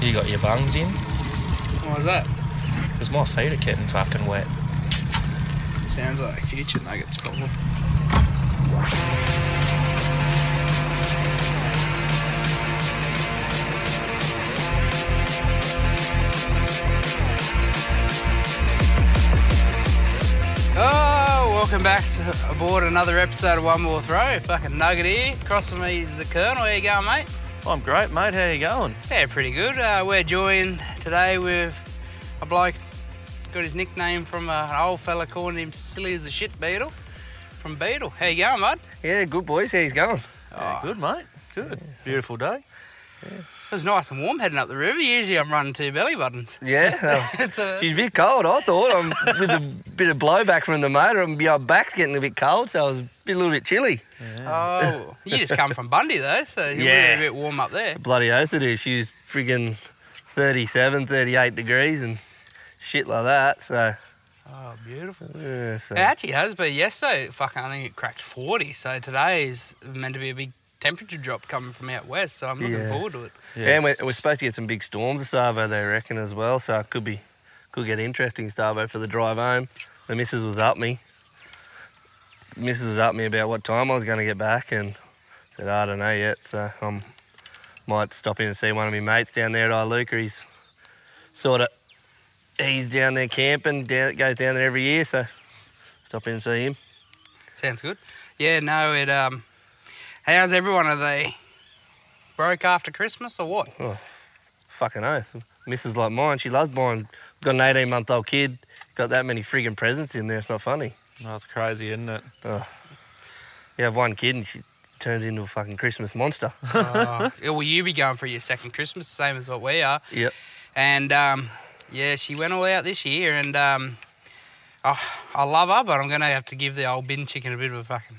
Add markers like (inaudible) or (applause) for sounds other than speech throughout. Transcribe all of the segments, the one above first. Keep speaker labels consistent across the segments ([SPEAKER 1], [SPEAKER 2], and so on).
[SPEAKER 1] you got your bangs in.
[SPEAKER 2] What was that?
[SPEAKER 1] There's more favourite kitten fucking wet.
[SPEAKER 2] Sounds like future nuggets problem. Oh, welcome back to aboard another episode of One More Throw. Fucking Nugget here. Across from me is the Colonel. How you going, mate?
[SPEAKER 1] I'm great, mate. How you going?
[SPEAKER 2] Yeah, pretty good. Uh, we're joined today with a bloke got his nickname from uh, an old fella calling him silly as a shit beetle from Beetle. How you going, bud?
[SPEAKER 3] Yeah, good boys. How's it going?
[SPEAKER 1] Yeah, good, mate. Good. Beautiful day.
[SPEAKER 2] It was nice and warm heading up the river. Usually I'm running two belly buttons. (laughs)
[SPEAKER 3] Yeah. um,
[SPEAKER 2] It's uh, a,
[SPEAKER 3] She's a bit cold, I thought. I'm with a bit of blowback from the motor. and My back's getting a bit cold, so I was a, bit, a little bit chilly.
[SPEAKER 2] oh, you just come from Bundy though, so you're
[SPEAKER 3] Yeah.
[SPEAKER 2] a bit warm up there.
[SPEAKER 3] Bloody oath it is. She's friggin' 37, 38 degrees and shit like that. So,
[SPEAKER 2] Oh, beautiful.
[SPEAKER 3] yeah, so.
[SPEAKER 2] It actually has been yesterday. Fucking, I think it cracked 40. So today is meant to be a big temperature drop coming from out west. So I'm looking
[SPEAKER 3] Yeah.
[SPEAKER 2] forward to it.
[SPEAKER 3] And we're, we're supposed to get some big storms this Arvo, they reckon, as well. So it could be, could get interesting, Starvo, for the drive home. The missus was up me. Missus was up me about what time I was going to get back and said, I don't know yet. So I might stop in and see one of my mates down there at Iluka. He's sort of, he's down there camping, down, goes down there every year. So stop in and see him.
[SPEAKER 2] Sounds good. Yeah, no, it. um How's everyone? Are they broke after Christmas or what?
[SPEAKER 3] Fucking oath. Missus like mine, she loves mine. Got an 18 month old kid, got that many friggin' presents in there. It's not funny.
[SPEAKER 1] That's Oh, crazy, isn't it?
[SPEAKER 3] You have one kid and she turns into a fucking Christmas monster.
[SPEAKER 2] Oh, will you be going for your second Christmas, same as what we are?
[SPEAKER 3] Yep.
[SPEAKER 2] And um, yeah, she went all out this year, and um, oh, I love her, but I'm gonna have to give the old bin chicken a bit of a fucking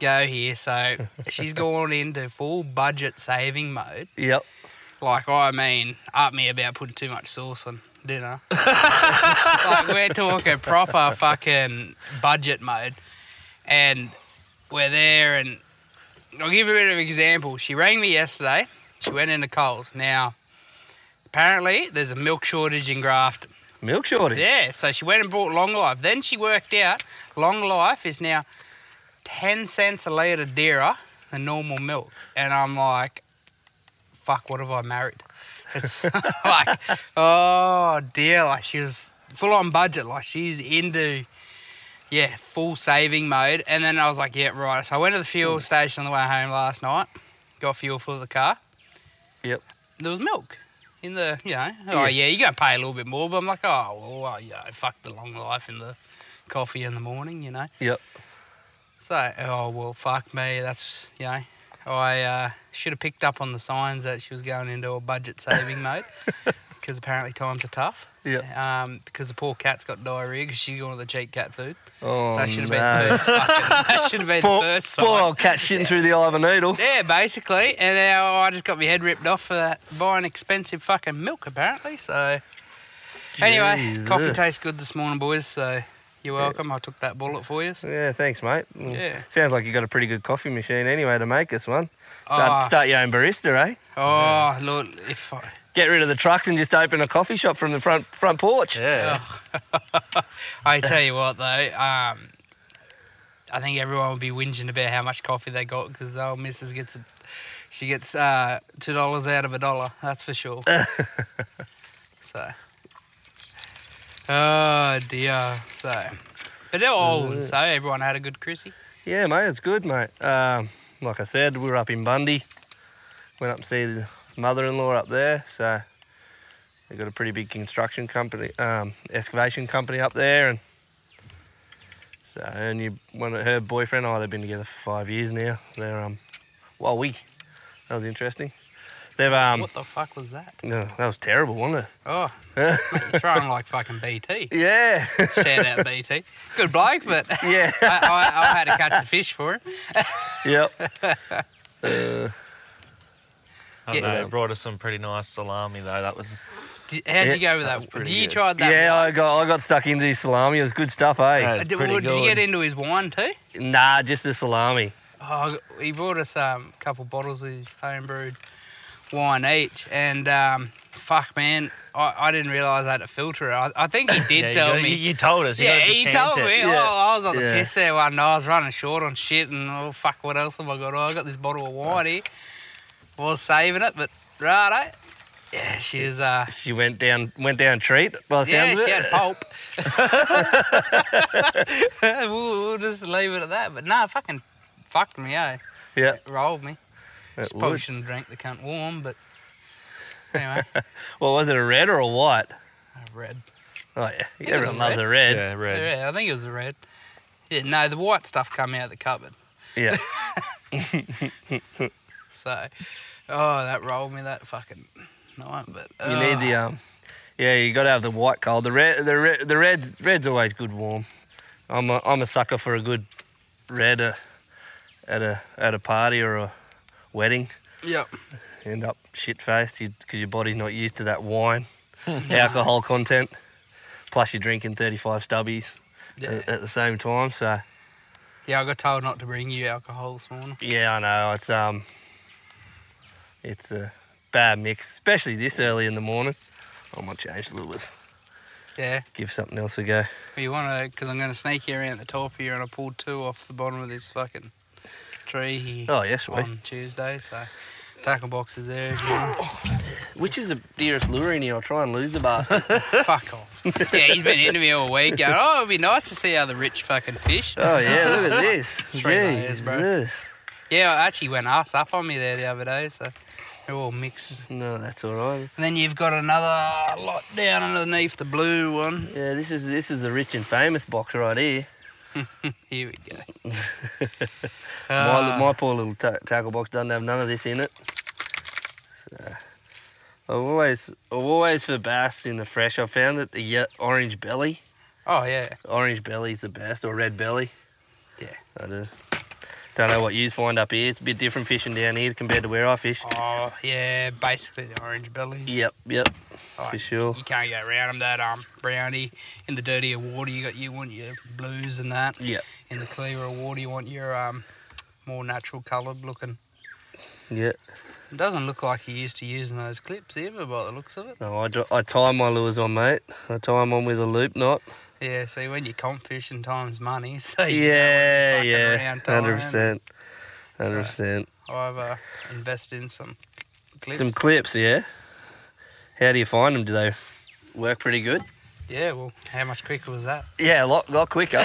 [SPEAKER 2] go here. So she's gone into full budget saving mode.
[SPEAKER 3] Yep.
[SPEAKER 2] Like I mean, up me about putting too much sauce on dinner. (laughs) like we're talking proper fucking budget mode, and we're there. And I'll give you a bit of an example. She rang me yesterday. She went into Coles. Now, apparently, there's a milk shortage in Grafton.
[SPEAKER 3] Milk shortage.
[SPEAKER 2] Yeah, so she went and bought Long Life. Then she worked out Long Life is now 10 cents a litre dearer than normal milk. And I'm like, fuck, what have I married? It's (laughs) like, oh dear, like she was full on budget, like she's into, yeah, full saving mode. And then I was like, yeah, right. So I went to the fuel station on the way home last night, got fuel for the car.
[SPEAKER 3] Yep.
[SPEAKER 2] There was milk in the, you know, oh yeah, you're going to pay a little bit more, but I'm like, oh, well, well, you know, fuck the long life and the coffee in the morning, you know.
[SPEAKER 3] Yep.
[SPEAKER 2] So, oh, well, fuck me. That's, you know, I uh, should have picked up on the signs that she was going into a budget saving
[SPEAKER 3] (laughs)
[SPEAKER 2] mode because apparently times are tough.
[SPEAKER 3] Yep.
[SPEAKER 2] Um, because the poor cat's got diarrhea because she's gone to the cheap cat food.
[SPEAKER 3] Oh,
[SPEAKER 2] So that should have
[SPEAKER 3] no.
[SPEAKER 2] been the first.
[SPEAKER 3] (laughs)
[SPEAKER 2] fucking- that should have been
[SPEAKER 3] Poor,
[SPEAKER 2] the first
[SPEAKER 3] poor
[SPEAKER 2] sign.
[SPEAKER 3] old cat shitting through the eye of a needle.
[SPEAKER 2] Yeah, basically. And now I just got my head ripped off for that buying expensive fucking milk, apparently. So, anyway,
[SPEAKER 3] Jesus.
[SPEAKER 2] coffee tastes good this morning, boys. So, you're welcome. I took that bullet for you.
[SPEAKER 3] Yeah, thanks, mate. Mm.
[SPEAKER 2] Yeah.
[SPEAKER 3] Sounds like you got a pretty good coffee machine anyway to make us one. Start,
[SPEAKER 2] Oh.
[SPEAKER 3] start your own barista, eh?
[SPEAKER 2] Oh, Lord, if I.
[SPEAKER 3] Get rid of the trucks and just open a coffee shop from the front front porch.
[SPEAKER 1] Yeah.
[SPEAKER 2] I tell you what, though, um, I think everyone will be whinging about how much coffee they got because old missus gets, a, she gets uh, two dollars out of a dollar. That's for sure.
[SPEAKER 3] (laughs)
[SPEAKER 2] so, oh dear. So, but they're old,
[SPEAKER 3] Mm.
[SPEAKER 2] and so everyone had a good Chrissy.
[SPEAKER 3] Yeah, mate, it's good, mate. Um, like I said, we were up in Bundy. Went up to see the mother-in-law up there, so they got a pretty big construction company, um, excavation company up there, and so her and you, one of her boyfriend, oh, they've been together for five years now. They're um, well, we. That was interesting. They've um,
[SPEAKER 2] what the fuck was that?
[SPEAKER 3] no, that was terrible, wasn't
[SPEAKER 2] Oh, (laughs) mate, you're throwing like fucking BT.
[SPEAKER 3] it? Yeah,
[SPEAKER 2] Shout out BT. Good bloke, but I,
[SPEAKER 3] (laughs) yeah,
[SPEAKER 2] I, I had to catch the fish for him.
[SPEAKER 3] yep. Uh,
[SPEAKER 1] I
[SPEAKER 2] Yeah.
[SPEAKER 1] know. It brought us some pretty nice salami though. That was
[SPEAKER 2] Did- How'd you
[SPEAKER 3] Yeah,
[SPEAKER 2] go with
[SPEAKER 1] that was
[SPEAKER 2] that?
[SPEAKER 1] pretty
[SPEAKER 2] you
[SPEAKER 1] good.
[SPEAKER 2] tried that?
[SPEAKER 3] yeah, I got I got stuck into salami. It was good stuff, eh?
[SPEAKER 1] Yeah.
[SPEAKER 2] Uh,
[SPEAKER 1] It's
[SPEAKER 2] Did,
[SPEAKER 1] pretty
[SPEAKER 2] well, did you
[SPEAKER 1] good.
[SPEAKER 2] get into his wine too?
[SPEAKER 3] Nah, just the salami.
[SPEAKER 2] Oh, he brought us um, a couple bottles of his home brewed wine each, and um, Fuck, man. I, I didn't realise I had to filter it. I, I
[SPEAKER 1] (laughs)
[SPEAKER 2] think he did
[SPEAKER 1] Yeah, you
[SPEAKER 2] tell
[SPEAKER 1] gotta-
[SPEAKER 2] me.
[SPEAKER 1] You, you told us. You
[SPEAKER 2] yeah,
[SPEAKER 1] gotta
[SPEAKER 2] he
[SPEAKER 1] decant
[SPEAKER 2] told
[SPEAKER 1] it.
[SPEAKER 2] me.
[SPEAKER 3] Yeah.
[SPEAKER 2] Oh, I was on the
[SPEAKER 3] Yeah.
[SPEAKER 2] piss there one night. I was running short on shit, and oh fuck, what else have I got? Oh, I got this bottle of wine here. Was saving it, but righto. Yeah, she was. Uh,
[SPEAKER 3] She went down, went down treat by the sounds
[SPEAKER 2] yeah,
[SPEAKER 3] of it.
[SPEAKER 2] she
[SPEAKER 3] (laughs)
[SPEAKER 2] had pulp. (laughs) we'll, we'll just leave it at that. But nah, fucking fucked me, eh?
[SPEAKER 3] yeah,
[SPEAKER 2] Rolled me.
[SPEAKER 3] it
[SPEAKER 2] Just probably
[SPEAKER 3] would.
[SPEAKER 2] shouldn't drink the cunt warm, but
[SPEAKER 3] (laughs)
[SPEAKER 2] anyway,
[SPEAKER 3] Well, was it a red or a white?
[SPEAKER 2] red.
[SPEAKER 3] Oh yeah,
[SPEAKER 2] was
[SPEAKER 3] everyone
[SPEAKER 2] a
[SPEAKER 3] loves
[SPEAKER 2] red.
[SPEAKER 3] a Oh, red.
[SPEAKER 1] Yeah, red.
[SPEAKER 2] Yeah, I think it was a red. Yeah, no, the white stuff come out of the cupboard.
[SPEAKER 3] Yeah.
[SPEAKER 2] So, oh, that rolled me that fucking night. But uh,
[SPEAKER 3] You need the um, yeah, you got to have the white cold. The red, the red, the red, red's always good warm. I'm a, I'm a sucker for a good red uh, at a at a party or a wedding.
[SPEAKER 2] Yep.
[SPEAKER 3] You end up shit faced because your body's not used to
[SPEAKER 2] (laughs)
[SPEAKER 3] that wine, alcohol content. Plus you're drinking 35 stubbies
[SPEAKER 2] Yeah.
[SPEAKER 3] at, at the same time. So
[SPEAKER 2] yeah, I got told not to bring you alcohol this morning.
[SPEAKER 3] yeah, I know it's um, it's a bad mix, especially this early in the morning. I might change the lures,
[SPEAKER 2] Yeah.
[SPEAKER 3] give something else a go.
[SPEAKER 2] But you want to? Because I'm going to sneak you around the top here, and I pulled two off the bottom of this fucking tree here
[SPEAKER 3] Oh yes, we.
[SPEAKER 2] on Tuesday. So, tackle box is there. if you
[SPEAKER 3] (laughs)
[SPEAKER 2] want.
[SPEAKER 3] Oh. Which is the dearest lure in here? I'll try and lose the bastard.
[SPEAKER 2] Fuck off. Yeah, he's been into me all week going, oh, it'd be nice to see how the rich fucking fish.
[SPEAKER 3] (laughs) oh yeah, look at (laughs) this.
[SPEAKER 2] Three layers, bro.
[SPEAKER 3] Jesus.
[SPEAKER 2] Yeah, I actually went ass up on me there the other day, so they're all mixed.
[SPEAKER 3] No, that's all right.
[SPEAKER 2] And then you've got another lot down underneath the blue one.
[SPEAKER 3] Yeah, this is this is the rich and famous box right here.
[SPEAKER 2] Here we go.
[SPEAKER 3] (laughs) my,
[SPEAKER 2] Ah,
[SPEAKER 3] li- my poor little ta- tackle box doesn't have none of this in it. So, I've always, I've always for bass in the fresh. I found that the ye- orange belly,
[SPEAKER 2] oh yeah,
[SPEAKER 3] orange belly's the best, or red belly.
[SPEAKER 2] Yeah.
[SPEAKER 3] I do. Don't know what you find up here. It's a bit different fishing down here compared to where I fish.
[SPEAKER 2] oh yeah, basically the orange belly.
[SPEAKER 3] Yep, yep,
[SPEAKER 2] Like,
[SPEAKER 3] for sure.
[SPEAKER 2] You can't go around them. That um brownie in the dirtier water, you got you want your blues and that.
[SPEAKER 3] Yeah.
[SPEAKER 2] In the clearer water, you want your um more natural coloured looking.
[SPEAKER 3] Yeah.
[SPEAKER 2] It doesn't look like you used to using those clips either, by the looks of it.
[SPEAKER 3] No, I, do- I tie my lures on, mate. I tie them on with a loop knot.
[SPEAKER 2] Yeah, see, when you're comp fishing, time's money. (laughs) So you-
[SPEAKER 3] Yeah,
[SPEAKER 2] fucking
[SPEAKER 3] yeah,
[SPEAKER 2] around tying
[SPEAKER 3] hundred percent,
[SPEAKER 2] So-
[SPEAKER 3] hundred percent.
[SPEAKER 2] I've uh, invested in some clips.
[SPEAKER 3] Some clips, yeah. How do you find them? Do they work pretty good?
[SPEAKER 2] yeah, well, how much quicker was that?
[SPEAKER 3] Yeah, a lot, lot quicker. (laughs)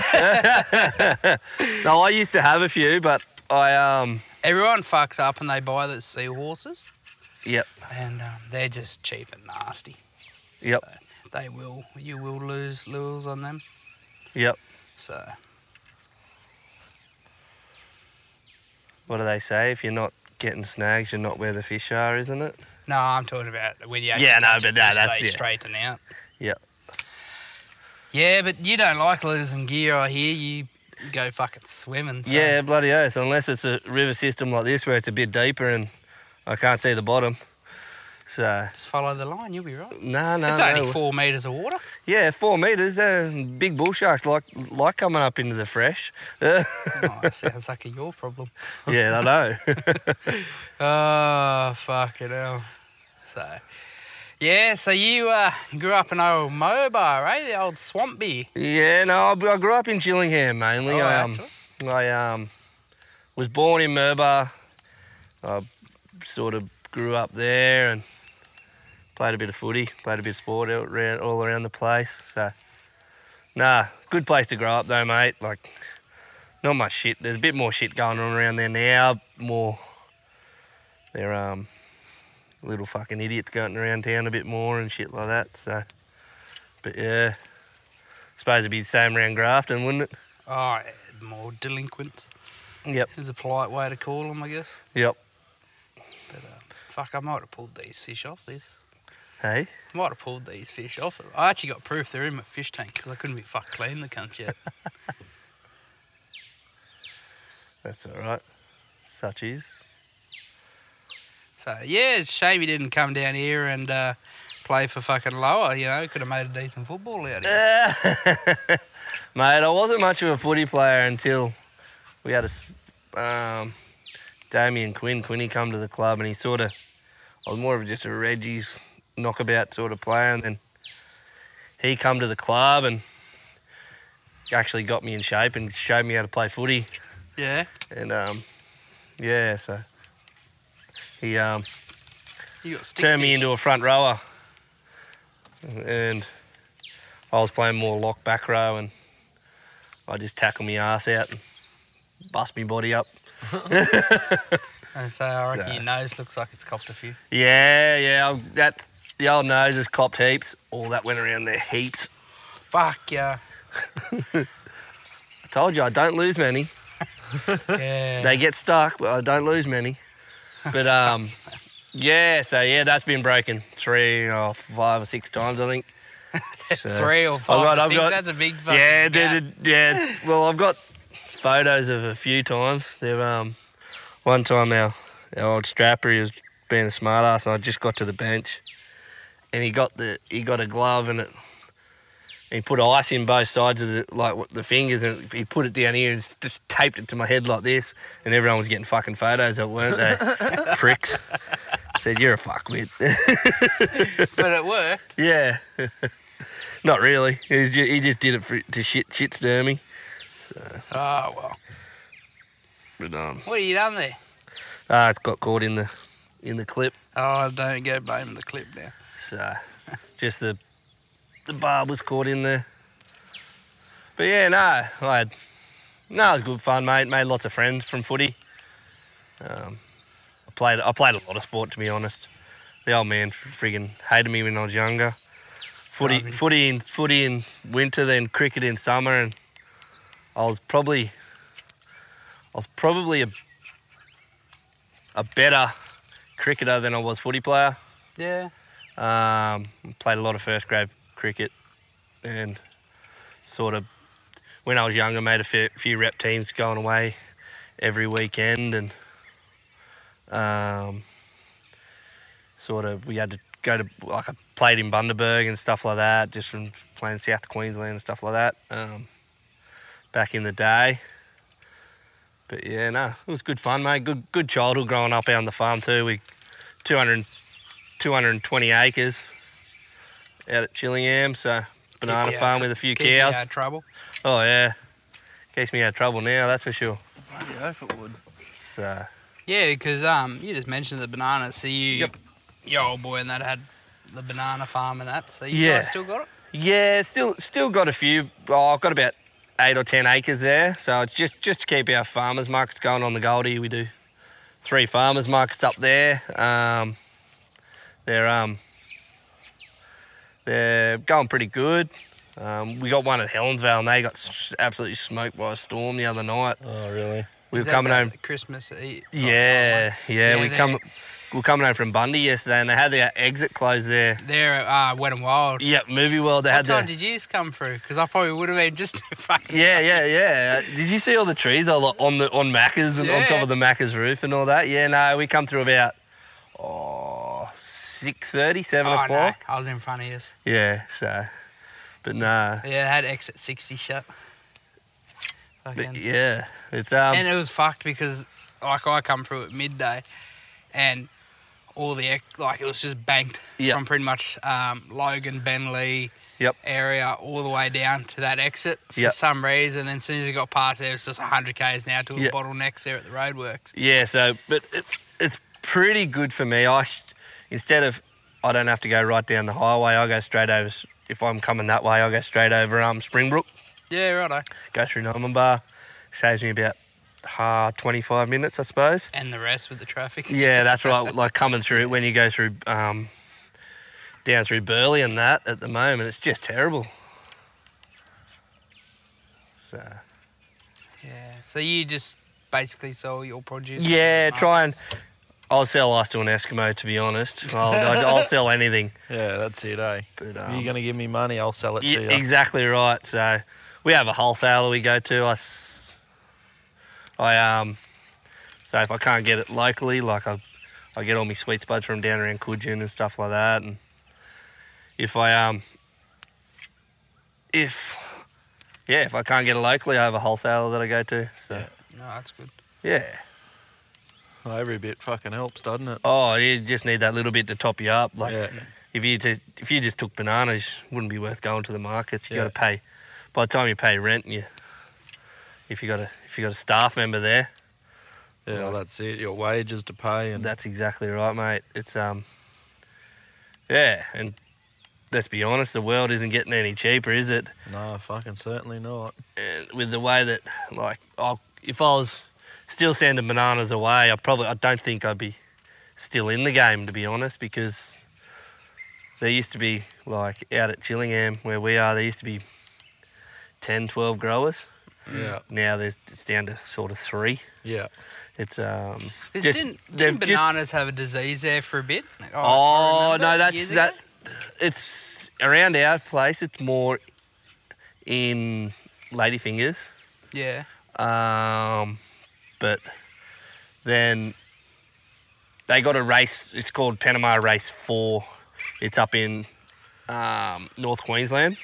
[SPEAKER 3] no, I used to have a few, but I um,
[SPEAKER 2] Everyone fucks up and they buy the seahorses,
[SPEAKER 3] yep,
[SPEAKER 2] and um, they're just cheap and nasty.
[SPEAKER 3] yep,
[SPEAKER 2] They will, you will lose lures on them.
[SPEAKER 3] yep.
[SPEAKER 2] So
[SPEAKER 3] What do they say? If you're not getting snags, you're not where the fish are, isn't it?
[SPEAKER 2] no, I'm talking about when you actually
[SPEAKER 3] Yeah, no,
[SPEAKER 2] catch
[SPEAKER 3] but
[SPEAKER 2] it,
[SPEAKER 3] no,
[SPEAKER 2] you
[SPEAKER 3] that's
[SPEAKER 2] stay
[SPEAKER 3] it.
[SPEAKER 2] straighten out.
[SPEAKER 3] Yep.
[SPEAKER 2] Yeah, but you don't like losing gear. I hear you go fucking swimming. So.
[SPEAKER 3] Yeah, bloody oath. Unless it's a river system like this where it's a bit deeper and I can't see the bottom. So
[SPEAKER 2] just follow the line. You'll be right.
[SPEAKER 3] no, no,
[SPEAKER 2] it's
[SPEAKER 3] no.
[SPEAKER 2] only four meters of water. (laughs)
[SPEAKER 3] Yeah, four meters. Uh, big bull sharks like like coming up into the fresh. (laughs) yeah,
[SPEAKER 2] oh, that sounds like a your problem.
[SPEAKER 3] I know. (laughs)
[SPEAKER 2] Oh, fucking hell. So, yeah, so you uh, grew up in old Mobar, eh? The old swampy.
[SPEAKER 3] yeah, no, I, I grew up in Chillingham mainly.
[SPEAKER 2] Oh,
[SPEAKER 3] I, um,
[SPEAKER 2] actually.
[SPEAKER 3] I um, was born in Merbar. I sort of grew up there and played a bit of footy, played a bit of sport out around, all around the place. So, nah, good place to grow up though, mate. Like, not much shit. There's a bit more shit going on around there now. More, they're um, little fucking idiots going around town a bit more and shit like that. So, but yeah, suppose it'd be the same around Grafton, wouldn't it?
[SPEAKER 2] Oh, yeah, more delinquents
[SPEAKER 3] Yep.
[SPEAKER 2] is a polite way to call them, I guess.
[SPEAKER 3] Yep.
[SPEAKER 2] Fuck, I might have pulled these fish off this.
[SPEAKER 3] Hey.
[SPEAKER 2] Might have pulled these fish off. I actually got proof they're in my fish tank because I couldn't be fucked clean the cunt
[SPEAKER 3] (laughs)
[SPEAKER 2] yet.
[SPEAKER 3] That's all right. Such (laughs) is.
[SPEAKER 2] so, yeah, it's a shame you didn't come down here and uh, play for fucking lower, you know? Could have made a decent football out of
[SPEAKER 3] (laughs)
[SPEAKER 2] it.
[SPEAKER 3] Mate, I wasn't much of a footy player until we had a s- um, Damien Quinn. Quinny come to the club, and he sort of I was more of just a Reggie's knockabout sort of player, and then he come to the club and actually got me in shape and showed me how to play footy.
[SPEAKER 2] Yeah.
[SPEAKER 3] And um, yeah, so he um,
[SPEAKER 2] You got stick
[SPEAKER 3] turned me
[SPEAKER 2] fish.
[SPEAKER 3] into a front rower, and I was playing more lock back row, and I just tackled my ass out and bust my body up.
[SPEAKER 2] And so I reckon
[SPEAKER 3] So.
[SPEAKER 2] your nose looks like it's copped a few.
[SPEAKER 3] Yeah, yeah, I'm- that the old nose has copped heaps. All that went around there heaps.
[SPEAKER 2] Fuck yeah.
[SPEAKER 3] I told you I don't lose many.
[SPEAKER 2] Yeah.
[SPEAKER 3] (laughs) They get stuck, but I don't lose many.
[SPEAKER 2] (laughs)
[SPEAKER 3] But um, yeah, so yeah, that's been broken three or five or six times,
[SPEAKER 2] (laughs)
[SPEAKER 3] I think. So-
[SPEAKER 2] Three or
[SPEAKER 3] I've
[SPEAKER 2] 5
[SPEAKER 3] got-
[SPEAKER 2] or
[SPEAKER 3] uh, oh, I've
[SPEAKER 2] six,
[SPEAKER 3] got-
[SPEAKER 2] that's a big fucking
[SPEAKER 3] Yeah,
[SPEAKER 2] gap.
[SPEAKER 3] dude, it- yeah. Well, I've got photos of a few times. There, um, one time our, our old strapper he was being a smart ass, and I just got to the bench, and he got the he got a glove and it. He put ice in both sides of the, like what- the fingers, and he put it down here and just taped it to my head like this. And everyone was getting fucking photos of it, weren't they? Pricks. Said you're a fuckwit.
[SPEAKER 2] (laughs)
[SPEAKER 3] (laughs)
[SPEAKER 2] But it worked.
[SPEAKER 3] Yeah. (laughs) Not really. He just, he just did it for, to shit shit stir me.
[SPEAKER 2] Oh, well.
[SPEAKER 3] But um,
[SPEAKER 2] What have you done there?
[SPEAKER 3] ah, it's got caught in the in the clip.
[SPEAKER 2] Oh, don't go blame the clip now.
[SPEAKER 3] So (laughs) just the the barb was caught in there. But yeah, no, I had no, it was good fun, mate. Made lots of friends from footy. Um, I played I played a lot of sport to be honest. The old man friggin' hated me when I was younger. Footy,
[SPEAKER 2] Rugby.
[SPEAKER 3] footy in footy in winter, then cricket in summer, and I was probably I was probably a a better cricketer than I was footy player.
[SPEAKER 2] Yeah.
[SPEAKER 3] Um, played a lot of first grade cricket and sort of when I was younger made a fe- few rep teams going away every weekend and um, sort of we had to go to like I played in Bundaberg and stuff like that just from playing South Queensland and stuff like that um, back in the day. But yeah, no, it was good fun, mate. Good good childhood growing up out on the farm too. We 200 220 acres out at Chillingham, so banana
[SPEAKER 2] Keep you
[SPEAKER 3] farm
[SPEAKER 2] out-
[SPEAKER 3] with a few
[SPEAKER 2] keep you
[SPEAKER 3] cows.
[SPEAKER 2] out of trouble.
[SPEAKER 3] Oh yeah, keeps me out of trouble now. That's for sure.
[SPEAKER 1] if it would.
[SPEAKER 3] So
[SPEAKER 2] Yeah, because um, you just mentioned the bananas. So you,
[SPEAKER 3] Yep.
[SPEAKER 2] your old boy and that had the banana farm and that. So you
[SPEAKER 3] Yeah.
[SPEAKER 2] guys still got it?
[SPEAKER 3] yeah, still still got a few. Oh, I've got about eight or ten acres there. So it's just just to keep our farmers markets going on the Goldie. We do three farmers markets up there. Um, they're um they're going pretty good. Um, we got one at Helensvale and they got s- absolutely smoked by a storm the other night.
[SPEAKER 1] Oh, really?
[SPEAKER 3] We were
[SPEAKER 2] Is that
[SPEAKER 3] coming
[SPEAKER 2] that
[SPEAKER 3] home
[SPEAKER 2] Christmas Eve. Oh,
[SPEAKER 3] Yeah, yeah,
[SPEAKER 2] Yeah,
[SPEAKER 3] we
[SPEAKER 2] they-
[SPEAKER 3] come we were coming home from Bundy yesterday, and they had their exit closed there.
[SPEAKER 2] There at uh, Wet and Wild.
[SPEAKER 3] Yep, Movie World. They
[SPEAKER 2] What
[SPEAKER 3] had
[SPEAKER 2] time
[SPEAKER 3] their,
[SPEAKER 2] did you come through? Because I probably would have been just fucking.
[SPEAKER 3] yeah, yeah, yeah. Uh, Did you see all the trees all like, on the on Macca's and on top
[SPEAKER 2] Yeah.
[SPEAKER 3] of the Macca's roof and all that? Yeah, no, we come through about oh six thirty, seven
[SPEAKER 2] Oh, no,
[SPEAKER 3] o'clock.
[SPEAKER 2] I was in front of you.
[SPEAKER 3] Yeah, so, but no,
[SPEAKER 2] Yeah, it had exit 60 shut.
[SPEAKER 3] but
[SPEAKER 2] Fucking.
[SPEAKER 3] yeah, it's um,
[SPEAKER 2] and uh, it was fucked because, like, I come through at midday and all the, ex- like, it was just banked
[SPEAKER 3] Yeah.
[SPEAKER 2] from pretty much um, Logan, Ben Lee
[SPEAKER 3] Yep.
[SPEAKER 2] area all the way down to that exit for
[SPEAKER 3] Yep.
[SPEAKER 2] some reason. And as soon as you got past there, it was just 100 Ks now to
[SPEAKER 3] Yeah.
[SPEAKER 2] a bottleneck there at the roadworks.
[SPEAKER 3] Yeah, so but it, it's pretty good for me. I sh- instead of I don't have to go right down the highway. I go straight over. s- If I'm coming that way, I go straight over um Springbrook,
[SPEAKER 2] Yeah, righto.
[SPEAKER 3] go through Norman Bar. Saves me about ah 25 minutes, I suppose.
[SPEAKER 2] And the rest with the traffic.
[SPEAKER 3] Yeah, that's right. (laughs) like coming through when you go through um down through Burley and that at the moment, it's just terrible. So
[SPEAKER 2] Yeah. So you just basically sell your produce.
[SPEAKER 3] yeah,
[SPEAKER 2] to the
[SPEAKER 3] try and. I'll sell ice to an Eskimo, to be honest. I'll, I'll sell anything.
[SPEAKER 1] Yeah, that's it, eh? (laughs)
[SPEAKER 3] But,
[SPEAKER 1] You're
[SPEAKER 3] um,
[SPEAKER 1] going to give me money, I'll sell it
[SPEAKER 3] Yeah,
[SPEAKER 1] to you.
[SPEAKER 3] exactly right. So we have a wholesaler we go to. I, s- I, um, so if I can't get it locally, like I, I get all my sweet spuds from down around Coogin and stuff like that. And if I um, if yeah, if I can't get it locally, I have a wholesaler that I go to. So
[SPEAKER 2] market. No, that's good.
[SPEAKER 3] yeah.
[SPEAKER 1] Well, every bit fucking helps, doesn't it?
[SPEAKER 3] Oh, you just need that little bit to top you up. Like
[SPEAKER 1] yeah.
[SPEAKER 3] if you just, if you just took bananas, wouldn't be worth going to the markets. You
[SPEAKER 1] Yeah.
[SPEAKER 3] got to pay. By the time you pay rent, you if you got a if you got a staff member there,
[SPEAKER 1] Yeah, well, that's it. Your wages to pay and
[SPEAKER 3] that's exactly right, mate. It's um, yeah, and let's be honest, the world isn't getting any cheaper, is it?
[SPEAKER 1] no, fucking certainly not.
[SPEAKER 3] And uh, with the way that like I, if I was still sending bananas away, I probably I don't think I'd be still in the game to be honest because there used to be like out at Chillingham where we are there used to be 10 12 growers
[SPEAKER 1] Yeah,
[SPEAKER 3] now there's it's down to sort of 3
[SPEAKER 1] yeah.
[SPEAKER 3] it's um
[SPEAKER 2] Is-
[SPEAKER 3] just-
[SPEAKER 2] didn't, didn't
[SPEAKER 3] they've just-
[SPEAKER 2] bananas have a disease there for a bit? Like, I
[SPEAKER 3] Oh,
[SPEAKER 2] remember
[SPEAKER 3] no,
[SPEAKER 2] years
[SPEAKER 3] that's
[SPEAKER 2] ago.
[SPEAKER 3] that. It's around our place. It's more in Ladyfingers,
[SPEAKER 2] Yeah.
[SPEAKER 3] um, but then they got a race. It's called Panama Race Four. It's up in um, North Queensland.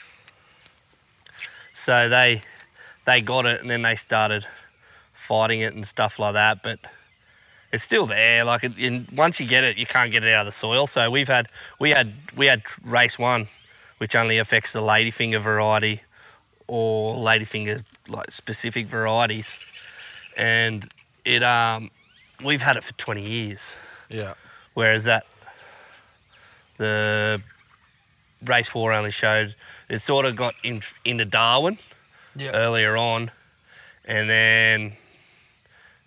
[SPEAKER 3] So they they got it, and then they started fighting it and stuff like that. But it's still there. Like it, and once you get it, you can't get it out of the soil. So we've had we had we had race one, which only affects the ladyfinger variety or ladyfinger like specific varieties, and it um we've had it for twenty years.
[SPEAKER 1] Yeah.
[SPEAKER 3] Whereas that the race four only showed it sort of got in, into Darwin
[SPEAKER 2] Yeah.
[SPEAKER 3] earlier on, and then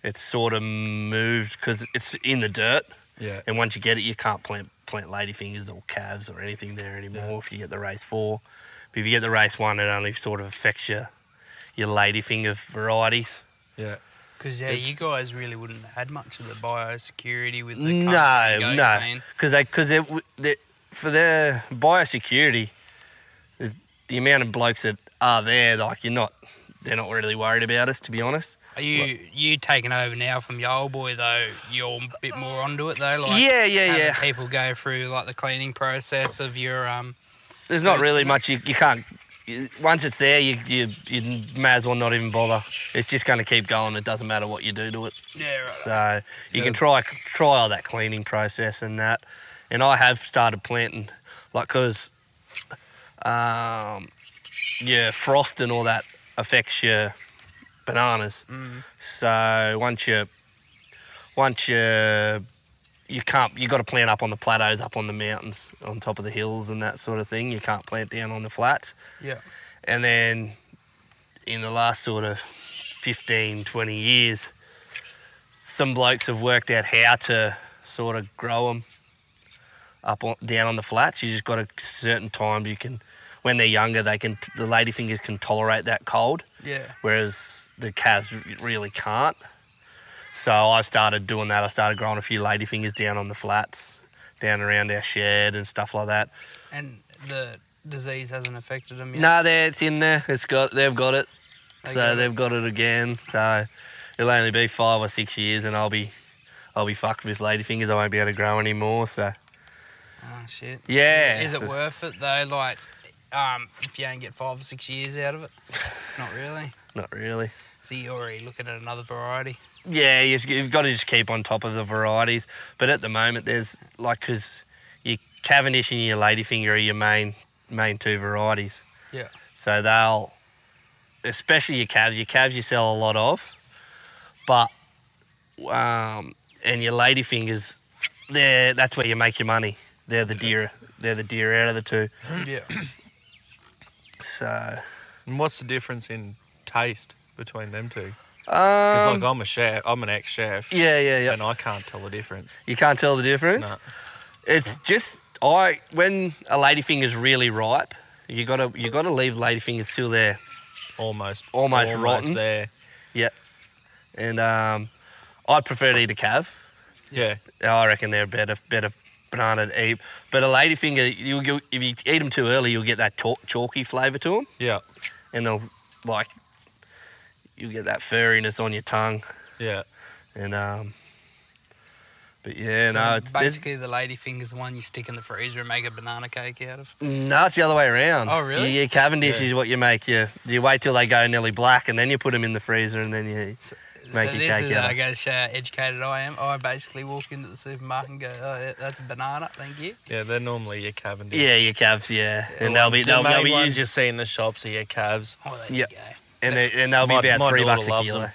[SPEAKER 3] it's sort of moved because it's in the dirt.
[SPEAKER 1] Yeah.
[SPEAKER 3] And once you get it, you can't plant plant ladyfingers or calves or anything there anymore if you get the race four. But if you get the race one, it only sort of affects your your ladyfinger varieties.
[SPEAKER 1] Yeah.
[SPEAKER 2] Because yeah,
[SPEAKER 3] It's-
[SPEAKER 2] you guys really wouldn't have had much of the biosecurity with the company
[SPEAKER 3] No,
[SPEAKER 2] goat
[SPEAKER 3] no,
[SPEAKER 2] thing.
[SPEAKER 3] because they because it w- the- for their biosecurity, the, the amount of blokes that are there, like you're not, they're not really worried about us to be honest.
[SPEAKER 2] Are you you taking over now from your old boy though? You're a bit more onto it though. Like
[SPEAKER 3] yeah, yeah,
[SPEAKER 2] having
[SPEAKER 3] yeah.
[SPEAKER 2] People go through like the cleaning process of your um.
[SPEAKER 3] There's not
[SPEAKER 2] But-
[SPEAKER 3] really much you, you can't. You, once it's there, you, you you may as well not even bother. It's just going to keep going. It doesn't matter what you do to it.
[SPEAKER 2] Yeah. Right.
[SPEAKER 3] So you
[SPEAKER 1] Yeah.
[SPEAKER 3] can try try all that cleaning process and that. And I have started planting, like, cause um, yeah, frost and all that affects your bananas.
[SPEAKER 2] Mm.
[SPEAKER 3] So once you once you you can't you got to plant up on the plateaus, up on the mountains, on top of the hills and that sort of thing. You can't plant down on the flats.
[SPEAKER 2] Yeah.
[SPEAKER 3] And then in the last sort of 15, 20 years, some blokes have worked out how to sort of grow them up on, down on the flats. You just got a certain times you can, when they're younger, they can the ladyfingers can tolerate that cold,
[SPEAKER 2] Yeah.
[SPEAKER 3] whereas the calves r- really can't. So I started doing that. I started growing a few ladyfingers down on the flats, down around our shed and stuff like that.
[SPEAKER 2] And the disease hasn't affected them yet.
[SPEAKER 3] No, there it's in there. It's got they've got it.
[SPEAKER 2] They
[SPEAKER 3] so
[SPEAKER 2] got it.
[SPEAKER 3] they've got it again. So it'll only be five or six years and I'll be I'll be fucked with ladyfingers. I won't be able to grow anymore. So
[SPEAKER 2] Oh shit.
[SPEAKER 3] yeah.
[SPEAKER 2] Is it
[SPEAKER 3] so-
[SPEAKER 2] worth it though? Like, um, if you don't get five or six years out of it, not really.
[SPEAKER 3] Not really.
[SPEAKER 2] So you're already looking at another variety.
[SPEAKER 3] Yeah, you- you've got to just keep on top of the varieties. But at the moment, there's like because your Cavendish and your ladyfinger are your main main two varieties.
[SPEAKER 2] Yeah.
[SPEAKER 3] So they'll, especially your calves. Your calves you sell a lot of, but um, and your ladyfingers, they're that's where you make your money. They're the deer. They're the deer out of the two.
[SPEAKER 2] Yeah.
[SPEAKER 3] So
[SPEAKER 1] And what's the difference in taste between them two? Because
[SPEAKER 3] um,
[SPEAKER 1] like I'm a chef, I'm an ex chef,
[SPEAKER 3] yeah, yeah, yeah.
[SPEAKER 1] and I can't tell the difference.
[SPEAKER 3] You can't tell the difference.
[SPEAKER 1] No.
[SPEAKER 3] It's just I when a ladyfinger's really ripe, you gotta you gotta leave ladyfingers till there.
[SPEAKER 1] Almost,
[SPEAKER 3] Almost rotten.
[SPEAKER 1] There,
[SPEAKER 3] Yep. And um, I'd prefer to eat a calf.
[SPEAKER 1] yeah,
[SPEAKER 3] I reckon they're better better banana to eat. But a ladyfinger, you you- if you eat them too early, you'll get that chalk, chalky flavour to them,
[SPEAKER 1] yeah,
[SPEAKER 3] and they'll like you'll get that furriness on your tongue,
[SPEAKER 1] yeah,
[SPEAKER 3] and um. But yeah,
[SPEAKER 2] So
[SPEAKER 3] no, uh, it's, there's-
[SPEAKER 2] basically the ladyfinger's the one you stick in the freezer and make a banana cake out of.
[SPEAKER 3] no, it's the other way around.
[SPEAKER 2] Oh, really?
[SPEAKER 3] Your, your Cavendish
[SPEAKER 1] Yeah.
[SPEAKER 3] is what you make. You you wait till they go nearly black, and then you put them in the freezer, and then you. Make
[SPEAKER 2] so
[SPEAKER 3] your
[SPEAKER 2] this
[SPEAKER 3] cake
[SPEAKER 2] is,
[SPEAKER 3] out
[SPEAKER 2] I
[SPEAKER 3] of-
[SPEAKER 2] guess, how educated I am. I basically walk into the supermarket and go, oh, yeah, that's a banana, thank you.
[SPEAKER 1] Yeah, they're normally your Cavendish.
[SPEAKER 3] Yeah, your calves, yeah. And
[SPEAKER 1] The
[SPEAKER 3] they'll be
[SPEAKER 1] ones-
[SPEAKER 3] they'll,
[SPEAKER 1] the
[SPEAKER 3] they'll
[SPEAKER 1] main
[SPEAKER 3] be
[SPEAKER 1] ones
[SPEAKER 3] used
[SPEAKER 1] you see in the shops are your calves.
[SPEAKER 2] Oh, there
[SPEAKER 3] Yep.
[SPEAKER 2] you go.
[SPEAKER 3] and, they, and they'll be
[SPEAKER 1] My-
[SPEAKER 3] about
[SPEAKER 1] my
[SPEAKER 3] three
[SPEAKER 1] daughter
[SPEAKER 3] bucks a
[SPEAKER 1] loves
[SPEAKER 3] kilo.
[SPEAKER 1] them.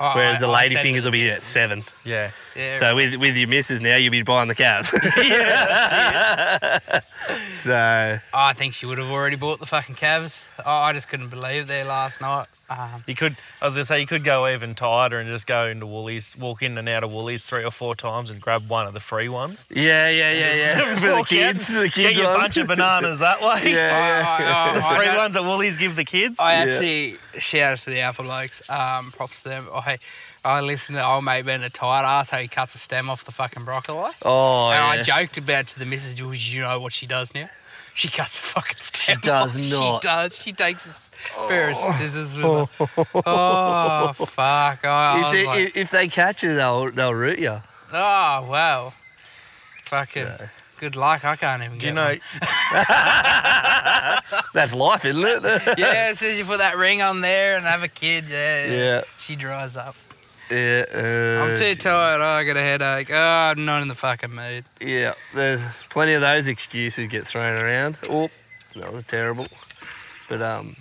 [SPEAKER 2] Oh,
[SPEAKER 3] Whereas
[SPEAKER 2] I-
[SPEAKER 3] the
[SPEAKER 2] I
[SPEAKER 3] lady
[SPEAKER 2] said to
[SPEAKER 3] fingers
[SPEAKER 2] the
[SPEAKER 3] will be at
[SPEAKER 2] missus,
[SPEAKER 3] seven.
[SPEAKER 1] Yeah.
[SPEAKER 2] Yeah,
[SPEAKER 3] So with with your missus now, you'll be buying the calves. (laughs) so
[SPEAKER 2] I think she would have already bought the fucking calves. Oh, I just couldn't believe there last night.
[SPEAKER 3] (laughs)
[SPEAKER 2] Um,
[SPEAKER 1] You could, I was gonna say, you could go even tighter and just go into Woolies, walk in and out of Woolies three or four times and grab one of the free (laughs) ones.
[SPEAKER 3] yeah, yeah,
[SPEAKER 1] (laughs)
[SPEAKER 3] yeah, yeah. For the
[SPEAKER 1] Walk out,
[SPEAKER 3] kids, the
[SPEAKER 1] Get
[SPEAKER 3] kids
[SPEAKER 1] you a
[SPEAKER 3] ones.
[SPEAKER 1] bunch of bananas (laughs) that way.
[SPEAKER 3] Yeah,
[SPEAKER 2] I- I- I-
[SPEAKER 1] The
[SPEAKER 2] I
[SPEAKER 1] free
[SPEAKER 2] don't-
[SPEAKER 1] ones at Woolies give the kids.
[SPEAKER 2] I
[SPEAKER 3] Yeah.
[SPEAKER 2] actually shout out to the Alpha Blokes. Um, props to them. I I listened to old mate Ben a tired ass how he cuts a stem off the fucking broccoli.
[SPEAKER 3] Oh,
[SPEAKER 2] and
[SPEAKER 3] yeah.
[SPEAKER 2] I joked about to the missus, "Well, you know what she does now? She cuts a fucking stem.
[SPEAKER 3] does
[SPEAKER 2] off. (laughs)
[SPEAKER 3] not.
[SPEAKER 2] She does. She takes a s- pair of scissors with her. Oh fuck! I, I
[SPEAKER 3] if,
[SPEAKER 2] was
[SPEAKER 3] they,
[SPEAKER 2] like,
[SPEAKER 3] if, if they catch you, they'll they'll root you.
[SPEAKER 2] oh wow, fucking good luck. I can't even.
[SPEAKER 1] Do
[SPEAKER 2] get
[SPEAKER 1] you know?
[SPEAKER 2] one.
[SPEAKER 3] (laughs) That's life, isn't it?
[SPEAKER 2] Yeah, as soon as you put that ring on there and have a kid, yeah,
[SPEAKER 3] Yeah.
[SPEAKER 2] she dries up.
[SPEAKER 3] yeah. uh,
[SPEAKER 2] I'm too tired. Oh, I got a headache. Oh, I'm not in the fucking mood.
[SPEAKER 3] Yeah, there's plenty of those excuses get thrown around. Oh, that was terrible. But um,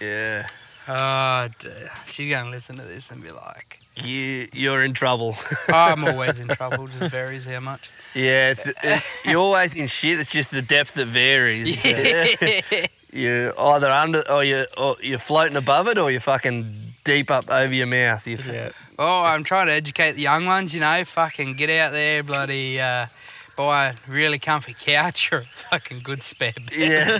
[SPEAKER 3] yeah,
[SPEAKER 2] Oh, dear. She's going to listen to this and be like,
[SPEAKER 3] you you're in trouble. (laughs)
[SPEAKER 2] oh, I'm always in trouble. Just varies how much.
[SPEAKER 3] yeah, it's, it, you're always in shit. It's just the depth
[SPEAKER 2] (laughs)
[SPEAKER 3] that varies. (laughs) you're either under or you or you're floating above it, or you're fucking deep up over your mouth. You f-
[SPEAKER 1] Yeah.
[SPEAKER 2] (laughs) oh, I'm trying to educate the young ones, you know. Fucking get out there, bloody uh, buy a really comfy couch or a fucking good spare bed.
[SPEAKER 3] yeah.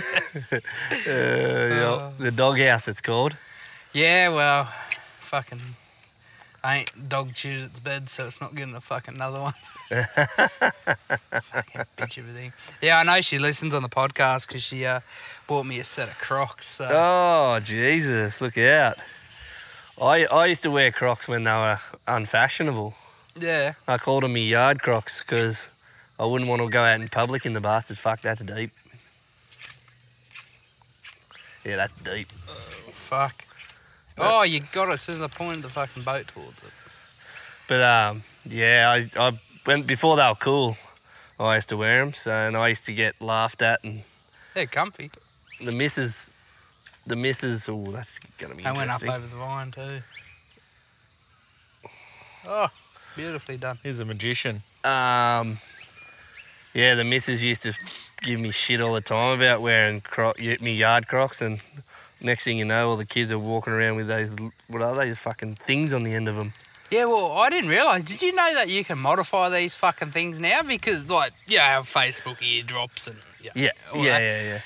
[SPEAKER 3] (laughs) uh, yeah. The doghouse, it's called.
[SPEAKER 2] Yeah, well, fucking. I ain't dog chewed its bed, so it's not getting a fucking another one. fucking bitch of a thing. Yeah, I know she listens on the podcast because she uh, bought me a set of Crocs. So.
[SPEAKER 3] Oh Jesus, look out! I I used to wear Crocs when they were unfashionable.
[SPEAKER 2] Yeah.
[SPEAKER 3] I called them my yard crocs because I wouldn't want to go out in public in the bastard. Fuck, that's deep. Yeah, that's deep.
[SPEAKER 2] Fuck. Oh, you got it. As soon as I pointed the fucking boat towards it.
[SPEAKER 3] But um, yeah, I, I went before they were cool. I used to wear them, so and I used to get laughed at, and
[SPEAKER 2] They're comfy.
[SPEAKER 3] the missus, the missus. Oh, that's gonna be
[SPEAKER 2] They went up
[SPEAKER 3] interesting.
[SPEAKER 2] over the vine too. Oh, beautifully done.
[SPEAKER 1] He's a magician.
[SPEAKER 3] Um, yeah, the missus used to give me shit all the time about wearing cro- y- me yard crocs, and next thing you know, all the kids are walking around with those l- what are they? The fucking things on the end of them.
[SPEAKER 2] Yeah, well, I didn't realise. Did you know that you can modify these fucking things now? Because, like, yeah, our Facebook eardrops and.
[SPEAKER 3] Yeah,
[SPEAKER 2] all
[SPEAKER 3] yeah,
[SPEAKER 2] Oh, that.
[SPEAKER 3] yeah, yeah.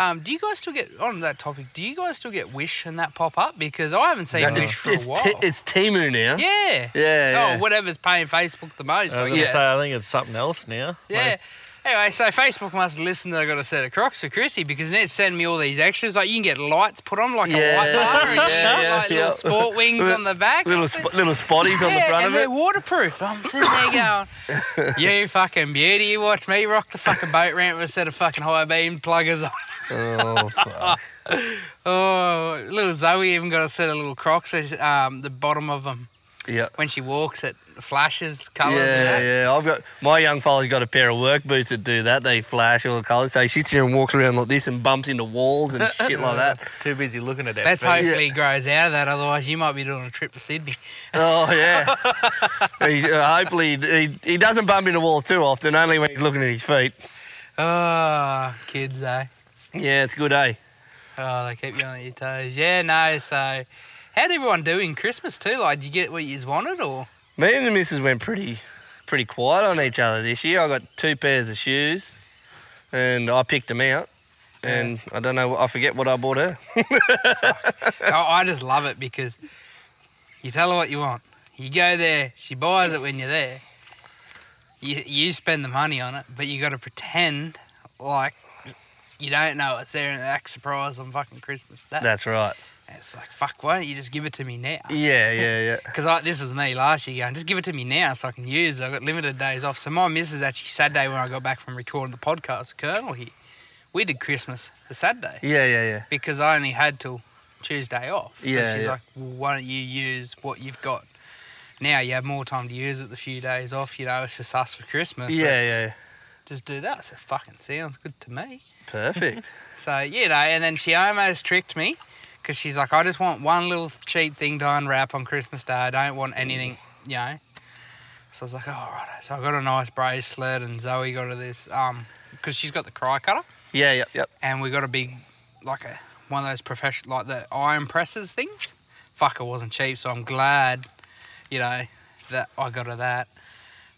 [SPEAKER 2] Um, do you guys still get, on that topic, do you guys still get Wish and that pop up? Because I haven't seen
[SPEAKER 3] No,
[SPEAKER 2] Wish
[SPEAKER 3] it's,
[SPEAKER 2] for a
[SPEAKER 3] it's,
[SPEAKER 2] while.
[SPEAKER 3] Ti- it's Timu now.
[SPEAKER 2] yeah.
[SPEAKER 3] yeah, yeah.
[SPEAKER 2] Oh, whatever's paying Facebook the most,
[SPEAKER 1] I
[SPEAKER 2] I
[SPEAKER 1] was gonna
[SPEAKER 2] guess.
[SPEAKER 1] say, I think it's something else now.
[SPEAKER 2] Yeah. Anyway, so Facebook must listen that I got a set of Crocs for Chrissy because they're sending me all these extras. Like you can get lights put on, like a light
[SPEAKER 3] (laughs) Yeah,
[SPEAKER 2] bar, and
[SPEAKER 3] yeah, yeah,
[SPEAKER 2] like little
[SPEAKER 3] yeah.
[SPEAKER 2] sport wings on the back.
[SPEAKER 3] Little sp- little spotties on the
[SPEAKER 2] yeah, and
[SPEAKER 3] front of
[SPEAKER 2] they're
[SPEAKER 3] it.
[SPEAKER 2] waterproof. I'm sitting
[SPEAKER 3] (laughs)
[SPEAKER 2] there going, "You fucking beauty! You watch me rock the fucking boat ramp with a set of fucking high beam pluggers (laughs) on."
[SPEAKER 3] Oh fuck!
[SPEAKER 2] Oh, little Zoe even got a set of little Crocs with um, the bottom of them
[SPEAKER 3] yeah.
[SPEAKER 2] when she walks. It flashes
[SPEAKER 3] Yeah,
[SPEAKER 2] colours. and that.
[SPEAKER 3] yeah. I've got my young fella's got a pair of work boots that do that. They flash all the colours. So he sits here and walks around like this and bumps into
[SPEAKER 2] (laughs)
[SPEAKER 3] walls and shit like that.
[SPEAKER 1] Too busy looking at that.
[SPEAKER 2] Let's
[SPEAKER 1] feet.
[SPEAKER 2] hopefully he grows out of that. Otherwise, you might be doing a trip to Sydney.
[SPEAKER 3] Oh yeah. (laughs) he, uh, hopefully he, he doesn't bump into walls too often. Only when he's looking at his feet.
[SPEAKER 2] Oh, kids, eh?
[SPEAKER 3] Yeah, it's good, eh?
[SPEAKER 2] Oh, they keep you on your toes. Yeah, no. So, how'd everyone do in Christmas too? Like, did you get what you wanted, or
[SPEAKER 3] Me and the missus went pretty pretty quiet on each other this year. I got two pairs of shoes, and I picked them out. And I don't know. I forget what I bought her.
[SPEAKER 2] oh, I just love it because you tell her what you want. You go there, she buys it when you're there. You you spend the money on it, but you got to pretend like you don't know it's there and act surprised on fucking Christmas Day.
[SPEAKER 3] That's right.
[SPEAKER 2] And it's like fuck. Why don't you just give it to me now?
[SPEAKER 3] Yeah, yeah, yeah.
[SPEAKER 2] Because I, this was me last year going, just give it to me now so I can use it. I've got limited days off. So my missus actually Saturday when I got back from recording the podcast, Colonel here, we did Christmas the Saturday
[SPEAKER 3] Yeah, yeah, yeah.
[SPEAKER 2] because I only had till Tuesday off.
[SPEAKER 3] Yeah,
[SPEAKER 2] So she's
[SPEAKER 3] yeah.
[SPEAKER 2] like, well, why don't you use what you've got? Now you have more time to use it. The few days off, you know, it's just us for Christmas.
[SPEAKER 3] yeah,
[SPEAKER 2] let's
[SPEAKER 3] yeah.
[SPEAKER 2] Just do that. So fucking sounds good to me.
[SPEAKER 3] Perfect.
[SPEAKER 2] So you know, and then she almost tricked me because she's like, I just want one little cheap thing to unwrap on Christmas Day. I don't want anything, you know. So I was like, oh, all right. So I got a nice bracelet, and Zoe got her this um because she's got the cry cutter,
[SPEAKER 3] yeah, yep, yep.
[SPEAKER 2] and we got a big like a one of those professional like the iron presses things. Fuck, it wasn't cheap, so I'm glad, you know, that I got her that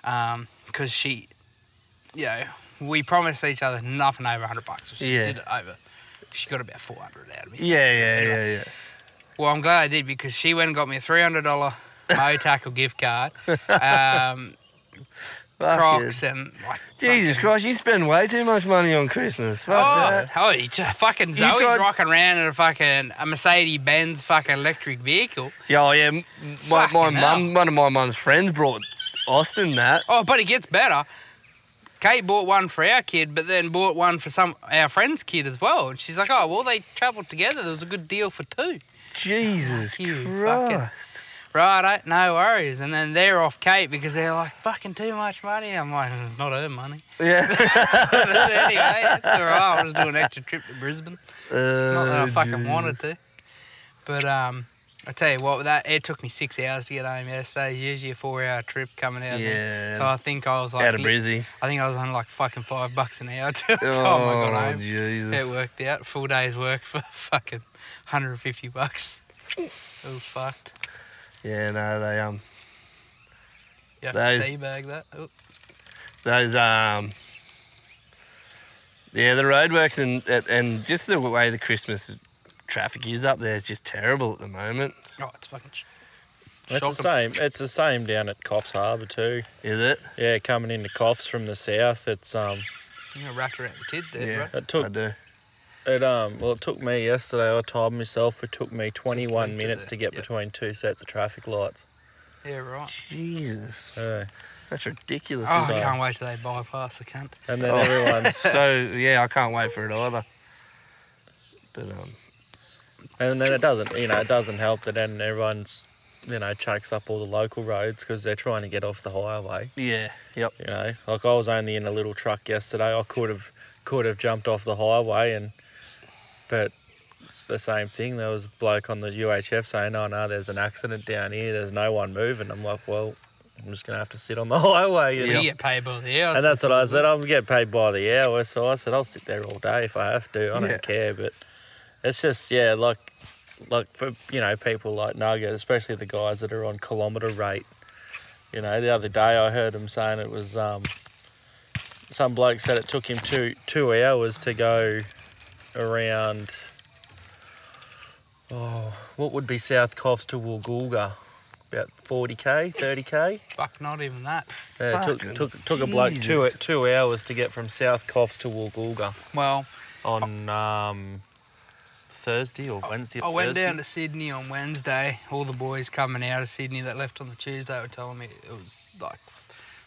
[SPEAKER 2] um because she, you know. We promised each other nothing over 100 bucks. so She
[SPEAKER 3] Yeah.
[SPEAKER 2] did it over. She got about 400 out of me.
[SPEAKER 3] Yeah, yeah, yeah, yeah.
[SPEAKER 2] Well, I'm glad I did because she went and got me a $300 Mo Tackle gift
[SPEAKER 3] (laughs)
[SPEAKER 2] card, um,
[SPEAKER 3] Fuck
[SPEAKER 2] Crocs,
[SPEAKER 3] yeah.
[SPEAKER 2] and like.
[SPEAKER 3] Jesus
[SPEAKER 2] fucking-
[SPEAKER 3] Christ, you spend way too much money on Christmas. Fuck
[SPEAKER 2] Oh,
[SPEAKER 3] that.
[SPEAKER 2] oh, you t- fucking Zoe's
[SPEAKER 3] tried-
[SPEAKER 2] rocking around in a fucking a Mercedes Benz fucking electric vehicle.
[SPEAKER 3] Yeah, oh, yeah. m- My, my
[SPEAKER 2] Fucking hell.
[SPEAKER 3] mum, one of my mum's friends brought Austin that.
[SPEAKER 2] Oh, but it gets better. Kate bought one for our kid, but then bought one for some our friend's kid as well. And she's like, "Oh, well, they travelled together. There was a good deal for two.
[SPEAKER 3] Jesus
[SPEAKER 2] You fucking-
[SPEAKER 3] Christ.
[SPEAKER 2] Right, eh? no worries. And then they're off Kate because they're like, fucking too much money. I'm like, it's not her money. (laughs)
[SPEAKER 3] Yeah.
[SPEAKER 2] But anyway, that's all right. I'll just do an extra trip to Brisbane. Not that
[SPEAKER 3] Uh,
[SPEAKER 2] I fucking wanted to. But um, I tell you what, that it took me six hours to get home yesterday. It's usually a four-hour trip coming out. there.
[SPEAKER 3] Yeah.
[SPEAKER 2] So I think I was like,
[SPEAKER 3] out
[SPEAKER 2] (laughs)
[SPEAKER 3] of Brizzy.
[SPEAKER 2] I think I was on like fucking five bucks an hour (laughs) till the
[SPEAKER 3] oh,
[SPEAKER 2] time I got home.
[SPEAKER 3] Jesus.
[SPEAKER 2] It worked out. Full day's work for (laughs) fucking 150 bucks. It was fucked.
[SPEAKER 3] Yeah, no, they um,
[SPEAKER 2] Yeah,
[SPEAKER 3] Those-
[SPEAKER 2] teabag that. Oh, Oop.
[SPEAKER 3] those um, yeah, the roadworks and and- and just the way the Christmas traffic is up there is just terrible at the moment.
[SPEAKER 2] Oh, it's fucking. Sh-
[SPEAKER 1] It's the
[SPEAKER 2] shocking.
[SPEAKER 1] same. It's the same down at Coffs Harbour too.
[SPEAKER 3] Is it?
[SPEAKER 1] Yeah, coming into Coffs from the south, it's um,
[SPEAKER 2] You know, wrapped around the tid there, bro.
[SPEAKER 1] it took
[SPEAKER 3] I do.
[SPEAKER 1] It um well it took me yesterday. I timed myself. It took me 21
[SPEAKER 2] linked to
[SPEAKER 1] minutes
[SPEAKER 2] the-
[SPEAKER 1] to get
[SPEAKER 2] yeah.
[SPEAKER 1] between two sets of traffic lights.
[SPEAKER 2] Yeah, right.
[SPEAKER 3] Jesus,
[SPEAKER 1] Yeah.
[SPEAKER 3] that's ridiculous.
[SPEAKER 2] Oh,
[SPEAKER 1] is
[SPEAKER 2] I
[SPEAKER 1] a-
[SPEAKER 2] can't wait till they bypass the cunt.
[SPEAKER 1] And then
[SPEAKER 3] Oh. (laughs)
[SPEAKER 1] everyone's
[SPEAKER 3] so yeah, I can't wait for it either. But um,
[SPEAKER 1] and then it doesn't you know it doesn't help that then everyone's you know chucks up all the local roads because they're trying to get off the highway.
[SPEAKER 3] yeah, yep.
[SPEAKER 1] You know, like I was only in a little truck yesterday. I could have could have jumped off the highway and but the same thing. There was a bloke on the UHF saying, "Oh no, there's an accident down here. There's no one moving." I'm like, well. I'm just gonna have to sit on the (laughs) highway. You
[SPEAKER 2] We
[SPEAKER 1] know?
[SPEAKER 2] get paid by the hour.
[SPEAKER 1] And that's what I said. I'm getting paid by the hour, so I said I'll sit there all day if I have to. I don't
[SPEAKER 3] Yeah.
[SPEAKER 1] care, but it's just yeah, like like for you know people like Nugget, especially the guys that are on kilometre rate. You know, the other day I heard him saying it was um, some bloke said it took him two two hours to go around. Oh, what would be South Coffs to Woolgoolga? About forty k, thirty k.
[SPEAKER 2] Fuck, not even that.
[SPEAKER 1] Yeah, it
[SPEAKER 3] Fucking
[SPEAKER 1] took, took, took a bloke two,
[SPEAKER 3] Jesus.
[SPEAKER 1] two hours to get from South Coffs to Woolgoolga
[SPEAKER 2] Well,
[SPEAKER 1] on um, Thursday or Wednesday.
[SPEAKER 2] I went down to Sydney on Wednesday. All the boys coming out of Sydney that left on the Tuesday were telling me it was like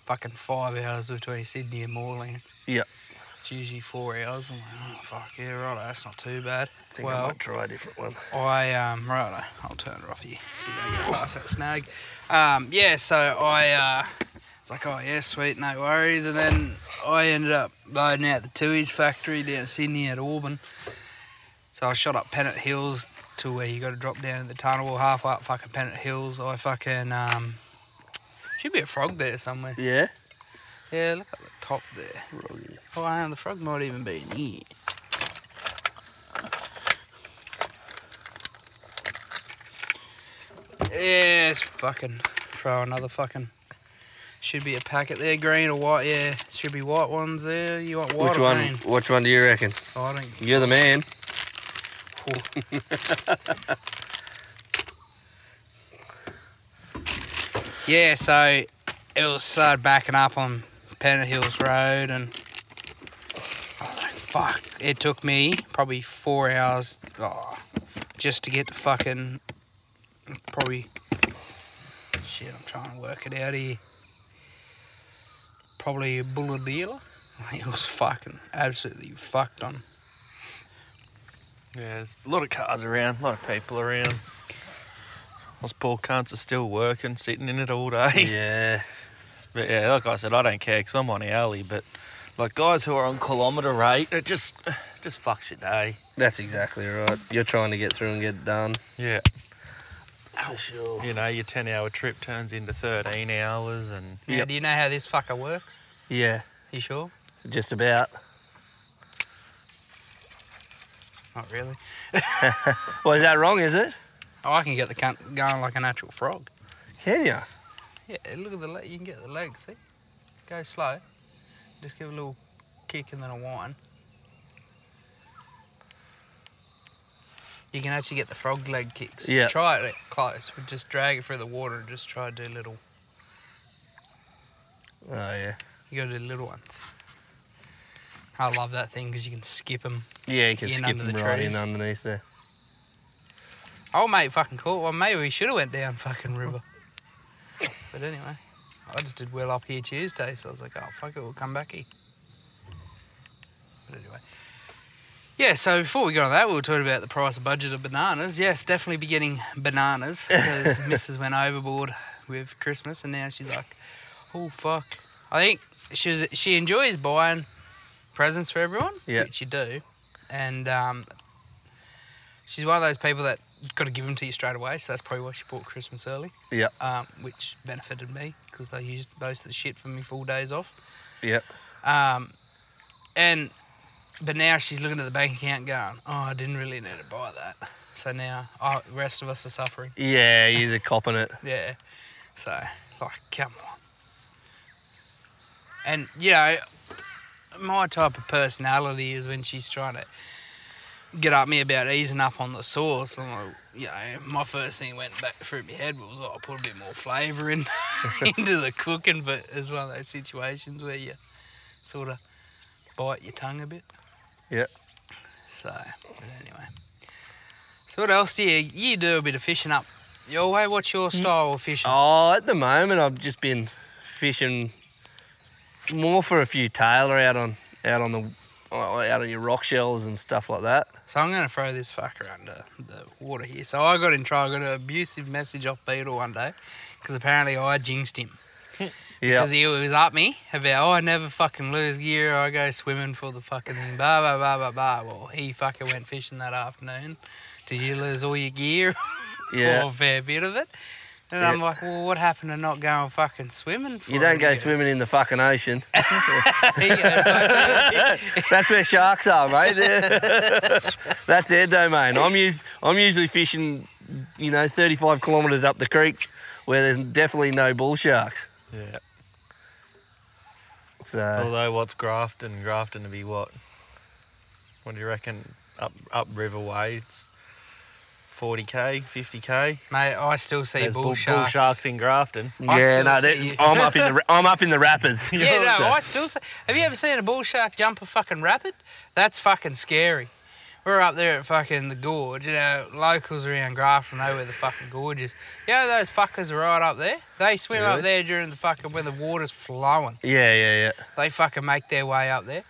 [SPEAKER 2] fucking five hours between Sydney and Moorlands.
[SPEAKER 3] Yep.
[SPEAKER 2] It's usually four hours. I'm like, oh, fuck, yeah, right, that's not too bad.
[SPEAKER 3] I think I
[SPEAKER 2] well,
[SPEAKER 3] might try a different one.
[SPEAKER 2] I um right, I'll turn it off here so you don't get past that snag. Um, yeah, so I uh, was like, oh yeah, sweet, no worries, and then I ended up loading out the Tui's factory down Sydney at Auburn. So I shot up Pennant Hills to where you got to drop down at the tunnel, half up fucking Pennant Hills. I fucking um, should be a frog there somewhere.
[SPEAKER 3] Yeah.
[SPEAKER 2] Yeah, look at the top there. Oh, I am the frog might even be in here. Yes, fucking throw another fucking. Should be a packet there, green or white. Yeah, should be white ones there. You want white
[SPEAKER 3] Which
[SPEAKER 2] or
[SPEAKER 3] one?
[SPEAKER 2] green?
[SPEAKER 3] Which one do you reckon?
[SPEAKER 2] Oh, I don't.
[SPEAKER 3] You're the man. (laughs)
[SPEAKER 2] Yeah, so it was started backing up on Pennant Hills Road, and I was like, "Fuck!" It took me probably four hours oh, just to get to fucking probably shit. I'm trying to work it out here. Probably a (laughs) bullet dealer. Like, it was fucking absolutely fucked on.
[SPEAKER 1] Yeah, there's a lot of cars around, a lot of people around. Those poor cunts are still working, sitting in it all day.
[SPEAKER 3] Yeah.
[SPEAKER 1] (laughs) But yeah, like I said, I don't care because I'm on the alley. But like guys who are on kilometre rate, it just just fucks your day.
[SPEAKER 3] That's exactly right. You're trying to get through and get it done.
[SPEAKER 1] Yeah.
[SPEAKER 3] For sure.
[SPEAKER 1] You know, your 10 hour trip turns into 13 hours and
[SPEAKER 2] Yeah,
[SPEAKER 3] Yep.
[SPEAKER 2] do you know how this fucker works?
[SPEAKER 3] Yeah,
[SPEAKER 2] You sure?
[SPEAKER 3] just about.
[SPEAKER 2] Not really.
[SPEAKER 3] Well, is that wrong, is it?
[SPEAKER 2] Oh, I can get the cunt going like an actual frog.
[SPEAKER 3] Can you?
[SPEAKER 2] Yeah, look at the leg. You can get the leg, see? Go slow. Just give a little kick and then a whine. You can actually get the frog leg kicks.
[SPEAKER 3] Yeah.
[SPEAKER 2] Try it close. We just drag it through the water and just try to do little.
[SPEAKER 3] Oh, yeah.
[SPEAKER 2] You gotta do little ones. I love that thing because you can skip them.
[SPEAKER 3] Yeah, you can
[SPEAKER 2] In
[SPEAKER 3] skip
[SPEAKER 2] under
[SPEAKER 3] 'em
[SPEAKER 2] the
[SPEAKER 3] right in
[SPEAKER 2] trees.
[SPEAKER 3] underneath there.
[SPEAKER 2] Oh mate, fucking cool. Well, maybe we should have went down fucking river. but anyway, I just did well up here Tuesday, so I was like, oh fuck it, we'll come back here. But anyway, yeah. So before we got on that, we were talking about the price and budget of bananas. Yes, definitely be getting bananas because Mrs. went overboard with Christmas, and now she's like, oh fuck. I think she's she enjoys buying presents for everyone,
[SPEAKER 3] Yeah.
[SPEAKER 2] which you do, and um, she's one of those people that got to give them to you straight away. So that's probably why she bought Christmas early.
[SPEAKER 3] Yep.
[SPEAKER 2] Um, which benefited me because they used most of the shit for me full days off.
[SPEAKER 3] Yep.
[SPEAKER 2] Um, and but now she's looking at the bank account, going, "Oh, I didn't really need to buy that." So now oh, the rest of us are suffering.
[SPEAKER 3] Yeah, you're copping it.
[SPEAKER 2] Yeah. So, like, come on. And, you know, my type of personality is when she's trying to get at me about easing up on the sauce. I'm like, you know, my first thing went back through my head was, oh, put a bit more flavour in (laughs) into the cooking, but it's one of those situations where you sort of bite your tongue a bit.
[SPEAKER 3] Yep.
[SPEAKER 2] So, but anyway. So what else do you, you do a bit of fishing up your way? What's your style of fishing?
[SPEAKER 3] Oh, at the moment I've just been fishing more for a few tailor out on out on the out on your rock shells and stuff like that.
[SPEAKER 2] So I'm going to throw this fucker under the water here. So I got in trouble. I got an abusive message off Beetle one day because apparently I jinxed him.
[SPEAKER 3] Yeah.
[SPEAKER 2] Because he was up me about, oh, I never fucking lose gear. I go swimming for the fucking thing. Blah, blah, blah, blah, blah. Well, he fucking went fishing that afternoon. Did you lose all your gear? (laughs)
[SPEAKER 3] Yeah.
[SPEAKER 2] Or a fair bit of it. And I'm
[SPEAKER 3] Yeah.
[SPEAKER 2] like, well, what happened to not going fucking swimming for
[SPEAKER 3] You don't
[SPEAKER 2] it?"
[SPEAKER 3] go
[SPEAKER 2] He goes, (laughs)
[SPEAKER 3] swimming in the fucking ocean. (laughs)
[SPEAKER 2] yeah,
[SPEAKER 3] That's where sharks are, mate. (laughs) They're- That's their domain. I'm us- I'm usually fishing, you know, 35 kilometres up the creek, where there's definitely no bull sharks.
[SPEAKER 1] yeah.
[SPEAKER 3] So
[SPEAKER 1] Although what's Grafton? Grafton to be what? What do you reckon? Up up river way, it's 40k, 50k.
[SPEAKER 2] Mate, I still see
[SPEAKER 1] There's
[SPEAKER 2] bull,
[SPEAKER 1] bull, bull
[SPEAKER 2] sharks.
[SPEAKER 1] sharks in Grafton.
[SPEAKER 2] I
[SPEAKER 3] yeah,
[SPEAKER 2] still
[SPEAKER 3] no,
[SPEAKER 2] see
[SPEAKER 3] that-
[SPEAKER 2] you-
[SPEAKER 3] I'm up in the ra- I'm up in the rapids.
[SPEAKER 2] (laughs) Yeah, no, I still see. Have you ever seen a bull shark jump a fucking rapid? That's fucking scary. We're up there at fucking the gorge. You know, locals around Grafton know where the fucking gorge is. You know those fuckers are right up there? They swim up
[SPEAKER 3] Really?
[SPEAKER 2] there during the fucking when the water's flowing.
[SPEAKER 3] yeah, yeah, yeah.
[SPEAKER 2] They fucking make their way up there.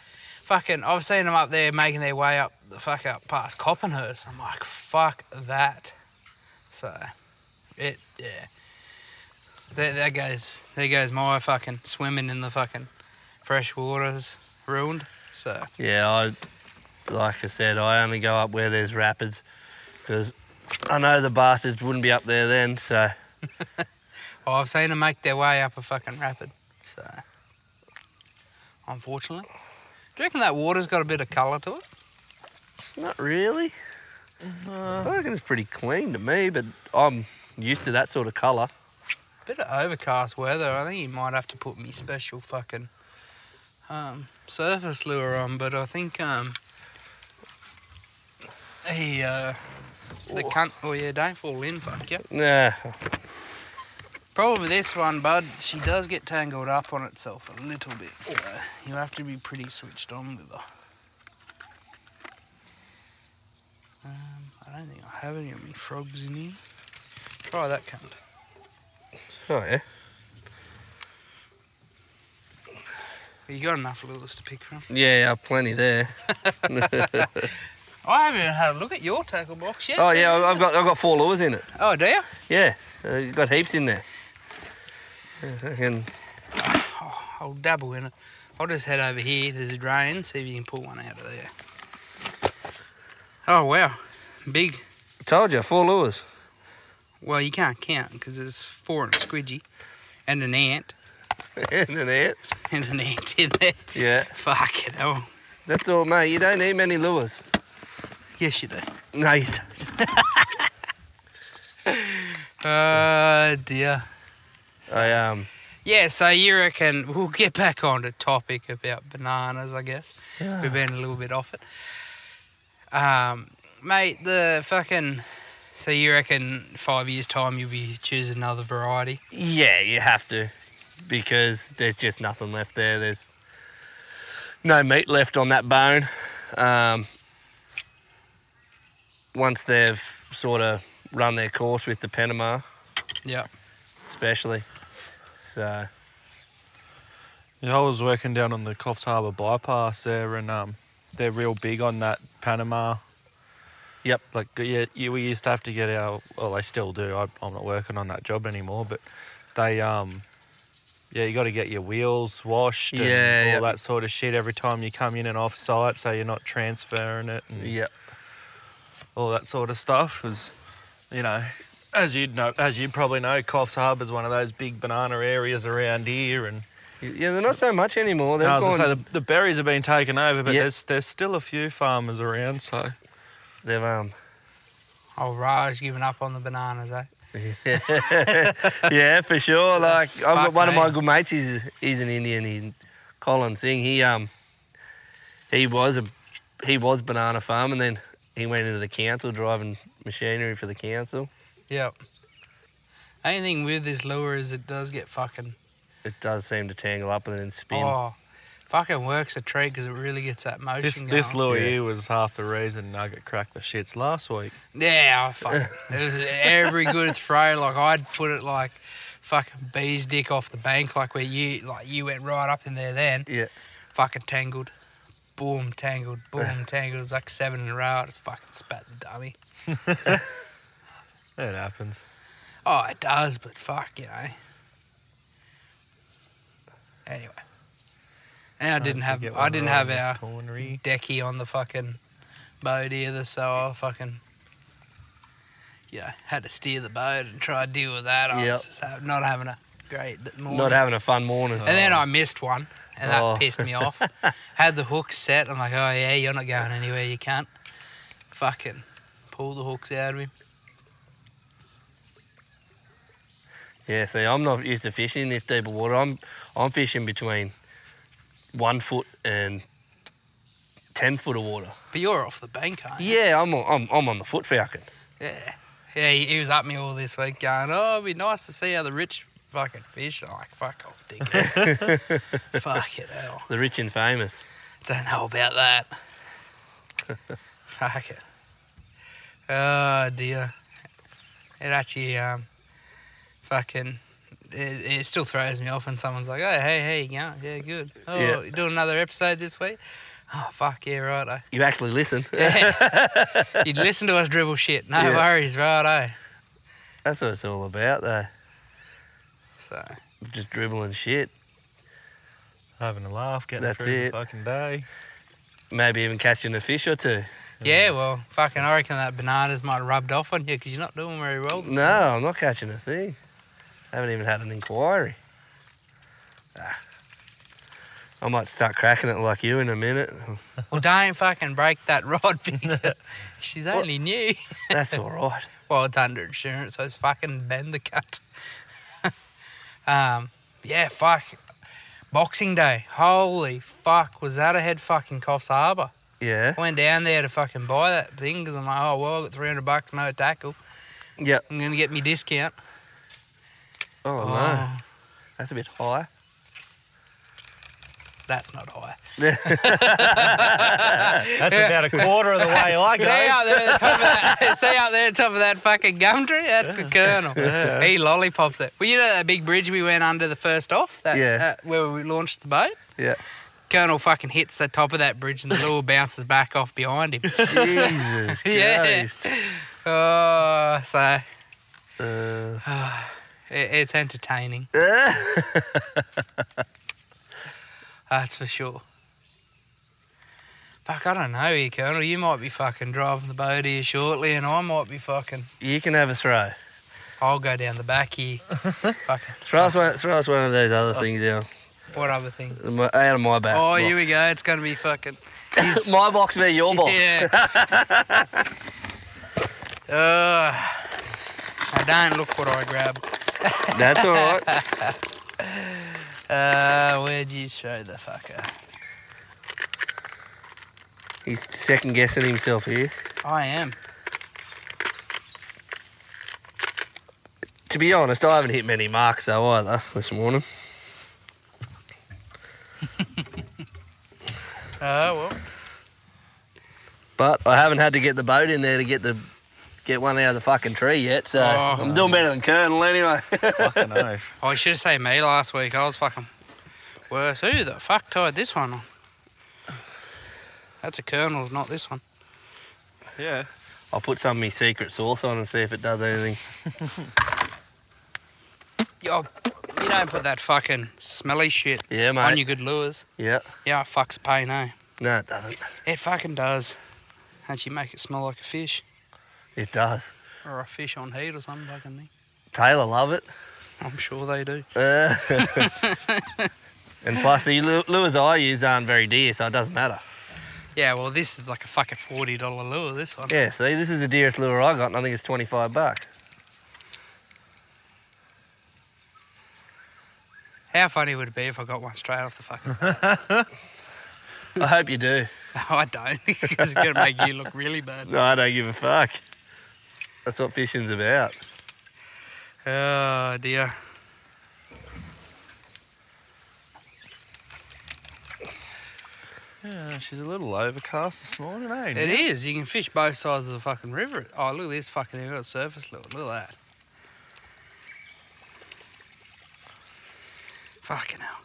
[SPEAKER 2] Fucking, I've seen them up there making their way up the fuck up past Coppenhurst. I'm like, fuck that. So, it, yeah. There, there goes, there goes my fucking swimming in the fucking fresh waters ruined. So,
[SPEAKER 3] Yeah, I like I said, I only go up where there's rapids because I know the bastards wouldn't be up there then. So
[SPEAKER 2] oh, I've seen them make their way up a fucking rapid. So, unfortunately. Do you reckon that water's got a bit of colour to it?
[SPEAKER 3] not really. I reckon it's pretty clean to me, but I'm used to that sort of colour.
[SPEAKER 2] Bit of overcast weather. I think you might have to put me special fucking um, surface lure on, but I think um, he uh, the cunt. Oh yeah, don't fall in, fuck yeah.
[SPEAKER 3] Nah,
[SPEAKER 2] Problem with this one, bud, she does get tangled up on itself a little bit, so you have to be pretty switched on with her. Um, I don't think I have any of me frogs in here. Try that cunt.
[SPEAKER 3] oh yeah.
[SPEAKER 2] You got enough lures to pick from.
[SPEAKER 3] Yeah, yeah, plenty there.
[SPEAKER 2] I haven't even had a look at your tackle box yet.
[SPEAKER 3] Oh yeah, I've got I've got four lures in it.
[SPEAKER 2] Oh, do you?
[SPEAKER 3] Yeah, uh, you've got heaps in there. Yeah, I can-
[SPEAKER 2] I'll dabble in it. I'll just head over here to the drain, see if you can pull one out of there. Oh, wow. Big.
[SPEAKER 3] told you, four (laughs) lures.
[SPEAKER 2] Well, you can't count because there's four and a squidgy and an ant
[SPEAKER 3] and an ant.
[SPEAKER 2] and an ant in there. (laughs)
[SPEAKER 3] Yeah,
[SPEAKER 2] Fuck it. Oh,
[SPEAKER 3] that's all, mate. You don't need many lures.
[SPEAKER 2] yes, you do.
[SPEAKER 3] No, you don't.
[SPEAKER 2] Oh, dear.
[SPEAKER 3] I um.
[SPEAKER 2] Yeah, so you reckon we'll (laughs) get back on to topic about bananas, I guess.
[SPEAKER 1] Ah.
[SPEAKER 2] We've been a little bit off it. Um, mate, the fucking. So you reckon five years time you'll be choosing another variety?
[SPEAKER 3] Yeah, you have to, because there's just nothing left there. There's no meat left on that bone. Um, once they've sort of run their course with the Panama,
[SPEAKER 2] Yeah.
[SPEAKER 3] especially. So
[SPEAKER 1] Yeah, I was working down on the Coffs Harbour bypass there, and um, they're real big on that Panama.
[SPEAKER 3] Yep.
[SPEAKER 1] Like yeah, you, we used to have to get our. Well, they still do. I, I'm not working on that job anymore, but they um, yeah, you got to get your wheels washed and
[SPEAKER 3] Yeah,
[SPEAKER 1] all
[SPEAKER 3] yep.
[SPEAKER 1] that sort of shit every time you come in and off site, so you're not transferring it and
[SPEAKER 3] yeah,
[SPEAKER 1] all that sort of stuff. Because you know, as you'd know, as you probably know, Coffs Harbour's one of those big banana areas around here, and
[SPEAKER 3] yeah, they're not so much anymore. They've
[SPEAKER 1] No, I was
[SPEAKER 3] gone,
[SPEAKER 1] gonna say the, the berries have been taken over, but
[SPEAKER 3] Yeah.
[SPEAKER 1] there's there's still a few farmers around. So
[SPEAKER 3] they've um,
[SPEAKER 2] Oh, Raj giving up on the bananas, eh?
[SPEAKER 3] (laughs) yeah, for (laughs) sure. Like I've got
[SPEAKER 2] Fuck
[SPEAKER 3] one of
[SPEAKER 2] me.
[SPEAKER 3] my good mates. He's he's an Indian. He's Colin Singh. He um he was a he was banana farm, and then he went into the council driving machinery for the council.
[SPEAKER 2] Yep. Only thing with this lure is it does get fucking.
[SPEAKER 3] It does seem to tangle up and then spin.
[SPEAKER 2] Oh, fucking works a treat because it really gets that motion
[SPEAKER 1] this
[SPEAKER 2] going.
[SPEAKER 1] this lure
[SPEAKER 3] Yeah.
[SPEAKER 1] here was half the reason Nugget cracked the shits last week.
[SPEAKER 2] Yeah, I fucking. it was every good throw. Like I'd put it like fucking bee's dick off the bank, like where you like you went right up in there then.
[SPEAKER 3] Yeah.
[SPEAKER 2] Fucking tangled, boom tangled, boom tangled. It was like seven in a row. I just fucking spat the dummy.
[SPEAKER 1] It happens.
[SPEAKER 2] Oh, it does, but fuck, you know. Anyway, and I didn't
[SPEAKER 1] Trying
[SPEAKER 2] have
[SPEAKER 1] to get
[SPEAKER 2] I
[SPEAKER 1] one
[SPEAKER 2] didn't
[SPEAKER 1] right
[SPEAKER 2] have
[SPEAKER 1] in this
[SPEAKER 2] our
[SPEAKER 1] cornery.
[SPEAKER 2] decky on the fucking boat either, so I fucking yeah had to steer the boat and try to deal with that. I
[SPEAKER 3] Yep.
[SPEAKER 2] was just ha- not having a great morning.
[SPEAKER 3] Not having a fun morning.
[SPEAKER 2] and then I missed one, and that
[SPEAKER 3] Oh.
[SPEAKER 2] pissed
[SPEAKER 3] (laughs)
[SPEAKER 2] me off. had the hooks set. I'm like, oh yeah, you're not going anywhere. You can't fucking pull the hooks out of him.
[SPEAKER 3] Yeah, see, I'm not used to fishing in this deeper water. I'm I'm fishing between one foot and ten foot of water.
[SPEAKER 2] But you're off the bank, aren't you?
[SPEAKER 3] Yeah, I'm on, I'm, I'm on the foot falcon.
[SPEAKER 2] Yeah. Yeah, he, he was at me all this week going, oh, it'd be nice to see how the rich fucking fish. I'm like, fuck off, dickhead.
[SPEAKER 3] (laughs)
[SPEAKER 2] fuck it, hell.
[SPEAKER 3] The rich and famous.
[SPEAKER 2] Don't know about that. (laughs) fuck it. Oh, dear. It actually, um, fucking, it, it still throws me off when someone's like, oh, hey, hey, you going? Yeah, good. Oh,
[SPEAKER 3] Yeah.
[SPEAKER 2] you doing another episode this week? Oh, fuck, yeah, right,
[SPEAKER 3] (laughs)
[SPEAKER 2] eh.
[SPEAKER 3] You actually listen.
[SPEAKER 2] (laughs) Yeah. You'd listen to us dribble shit. No
[SPEAKER 3] Yeah.
[SPEAKER 2] worries, right, eh.
[SPEAKER 3] (laughs) That's what it's all about, though.
[SPEAKER 2] So...
[SPEAKER 3] Just dribbling shit.
[SPEAKER 1] Having a laugh, getting
[SPEAKER 3] That's
[SPEAKER 1] through
[SPEAKER 3] it.
[SPEAKER 1] the fucking day.
[SPEAKER 3] Maybe even catching a fish or two.
[SPEAKER 2] Yeah, well, fucking, I reckon that bananas might have rubbed off on you because you're not doing very well.
[SPEAKER 3] No, I'm not catching a thing. I haven't even had an inquiry. Ah. I might start cracking it like you in a minute. (laughs)
[SPEAKER 2] Well, don't fucking break that rod (laughs) because she's only new.
[SPEAKER 3] That's all right.
[SPEAKER 2] Well, it's under insurance, so it's fucking bend the cut. (laughs) um, yeah, fuck. Boxing Day. Holy fuck, was that ahead fucking Coffs Harbour?
[SPEAKER 3] Yeah.
[SPEAKER 2] I went down there to fucking buy that thing because I'm like, oh, well, I got 300 bucks, no tackle.
[SPEAKER 3] Yeah.
[SPEAKER 2] I'm going to get me discount.
[SPEAKER 3] Oh, no.
[SPEAKER 2] Oh,
[SPEAKER 3] That's a bit high. (laughs)
[SPEAKER 2] that's not high.
[SPEAKER 1] That's about a quarter of the way
[SPEAKER 2] (laughs)
[SPEAKER 1] I
[SPEAKER 2] See
[SPEAKER 1] (laughs)
[SPEAKER 2] out there at the top of
[SPEAKER 3] (laughs)
[SPEAKER 2] that. (laughs) see out there at the top of that fucking gum tree. That's the colonel. He lollipops it. Well, you know that big bridge we went under the first off. That,
[SPEAKER 3] Yeah.
[SPEAKER 2] uh, where we launched the boat.
[SPEAKER 3] Yeah.
[SPEAKER 2] Colonel fucking hits the top of that bridge and the lure bounces back off behind him.
[SPEAKER 3] Jesus
[SPEAKER 2] (laughs) Yeah.
[SPEAKER 3] Christ.
[SPEAKER 2] Oh, so
[SPEAKER 3] Uh,
[SPEAKER 2] it, it's entertaining, that's for sure. Fuck, I don't know here, Colonel. You might be fucking driving the boat here shortly, and I might be fucking.
[SPEAKER 3] (laughs) you can have a throw.
[SPEAKER 2] I'll go down the back here. fucking,
[SPEAKER 3] Throw us one, throw us one of those other things out,
[SPEAKER 2] what other things?
[SPEAKER 3] my- out of my back.
[SPEAKER 2] Oh, here we go. It's going to be fucking.
[SPEAKER 3] (laughs) my box versus your box.
[SPEAKER 2] Yeah. (laughs) uh, I don't look what I grabbed.
[SPEAKER 3] That's all right.
[SPEAKER 2] (laughs) Uh, where'd you show the fucker?
[SPEAKER 3] He's second guessing himself here.
[SPEAKER 2] I am.
[SPEAKER 3] To be honest, I haven't hit many marks though either this morning.
[SPEAKER 2] Oh, well.
[SPEAKER 3] But I haven't had to get the boat in there to get the get one out of the fucking tree yet, so
[SPEAKER 2] Oh.
[SPEAKER 3] I'm doing better than Colonel anyway. (laughs)
[SPEAKER 1] Fucking oath.
[SPEAKER 2] Oh, I should have said me last week. I was fucking worse. Who the fuck tied this one on? That's a colonel, not this one.
[SPEAKER 1] Yeah.
[SPEAKER 3] I'll put some of my secret sauce on and see if it does anything.
[SPEAKER 2] Yo, you don't put that fucking smelly shit
[SPEAKER 3] Yeah, mate.
[SPEAKER 2] on your good lures.
[SPEAKER 3] Yeah.
[SPEAKER 2] Yeah, it fucks a pain, eh?
[SPEAKER 3] No, it doesn't.
[SPEAKER 2] It fucking does. Don't you make it smell like a fish?
[SPEAKER 3] It does.
[SPEAKER 2] Or a fish on heat or something fucking thing.
[SPEAKER 3] Taylor love it.
[SPEAKER 2] I'm sure they do.
[SPEAKER 3] Uh, (laughs) and plus, the lu- lures I use aren't very dear, so it doesn't matter.
[SPEAKER 2] Yeah, well, this is like a fucking forty dollar lure. This one.
[SPEAKER 3] Yeah, see, this is the dearest lure I got, and I think it's 25 bucks.
[SPEAKER 2] How funny would it be if I got one straight off the fucking? (laughs)
[SPEAKER 3] I hope you do.
[SPEAKER 2] no, I don't because it's gonna make you look really bad.
[SPEAKER 3] No, I don't give a fuck. That's what fishing's about.
[SPEAKER 2] Oh dear.
[SPEAKER 1] Yeah, she's a little overcast this morning, eh?
[SPEAKER 2] It is. You can fish both sides of the fucking river. Oh, look at this fucking. They've got a surface lure. Look at that. Fucking hell.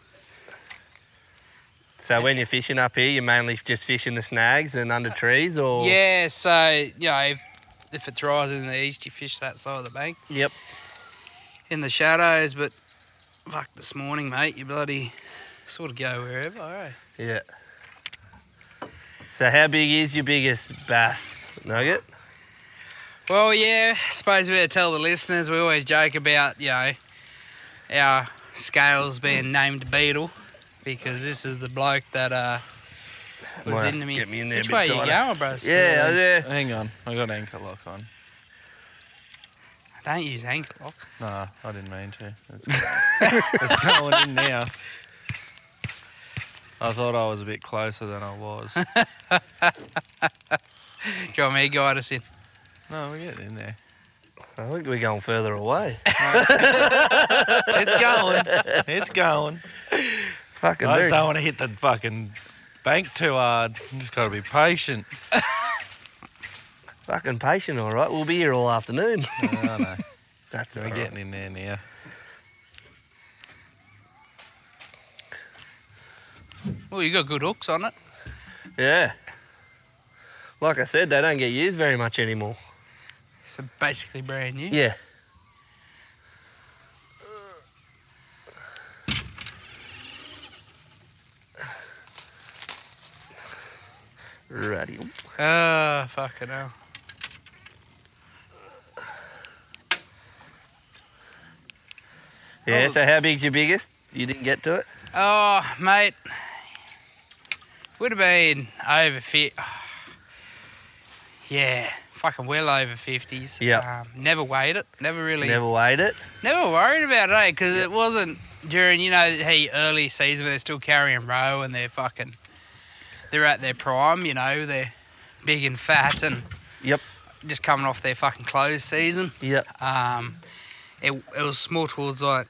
[SPEAKER 3] So when you're fishing up here, you're mainly just fishing the snags and under trees, or
[SPEAKER 2] Yeah. So you know, if, if it's rising in the east, you fish that side of the bank.
[SPEAKER 3] Yep.
[SPEAKER 2] in the shadows, but fuck this morning, mate, you bloody sort of go wherever, eh?
[SPEAKER 3] Yeah. So how big is your biggest bass nugget?
[SPEAKER 2] Well, yeah, suppose we better tell the listeners. We always joke about, you know, our scales being named Beetle because this is the bloke that uh, was
[SPEAKER 3] Might
[SPEAKER 2] into me.
[SPEAKER 3] get me in there a
[SPEAKER 2] Which
[SPEAKER 3] bit
[SPEAKER 2] way you
[SPEAKER 3] tighter.
[SPEAKER 2] going, bro?
[SPEAKER 3] Yeah, yeah.
[SPEAKER 1] Hang on, I got an anchor lock on.
[SPEAKER 2] Don't use anchor lock.
[SPEAKER 1] Nah, I didn't mean to.
[SPEAKER 3] (laughs)
[SPEAKER 1] It's, it's going in now. I thought I was a bit closer than I was.
[SPEAKER 2] Do you want me to guide us in?
[SPEAKER 1] No, we're getting in there.
[SPEAKER 3] I think we're going further away.
[SPEAKER 1] (laughs) It's going.
[SPEAKER 4] (laughs)
[SPEAKER 1] It's going.
[SPEAKER 3] Fucking
[SPEAKER 1] I just
[SPEAKER 3] very-
[SPEAKER 1] don't want to hit the fucking bank too hard. You just got to be patient.
[SPEAKER 3] Fucking patient, all right. We'll be here
[SPEAKER 1] (laughs)
[SPEAKER 3] all afternoon.
[SPEAKER 1] I know.
[SPEAKER 3] (laughs) That's
[SPEAKER 1] We're
[SPEAKER 3] all right.
[SPEAKER 1] getting in there now.
[SPEAKER 2] Well, you got good hooks on it.
[SPEAKER 3] Yeah. Like I said, they don't get used very much anymore.
[SPEAKER 2] So basically brand new.
[SPEAKER 3] Yeah. Righty.
[SPEAKER 2] Oh, fucking hell.
[SPEAKER 3] Yeah, so how big's your biggest? You didn't get to it?
[SPEAKER 2] Oh, mate. Would have been over fit. (sighs) Yeah, fucking well over 50s.
[SPEAKER 3] Yeah.
[SPEAKER 2] Um, never weighed it. Never really. Never,
[SPEAKER 3] Never weighed it?
[SPEAKER 2] worried about it, eh? Because it wasn't during, you know, hey, early season when they're still carrying row and they're fucking. They're at their prime, you know, they're big and fat and.
[SPEAKER 3] Yep.
[SPEAKER 2] Just coming off their fucking close season.
[SPEAKER 3] Yep.
[SPEAKER 2] Um, it, it was more towards like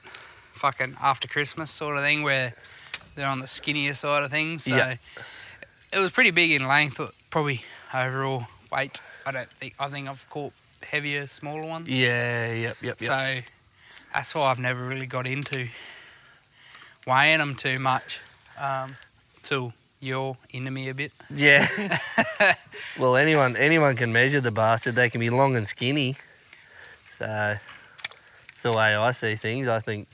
[SPEAKER 2] fucking after Christmas sort of thing where they're on the skinnier side of things. So
[SPEAKER 3] Yeah.
[SPEAKER 2] it was pretty big in length, but probably overall weight. I don't think I think I've caught heavier, smaller ones.
[SPEAKER 3] Yeah, yep, yep, yep.
[SPEAKER 2] So that's why I've never really got into weighing them too much. Um, till you're into me a bit.
[SPEAKER 3] Yeah.
[SPEAKER 2] (laughs)
[SPEAKER 3] well, anyone anyone can measure the bastard. They can be long and skinny. So it's the way I see things. I think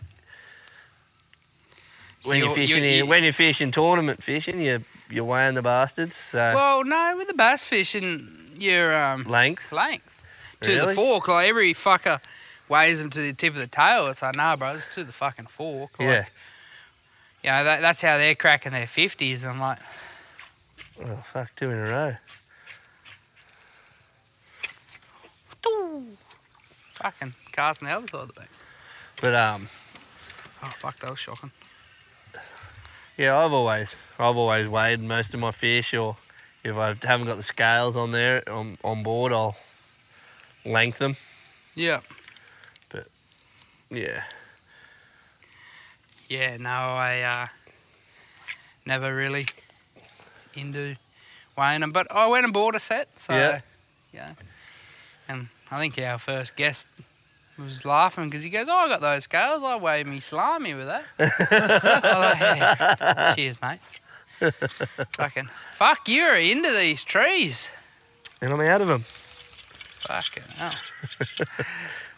[SPEAKER 2] So
[SPEAKER 3] when you're, fishing,
[SPEAKER 2] you're-
[SPEAKER 3] in- when you're fishing tournament fishing, you you're weighing the bastards. So
[SPEAKER 2] well, no, with the bass fishing, you're um,
[SPEAKER 3] length.
[SPEAKER 2] length to the
[SPEAKER 3] Really?
[SPEAKER 2] fork. Like every fucker weighs them to the tip of the tail. It's like, nah, bro, it's to the fucking fork. Like,
[SPEAKER 3] Yeah.
[SPEAKER 2] You know, that, that's how they're cracking their 50s. I'm like,
[SPEAKER 3] Oh fuck, two in a row.
[SPEAKER 2] "Doo." fucking casting the other side of the bank.
[SPEAKER 3] But um,
[SPEAKER 2] Oh, fuck, that was shocking.
[SPEAKER 3] yeah, I've always I've always weighed most of my fish, or if I haven't got the scales on there on, on board, I'll length them.
[SPEAKER 2] Yeah.
[SPEAKER 3] Yeah.
[SPEAKER 2] Yeah, no, I uh, never really into weighing them, but I went and bought a set, so
[SPEAKER 3] Yeah.
[SPEAKER 2] yeah. And I think our first guest was laughing because he goes, "Oh, I got those scales. I weigh me salami with
[SPEAKER 3] (laughs)
[SPEAKER 2] that." I was like, "Yeah, Cheers, mate. Fucking fuck, you're into these trees.
[SPEAKER 3] And I'm out of them.
[SPEAKER 2] Fucking hell.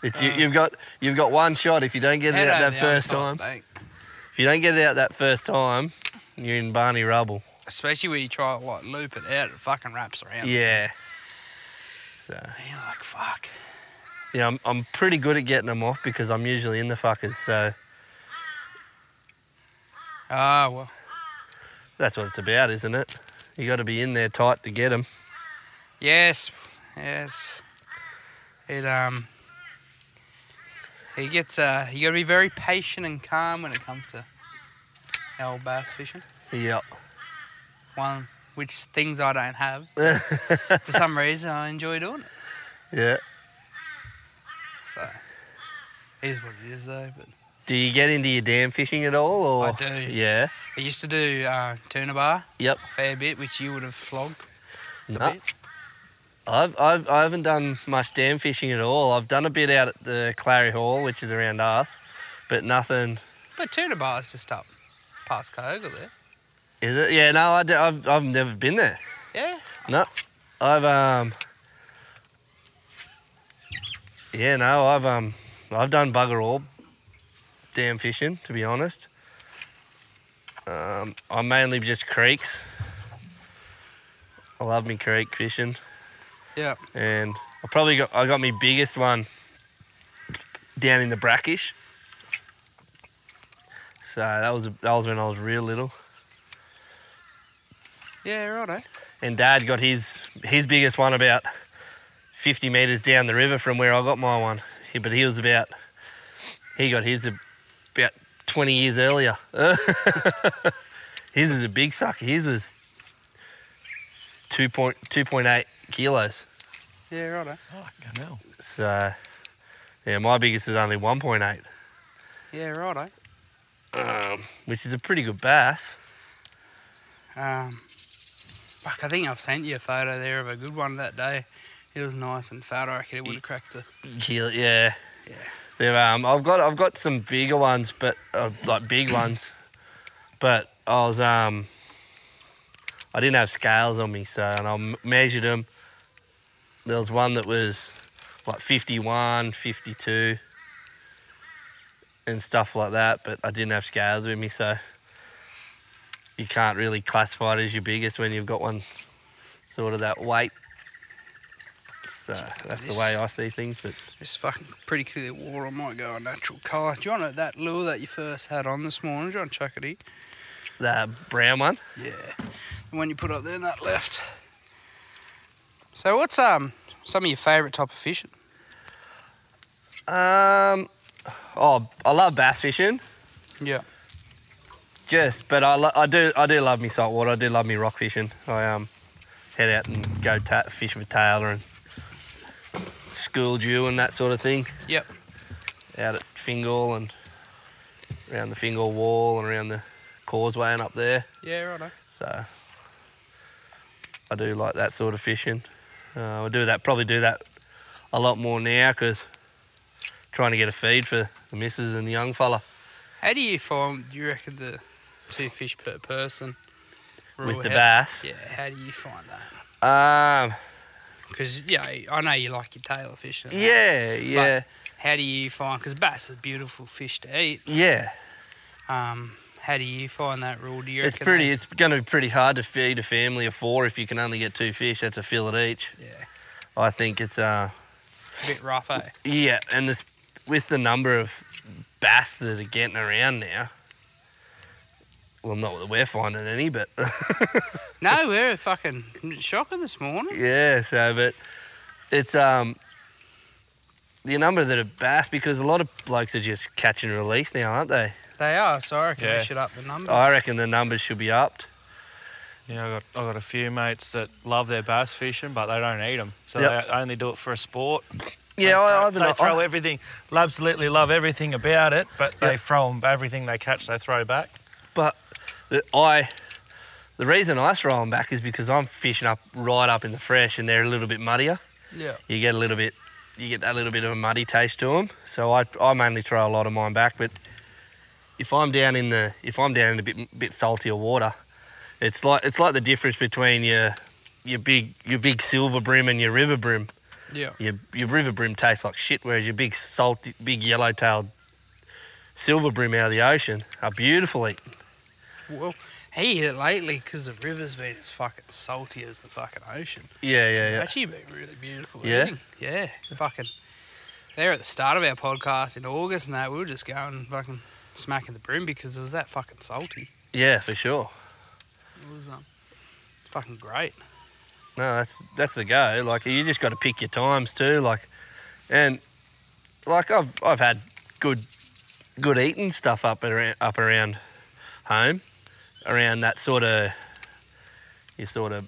[SPEAKER 3] It's, you, you've got you've got one shot. If you don't get
[SPEAKER 2] Head
[SPEAKER 3] it
[SPEAKER 2] over
[SPEAKER 3] out
[SPEAKER 2] the
[SPEAKER 3] that
[SPEAKER 2] other
[SPEAKER 3] first
[SPEAKER 2] side,
[SPEAKER 3] time,
[SPEAKER 2] mate.
[SPEAKER 3] if you don't get it out that first time, you're in Barney rubble.
[SPEAKER 2] especially when you try to like loop it out, it fucking wraps around.
[SPEAKER 3] Yeah. So
[SPEAKER 2] And you're like, fuck.
[SPEAKER 3] yeah, I'm I'm pretty good at getting them off because I'm usually in the fuckers. So
[SPEAKER 2] Ah, well.
[SPEAKER 3] that's what it's about, isn't it? You got to be in there tight to get them.
[SPEAKER 2] Yes, yes. It um. It gets uh. You gotta be very patient and calm when it comes to owl bass fishing.
[SPEAKER 3] Yep.
[SPEAKER 2] One which things I don't have. For some reason, I enjoy doing it.
[SPEAKER 3] (laughs) Yeah.
[SPEAKER 2] So, it is what it is though. But
[SPEAKER 3] Do you get into your dam fishing at all? Or
[SPEAKER 2] I do.
[SPEAKER 3] Yeah.
[SPEAKER 2] I used to do uh, tuna bar
[SPEAKER 3] Yep. Ah.
[SPEAKER 2] a fair bit, which you would have flogged.
[SPEAKER 3] No,
[SPEAKER 2] bit.
[SPEAKER 3] I've, I've I haven't done much dam fishing at all. I've done a bit out at the Clary Hall, which is around us, but nothing.
[SPEAKER 2] But tuna bar is just up past Cayuga there.
[SPEAKER 3] Is it? Yeah. No, I have I've never been there.
[SPEAKER 2] Yeah.
[SPEAKER 3] No, I've um, yeah, no, I've um, I've done bugger all, dam fishing to be honest. Um, I'm mainly just creeks. I love me creek fishing,
[SPEAKER 2] Yeah.
[SPEAKER 3] and I probably got I got my biggest one down in the brackish. So that was that was when I was real little.
[SPEAKER 2] Yeah. Righto.
[SPEAKER 3] and Dad got his his biggest one about 50 meters down the river from where I got my one. He- But he was about he got his about 20 years earlier. (laughs) his is a big sucker. His was 2.2.8 kilos.
[SPEAKER 2] Yeah. Righto.
[SPEAKER 4] Fucking hell.
[SPEAKER 3] So yeah, my biggest is only 1.8,
[SPEAKER 2] Yeah. Righto.
[SPEAKER 3] Um, which is a pretty good bass.
[SPEAKER 2] Um, fuck, I think I've sent you a photo there of a good one that day. It was nice and fat. I reckon it would have cracked the.
[SPEAKER 3] Kilo, yeah.
[SPEAKER 2] Yeah.
[SPEAKER 3] They're, um, I've got I've got some bigger ones, but uh, like big ones. But I was um, I didn't have scales on me, so and I m- measured them. There was one that was like 51, 52, and stuff like that. But I didn't have scales with me, so you can't really classify it as your biggest when you've got one sort of that weight. So that's the way I see things, but.
[SPEAKER 2] It's fucking pretty clear water. I might go a natural colour. Do you want to, that lure that you first had on this morning? Do you want to chuck it in?
[SPEAKER 3] The brown one.
[SPEAKER 2] Yeah. The one you put up there in that left. So, what's um some of your favourite type of fishing?
[SPEAKER 3] Um, oh, I love bass fishing.
[SPEAKER 2] Yeah.
[SPEAKER 3] Just, but I, lo- I do I do love me saltwater. I do love me rock fishing. I um head out and go ta- fish with Taylor and school dew and that sort of thing
[SPEAKER 2] Yep.
[SPEAKER 3] out at Fingal and around the Fingal Wall and around the causeway and up there.
[SPEAKER 2] Yeah, righto.
[SPEAKER 3] So I do like that sort of fishing. Uh, I do that, probably do that a lot more now because trying to get a feed for the missus and the young fella.
[SPEAKER 2] How do you find, do you reckon, the two fish per person Rule,
[SPEAKER 3] With the
[SPEAKER 2] how-
[SPEAKER 3] bass.
[SPEAKER 2] Yeah, how do you find that?
[SPEAKER 3] Um,
[SPEAKER 2] Because yeah, I know you like your tailor fish. and that.
[SPEAKER 3] yeah, yeah,
[SPEAKER 2] How do you find? Because bass is a beautiful fish to eat.
[SPEAKER 3] yeah.
[SPEAKER 2] Um, how do you find that rule? Do you
[SPEAKER 3] It's
[SPEAKER 2] reckon eh?
[SPEAKER 3] pretty. It's going to be pretty hard to feed a family of four if you can only get two fish. That's a fillet each.
[SPEAKER 2] that- yeah,
[SPEAKER 3] I think it's uh,
[SPEAKER 2] a bit rough, eh?
[SPEAKER 3] yeah, and this with the number of bass that are getting around now. Well, not that we're finding any, but (laughs)
[SPEAKER 2] No, we were fucking shocking this morning.
[SPEAKER 3] Yeah, so but it's um the number that are bass because a lot of blokes are just catch and release now, aren't they?
[SPEAKER 2] They are, so I reckon
[SPEAKER 4] Yeah.
[SPEAKER 2] we should up the numbers.
[SPEAKER 3] I reckon the numbers should be upped.
[SPEAKER 4] Yeah, I got I got a few mates that love their bass fishing, but they don't eat them, so
[SPEAKER 3] Yep.
[SPEAKER 4] they only do it for a sport.
[SPEAKER 3] Yeah,
[SPEAKER 4] they
[SPEAKER 3] I, I've
[SPEAKER 4] throw,
[SPEAKER 3] been.
[SPEAKER 4] they throw
[SPEAKER 3] I-
[SPEAKER 4] everything, absolutely love everything about it, but they throw 'em- everything they catch, they throw back.
[SPEAKER 3] but the, I the reason I throw them back is because I'm fishing up right up in the fresh and they're a little bit muddier.
[SPEAKER 2] yeah.
[SPEAKER 3] You get a little bit, you get that little bit of a muddy taste to them. So I I mainly throw a lot of mine back, but if I'm down in the if I'm down in a bit bit saltier water, it's like it's like the difference between your your big your big silver brim and your river brim.
[SPEAKER 2] Yeah.
[SPEAKER 3] Your your river brim tastes like shit, whereas your big salty big yellow tailed silver brim out of the ocean are beautiful eating.
[SPEAKER 2] Well, he hit it lately because the river's been as fucking salty as the fucking ocean.
[SPEAKER 3] Yeah, yeah, yeah.
[SPEAKER 2] Actually, been really beautiful.
[SPEAKER 3] Yeah?
[SPEAKER 2] Eating. Yeah. Fucking. There at the start of our podcast in August and that, we were just going fucking smacking the brim because it was that fucking salty.
[SPEAKER 3] Yeah, for sure.
[SPEAKER 2] It was um, fucking great.
[SPEAKER 3] No, that's that's the go. Like you just got to pick your times too. Like, and like I've I've had good good eating stuff up around up around home, around that sort of your sort of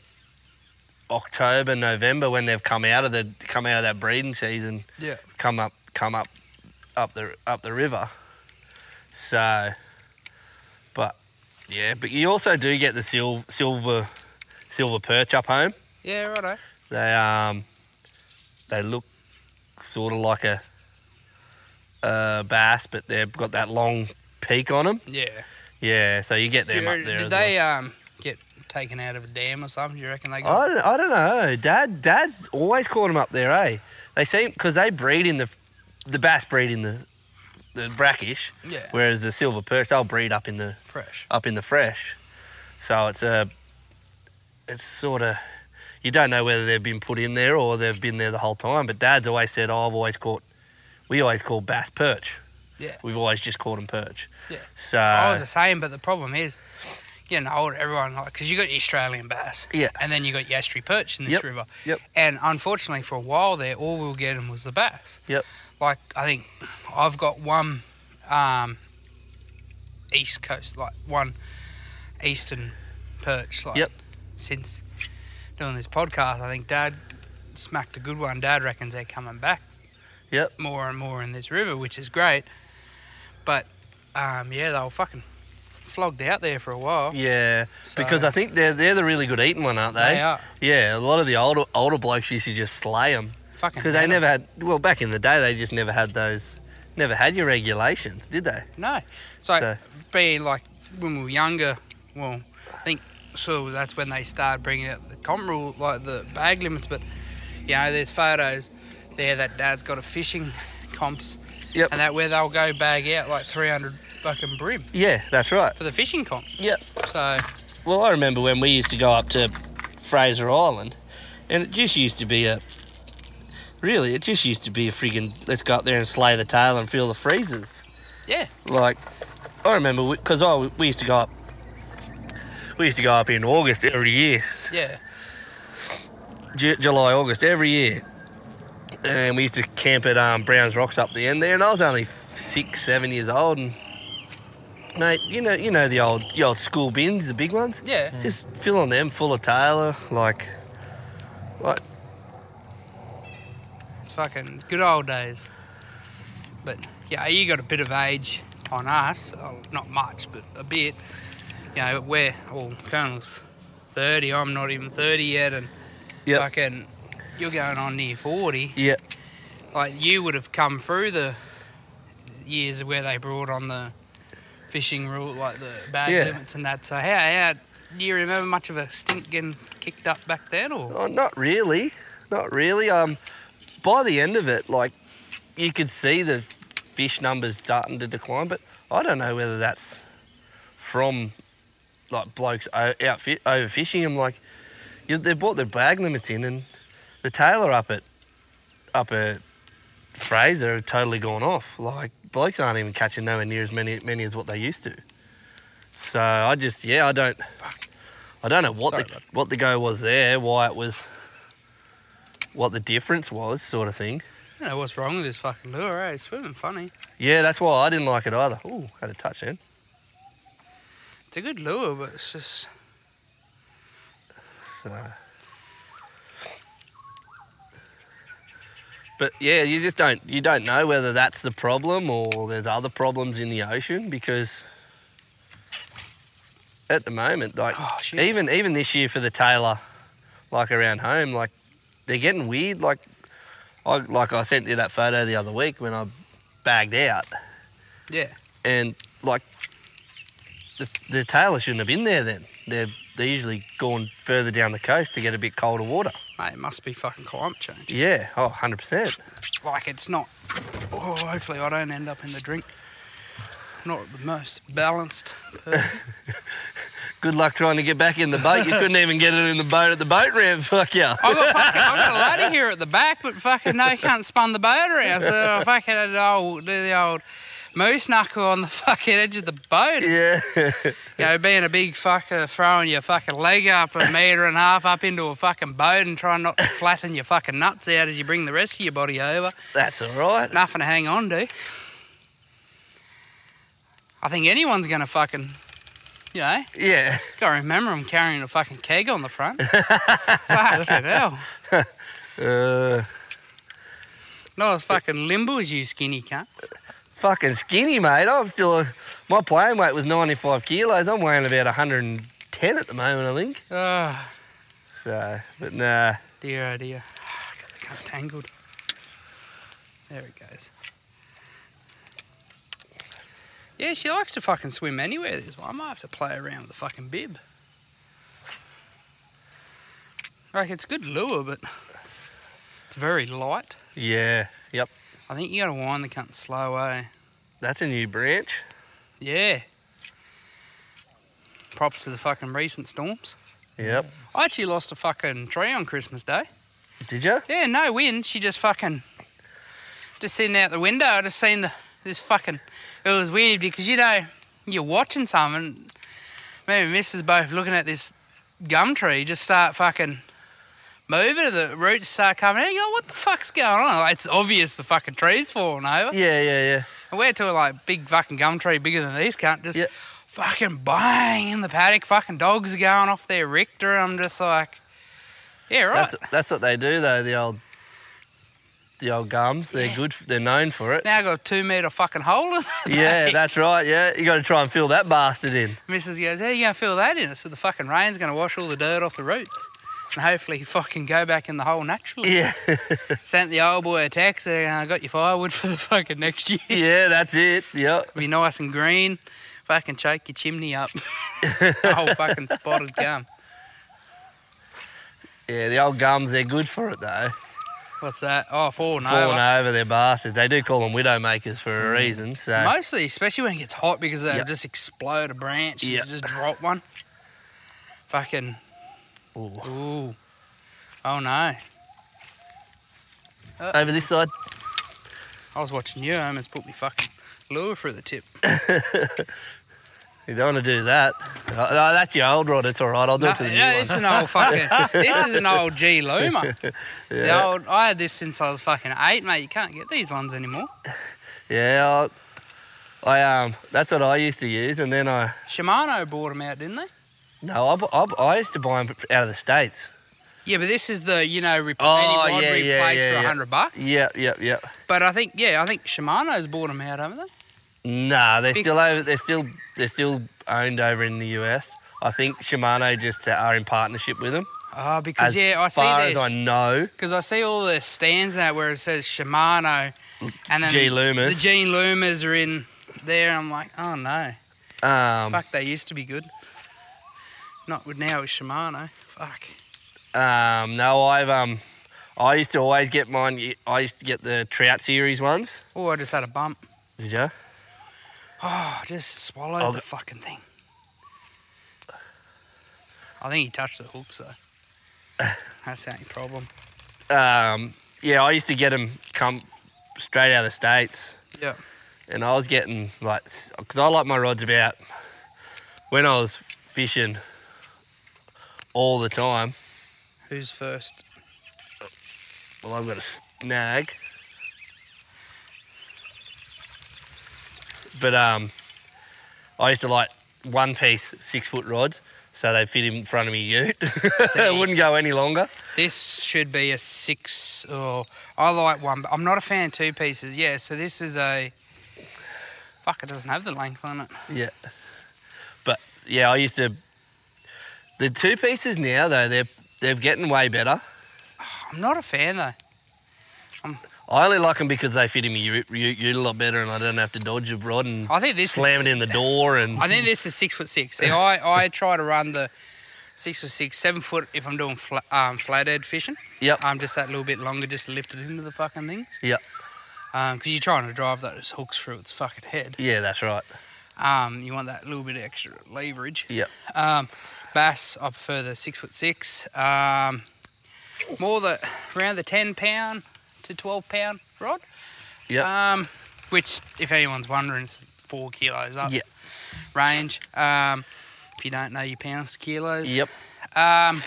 [SPEAKER 3] October November when they've come out of the come out of that breeding season,
[SPEAKER 2] Yeah.
[SPEAKER 3] come up come up up the up the river. So, but yeah, but you also do get the sil- silver silver perch up home.
[SPEAKER 2] Yeah, righto.
[SPEAKER 3] They um, they look sort of like a, a bass, but they've got that long peak on them.
[SPEAKER 2] Yeah.
[SPEAKER 3] Yeah, so you get
[SPEAKER 2] Did,
[SPEAKER 3] them up uh, there as
[SPEAKER 2] they uh, um, get taken out of a dam or something? Do you reckon they
[SPEAKER 3] well. I
[SPEAKER 2] got.
[SPEAKER 3] don't, I don't know. Dad, Dad's always caught them up there, eh? They seem because they breed in the the bass breed in the the brackish,
[SPEAKER 2] yeah.
[SPEAKER 3] whereas the silver perch they'll breed up in the
[SPEAKER 2] fresh.
[SPEAKER 3] up in the fresh. So it's a, it's sort of, you don't know whether they've been put in there or they've been there the whole time. But Dad's always said, oh, I've always caught, we always call bass perch.
[SPEAKER 2] Yeah.
[SPEAKER 3] We've always just caught them perch.
[SPEAKER 2] Yeah.
[SPEAKER 3] So
[SPEAKER 2] I was the same, but the problem is, getting older, everyone like because you got your Australian bass,
[SPEAKER 3] Yeah.
[SPEAKER 2] and then you got your estuary perch in this
[SPEAKER 3] Yep,
[SPEAKER 2] river,
[SPEAKER 3] yep.
[SPEAKER 2] And unfortunately, for a while there, all we were getting was the bass.
[SPEAKER 3] Yep.
[SPEAKER 2] Like I think I've got one um, east coast, like one eastern perch, like
[SPEAKER 3] Yep.
[SPEAKER 2] since doing this podcast. I think Dad smacked a good one. Dad reckons they're coming back.
[SPEAKER 3] Yep.
[SPEAKER 2] More and more in this river, which is great. But um, yeah, they were fucking flogged out there for a while.
[SPEAKER 3] yeah,
[SPEAKER 2] So-
[SPEAKER 3] because I eh? think they're they're the really good eating one, aren't they?
[SPEAKER 2] They are.
[SPEAKER 3] Yeah, a lot of the older older blokes used to just slay them
[SPEAKER 2] Fucking.
[SPEAKER 3] because they
[SPEAKER 2] hell.
[SPEAKER 3] never had. Well, back in the day, they just never had those, never had your regulations, did they?
[SPEAKER 2] No. So,
[SPEAKER 3] So-
[SPEAKER 2] being like when we were younger, well, I think so. That's when they started bringing out the comp rule, like the bag limits. But you know, there's photos there that Dad's got a fishing comps,
[SPEAKER 3] Yep.
[SPEAKER 2] and that where they'll go bag out like 300 fucking brim
[SPEAKER 3] Yeah, that's right.
[SPEAKER 2] for the fishing comps.
[SPEAKER 3] Yep.
[SPEAKER 2] So
[SPEAKER 3] Well, I remember when we used to go up to Fraser Island, and it just used to be a. Really, it just used to be a friggin' let's go up there and slay the tail and feel the freezers.
[SPEAKER 2] yeah,
[SPEAKER 3] Like, I remember because I we used to go up. We used to go up in August every year,
[SPEAKER 2] yeah,
[SPEAKER 3] Ju- July, August every year, and we used to camp at um, Browns Rocks up the end there. And I was only six, seven years old, and mate, you know, you know the old, the old school bins, the big ones.
[SPEAKER 2] yeah.
[SPEAKER 3] Just filling them full of Taylor, like, like
[SPEAKER 2] It's fucking good old days. But yeah, you got a bit of age on us. Oh, not much, but a bit. You know, but we're well, Colonel's thirty. I'm not even thirty yet, and
[SPEAKER 3] Yep.
[SPEAKER 2] fucking, you're going on near forty.
[SPEAKER 3] yeah,
[SPEAKER 2] Like you would have come through the years where they brought on the fishing rule, like the bag
[SPEAKER 3] Yeah.
[SPEAKER 2] limits and that. So how how do you remember much of a stink getting kicked up back then, or
[SPEAKER 3] Oh, not really, not really. Um, by the end of it, like you could see the fish numbers starting to decline, but I don't know whether that's from like blokes o- outfit overfishing them. Like you, they brought their bag limits in, and the tailor up at up at Fraser have totally gone off. Like blokes aren't even catching nowhere near as many many as what they used to. So I just yeah, I don't. I don't know what
[SPEAKER 2] Sorry,
[SPEAKER 3] the
[SPEAKER 2] bud.
[SPEAKER 3] what the go was there, why it was, what the difference was, sort of thing.
[SPEAKER 2] I don't know what's wrong with this fucking lure. Eh? It's swimming funny.
[SPEAKER 3] Yeah, that's why I didn't like it either. Ooh, had a touch in.
[SPEAKER 2] It's a good lure, but it's just
[SPEAKER 3] So. But yeah, you just don't you don't know whether that's the problem or there's other problems in the ocean because at the moment, like
[SPEAKER 2] Oh, shit.
[SPEAKER 3] even even this year for the Taylor, like around home, like they're getting weird. Like I like I sent you that photo the other week when I bagged out
[SPEAKER 2] yeah.
[SPEAKER 3] and like the, the Taylor shouldn't have been there then. They're they're usually gone further down the coast to get a bit colder water.
[SPEAKER 2] Mate, it must be fucking climate change.
[SPEAKER 3] Yeah, oh, 100%.
[SPEAKER 2] Like it's not. Oh, hopefully I don't end up in the drink. Not the most balanced. person.
[SPEAKER 3] Good luck trying to get back in the boat. You couldn't even get it in the boat at the boat ramp. (laughs) Fuck yeah.
[SPEAKER 2] I got fucking, I got a ladder here at the back, but fucking no, can't spun the boat around. So I fucking had to old, do the old moose knuckle on the fucking edge of the boat.
[SPEAKER 3] Yeah.
[SPEAKER 2] You know, being a big fucker, throwing your fucking leg up a metre and a half up into a fucking boat and trying not to flatten your fucking nuts out as you bring the rest of your body over.
[SPEAKER 3] That's all right.
[SPEAKER 2] Nothing to hang on to. I think anyone's going to fucking, you know,
[SPEAKER 3] Yeah.
[SPEAKER 2] got to remember I'm carrying a fucking keg on the front. fucking hell.
[SPEAKER 3] Uh,
[SPEAKER 2] Not as fucking limber as you skinny cunts.
[SPEAKER 3] fucking skinny, mate. I'm still. my playing weight was 95 kilos. I'm weighing about 110 at the moment, I think.
[SPEAKER 2] Oh,
[SPEAKER 3] So, but nah.
[SPEAKER 2] dear, oh dear. (sighs) Got the cunt tangled. There it goes. Yeah, she likes to fucking swim anywhere, this one. I might have to play around with the fucking bib. Like, it's good lure, but it's very light.
[SPEAKER 3] Yeah. Yep.
[SPEAKER 2] I think you gotta wind the cunt slow, eh?
[SPEAKER 3] That's a new branch.
[SPEAKER 2] Yeah. Props to the fucking recent storms.
[SPEAKER 3] Yep.
[SPEAKER 2] I actually lost a fucking tree on Christmas Day.
[SPEAKER 3] Did you?
[SPEAKER 2] Yeah, no wind. She just fucking just sitting out the window. I just seen the this fucking. It was weird because you know you're watching something. Me and Mrs. both looking at this gum tree. Just start fucking moving. The roots start coming out. You go, what the fuck's going on? Like, it's obvious the fucking tree's falling over.
[SPEAKER 3] Yeah, yeah, yeah.
[SPEAKER 2] And we're to like big fucking gum tree bigger than these cunt. Just
[SPEAKER 3] Yeah.
[SPEAKER 2] fucking bang in the paddock. Fucking dogs are going off their Richter. I'm just like, yeah, right.
[SPEAKER 3] That's, that's what they do though. The old, the old gums. They're good. f- They're known for it.
[SPEAKER 2] Now I've got a two metre fucking hole in the
[SPEAKER 3] Yeah,
[SPEAKER 2] back. (laughs)
[SPEAKER 3] that's right. Yeah, you got to try and fill that bastard in.
[SPEAKER 2] Mrs. goes, How you going to fill that in? I said, The fucking rain's going to wash all the dirt off the roots. And hopefully fucking go back in the hole naturally.
[SPEAKER 3] (laughs) Yeah,
[SPEAKER 2] Sent the old boy a text and I got your firewood for the fucking next year.
[SPEAKER 3] (laughs) yeah, that's it. Yep.
[SPEAKER 2] Be nice and green. Fucking choke your chimney up. the whole fucking spotted gum.
[SPEAKER 3] Yeah, the old gums. They're good for it though.
[SPEAKER 2] What's that? Oh, falling,
[SPEAKER 3] Falling
[SPEAKER 2] over.
[SPEAKER 3] over, they're bastards. They do call them widow makers for a reason. So
[SPEAKER 2] Mostly, especially when it gets hot because they'll
[SPEAKER 3] Yeah.
[SPEAKER 2] just explode a branch
[SPEAKER 3] Yeah.
[SPEAKER 2] and just drop one. Fucking,
[SPEAKER 3] Ooh.
[SPEAKER 2] ooh. Oh no.
[SPEAKER 3] over this side.
[SPEAKER 2] I was watching you. I almost put me fucking lure through the tip.
[SPEAKER 3] You don't want to do that. No, no, that's your old rod. It's all right. I'll do it to the
[SPEAKER 2] No,
[SPEAKER 3] new
[SPEAKER 2] no,
[SPEAKER 3] one.
[SPEAKER 2] this is an old (laughs) fucking. this is an old G (laughs) loomer. The old. I had this since I was fucking eight, mate. You can't get these ones anymore.
[SPEAKER 3] Yeah, I, I um. That's what I used to use, and then I
[SPEAKER 2] Shimano bought them out, didn't they?
[SPEAKER 3] no, I, bu- I, bu- I used to buy them out of the states.
[SPEAKER 2] Yeah, but this is the you know rep-
[SPEAKER 3] Oh,
[SPEAKER 2] any rod
[SPEAKER 3] yeah, yeah,
[SPEAKER 2] replace
[SPEAKER 3] yeah,
[SPEAKER 2] for
[SPEAKER 3] yeah.
[SPEAKER 2] a hundred bucks.
[SPEAKER 3] Yep, yep, yep.
[SPEAKER 2] But I think yeah, I think Shimano's bought them out, haven't they?
[SPEAKER 3] Nah, they're
[SPEAKER 2] Bec-
[SPEAKER 3] still over. They're still they're still owned over in the US. I think Shimano just uh, are in partnership with them.
[SPEAKER 2] Oh, because
[SPEAKER 3] As
[SPEAKER 2] yeah, I see
[SPEAKER 3] far as
[SPEAKER 2] this
[SPEAKER 3] I know,
[SPEAKER 2] because I see all the stands now where it says Shimano, and then
[SPEAKER 3] G Loomis.
[SPEAKER 2] The G Loomis are in there. I'm like, oh no,
[SPEAKER 3] um,
[SPEAKER 2] fuck, they used to be good. Not with now it's Shimano. Fuck.
[SPEAKER 3] Um, no, I've um, I used to always get mine. I used to get the trout series ones.
[SPEAKER 2] Oh, I just had a bump.
[SPEAKER 3] Did you?
[SPEAKER 2] Oh, I just swallowed
[SPEAKER 3] I'll
[SPEAKER 2] the
[SPEAKER 3] go-
[SPEAKER 2] fucking thing. I think he touched the hooks (laughs) though. That's the only problem.
[SPEAKER 3] Um, yeah, I used to get them come straight out of the states.
[SPEAKER 2] Yeah.
[SPEAKER 3] and I was getting like, because I like my rods about when I was fishing all the time.
[SPEAKER 2] Who's first?
[SPEAKER 3] Well, I've got a snag, but um, I used to like one piece six foot rods, so they fit in front of me ute. (laughs) it wouldn't go any longer.
[SPEAKER 2] This should be a six or I like one, but I'm not a fan of two pieces. Yeah, so this is a fuck. It doesn't have the length on it.
[SPEAKER 3] Yeah. But yeah, I used to. The two pieces now though they're they're getting way better.
[SPEAKER 2] I'm not a fan though.
[SPEAKER 3] I only like them because they fit in my ute ute a lot better, and I don't have to dodge a rod and
[SPEAKER 2] I think this
[SPEAKER 3] slam
[SPEAKER 2] is,
[SPEAKER 3] it in the door. And
[SPEAKER 2] I think this is six foot six. See, I, I try to run the six foot six, seven foot if I'm doing fla- um, flathead fishing.
[SPEAKER 3] yep,
[SPEAKER 2] I'm just that little bit longer just to lift it into the fucking things.
[SPEAKER 3] yep,
[SPEAKER 2] Because you're trying to drive those hooks through its fucking head.
[SPEAKER 3] yeah, that's right.
[SPEAKER 2] Um, you want that little bit of extra leverage.
[SPEAKER 3] Yep.
[SPEAKER 2] Um, bass, I prefer the six foot six. Um, more the around the ten pound to twelve pound rod.
[SPEAKER 3] Yep.
[SPEAKER 2] Um, which, if anyone's wondering, is four kilos up.
[SPEAKER 3] Yep.
[SPEAKER 2] Range. Um, if you don't know your pounds to kilos.
[SPEAKER 3] Yep,
[SPEAKER 2] Um,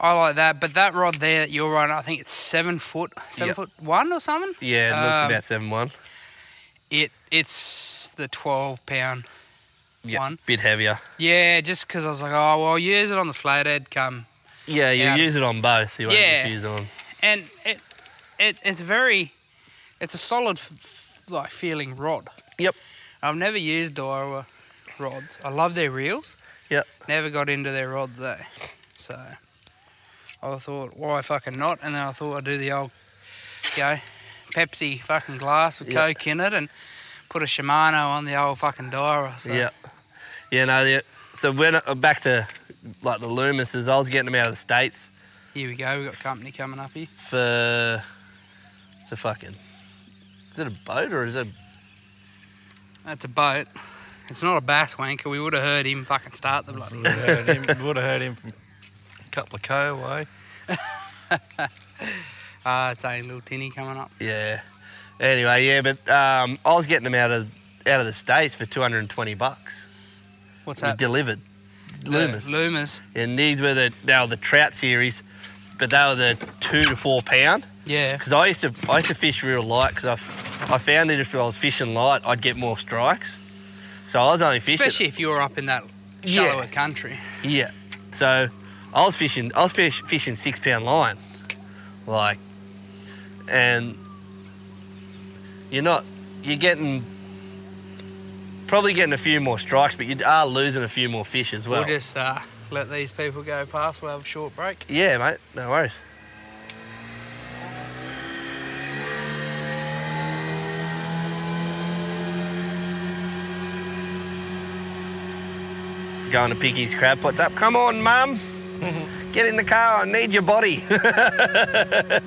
[SPEAKER 2] I like that, but that rod there that you're on, I think it's seven foot, seven
[SPEAKER 3] Yep.
[SPEAKER 2] foot one or something.
[SPEAKER 3] yeah, it looks
[SPEAKER 2] Um,
[SPEAKER 3] about seven one.
[SPEAKER 2] It it's the twelve pound
[SPEAKER 3] Yep,
[SPEAKER 2] one.
[SPEAKER 3] bit heavier.
[SPEAKER 2] Yeah, just because I was like, oh, well, I'll use it on the flathead come.
[SPEAKER 3] Yeah, you
[SPEAKER 2] Yeah.
[SPEAKER 3] use it on both. You won't
[SPEAKER 2] Yeah.
[SPEAKER 3] confuse on.
[SPEAKER 2] And it, it it's very, it's a solid, f- f- like, feeling rod.
[SPEAKER 3] Yep.
[SPEAKER 2] I've never used Daiwa rods. I love their reels.
[SPEAKER 3] Yep.
[SPEAKER 2] Never got into their rods, though. So I thought, why fucking not? And then I thought I'd do the old, you know, Pepsi fucking glass with
[SPEAKER 3] Yeah.
[SPEAKER 2] Coke in it and put a Shimano on the old fucking Daiwa. So.
[SPEAKER 3] Yep. Yeah, no. The, so when uh, back to like the Loomises, I was getting them out of the states
[SPEAKER 2] Here we go. We've got company coming up here.
[SPEAKER 3] for. It's a fucking. Is it a boat or is it?
[SPEAKER 2] That's a boat. It's not a bass wanker. We would have heard him fucking start the bloody.
[SPEAKER 4] Would have heard (laughs) him, would have heard him from a couple of k away.
[SPEAKER 2] Ah, it's a little tinny coming up.
[SPEAKER 3] Yeah. Anyway, yeah, but um, I was getting them out of out of the states for two hundred and twenty bucks.
[SPEAKER 2] What's that?
[SPEAKER 3] delivered.
[SPEAKER 2] The
[SPEAKER 3] Loomis.
[SPEAKER 2] Loomis.
[SPEAKER 3] and these were the they were the trout series, but they were the two to four pound.
[SPEAKER 2] Yeah.
[SPEAKER 3] Because I used to I used to fish real light because I, f- I found that if I was fishing light, I'd get more strikes. So I was only fishing.
[SPEAKER 2] Especially if you're up in that shallower country.
[SPEAKER 3] Yeah. So I was fishing. I was fish, fishing six pound line, like, and you're not. You're getting probably getting a few more strikes, but you are losing a few more fish as well.
[SPEAKER 2] We'll just uh, let these people go past. We'll have a short break.
[SPEAKER 3] Yeah, mate. No worries. Going to pick his crab pots up. Come on, mum. (laughs) Get in the car. I need your body. (laughs)
[SPEAKER 2] I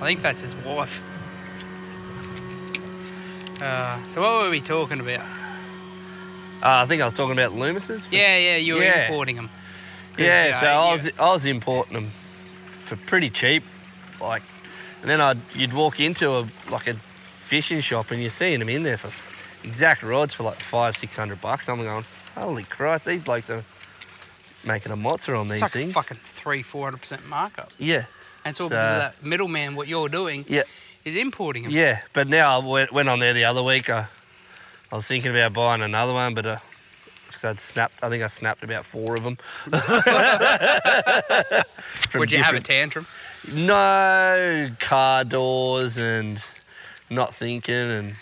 [SPEAKER 2] think that's his wife. Uh, so what were we talking about?
[SPEAKER 3] Uh, I think I was talking about Loomis's.
[SPEAKER 2] Yeah, yeah, you were
[SPEAKER 3] Yeah.
[SPEAKER 2] importing them.
[SPEAKER 3] Yeah, so I was I was uh, importing them for pretty cheap, like, and then I'd you'd walk into a like a fishing shop and you're seeing them in there for exact rods for like five six hundred bucks. I'm going, holy Christ, these blokes are making a mozzer on
[SPEAKER 2] It's
[SPEAKER 3] these
[SPEAKER 2] like a
[SPEAKER 3] things.
[SPEAKER 2] fucking three, four hundred percent markup.
[SPEAKER 3] Yeah,
[SPEAKER 2] And it's all
[SPEAKER 3] So-
[SPEAKER 2] because of that middleman. What you're doing
[SPEAKER 3] yeah,
[SPEAKER 2] is importing them.
[SPEAKER 3] yeah. But now I went, went on there the other week. I, I was thinking about buying another one, but. Uh, 'cause I'd snapped. I think I snapped about four of (laughs) them.
[SPEAKER 2] Would you have a tantrum?
[SPEAKER 3] No car doors and not thinking and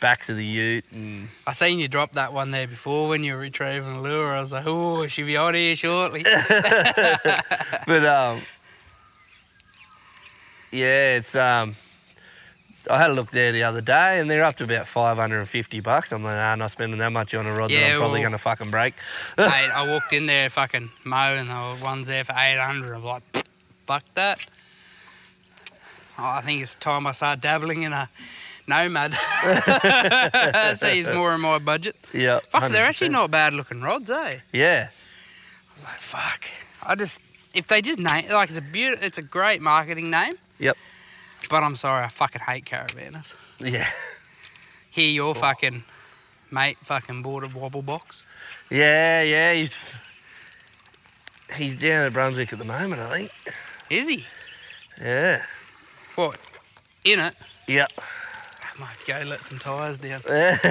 [SPEAKER 3] back to the ute
[SPEAKER 2] (laughs)
[SPEAKER 3] and
[SPEAKER 2] I seen you drop that one there before when you were retrieving a lure. I was like, oh, she'll be on here
[SPEAKER 3] (laughs)
[SPEAKER 2] shortly.
[SPEAKER 3] but um yeah it's um I had a look there the other day, and they're up to about five hundred and fifty bucks. I'm like, nah, not spending that much on a rod that
[SPEAKER 2] Yeah,
[SPEAKER 3] I'm probably
[SPEAKER 2] well-
[SPEAKER 3] going to fucking break.
[SPEAKER 2] Mate, I walked in there fucking mow and there were ones there for 800. I'm like, fuck that. Oh, I think it's time I start dabbling in a nomad. (laughs) That's he's more in my budget.
[SPEAKER 3] Yeah,
[SPEAKER 2] Fuck, they are actually
[SPEAKER 3] 100%.
[SPEAKER 2] not bad looking rods, eh? I
[SPEAKER 3] Yeah,
[SPEAKER 2] was like, fuck. I just, if they just name, like, it's a beautiful, it's a great marketing name.
[SPEAKER 3] Yep.
[SPEAKER 2] But I'm sorry, I fucking hate caravanners.
[SPEAKER 3] yeah,
[SPEAKER 2] Hear your fucking mate fucking bought a wobble box.
[SPEAKER 3] yeah, yeah. He's he's down at Brunswick at the moment, I think.
[SPEAKER 2] Is he?
[SPEAKER 3] Yeah,
[SPEAKER 2] What? In it?
[SPEAKER 3] yep.
[SPEAKER 2] I might have to go let some tyres down.
[SPEAKER 3] yeah, (laughs)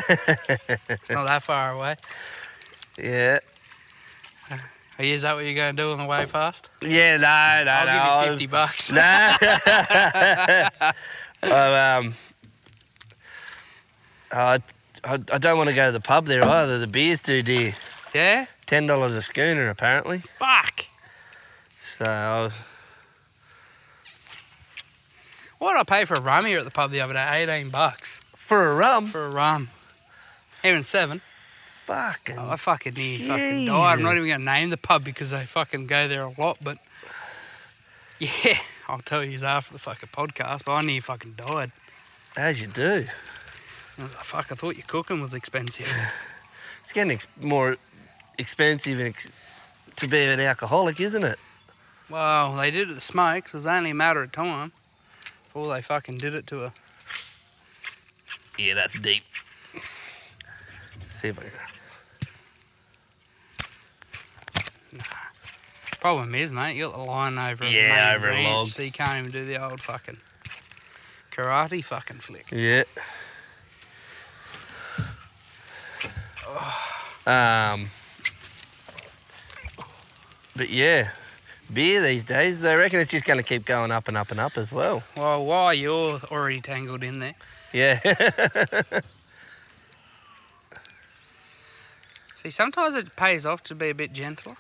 [SPEAKER 2] It's not that far away. Oh, Is that what you're going to do on the way past?
[SPEAKER 3] yeah. No, no, no.
[SPEAKER 2] I'll give
[SPEAKER 3] (laughs) I-
[SPEAKER 2] you 50 bucks.
[SPEAKER 3] Nah. (laughs) I, um, I, I, I don't want to go to the pub there either. The beer's too dear.
[SPEAKER 2] (laughs) Yeah?
[SPEAKER 3] Ten dollars a schooner apparently.
[SPEAKER 2] Fuck.
[SPEAKER 3] So I was,
[SPEAKER 2] What did I pay for a rum here at the pub the other day? 18 bucks
[SPEAKER 3] for a rum,
[SPEAKER 2] for a rum. Here in seven. Oh,
[SPEAKER 3] fucking
[SPEAKER 2] I fucking nearly fucking died. I'm not
[SPEAKER 3] Jesus.
[SPEAKER 2] even going to name the pub because they fucking go there a lot, but (laughs) yeah, I'll tell you after the fucking podcast, but I nearly fucking died.
[SPEAKER 3] as you do.
[SPEAKER 2] I was like, fuck, I thought your cooking was expensive. (laughs)
[SPEAKER 3] It's getting ex- more expensive and ex- to be an alcoholic, isn't it?
[SPEAKER 2] Well, they did it to Smokes. It was only a matter of time before they fucking did it to her.
[SPEAKER 3] Yeah, that's deep. See if I can.
[SPEAKER 2] Problem is, mate, you got the line over a
[SPEAKER 3] Yeah,
[SPEAKER 2] main
[SPEAKER 3] over a
[SPEAKER 2] branch,
[SPEAKER 3] log.
[SPEAKER 2] so you can't even do the old fucking karate fucking flick.
[SPEAKER 3] Yeah. Um. But yeah, beer these days, they reckon it's just going to keep going up and up and up as well.
[SPEAKER 2] Well, why you're already tangled in there?
[SPEAKER 3] Yeah. (laughs)
[SPEAKER 2] See, sometimes it pays off to be a bit gentler.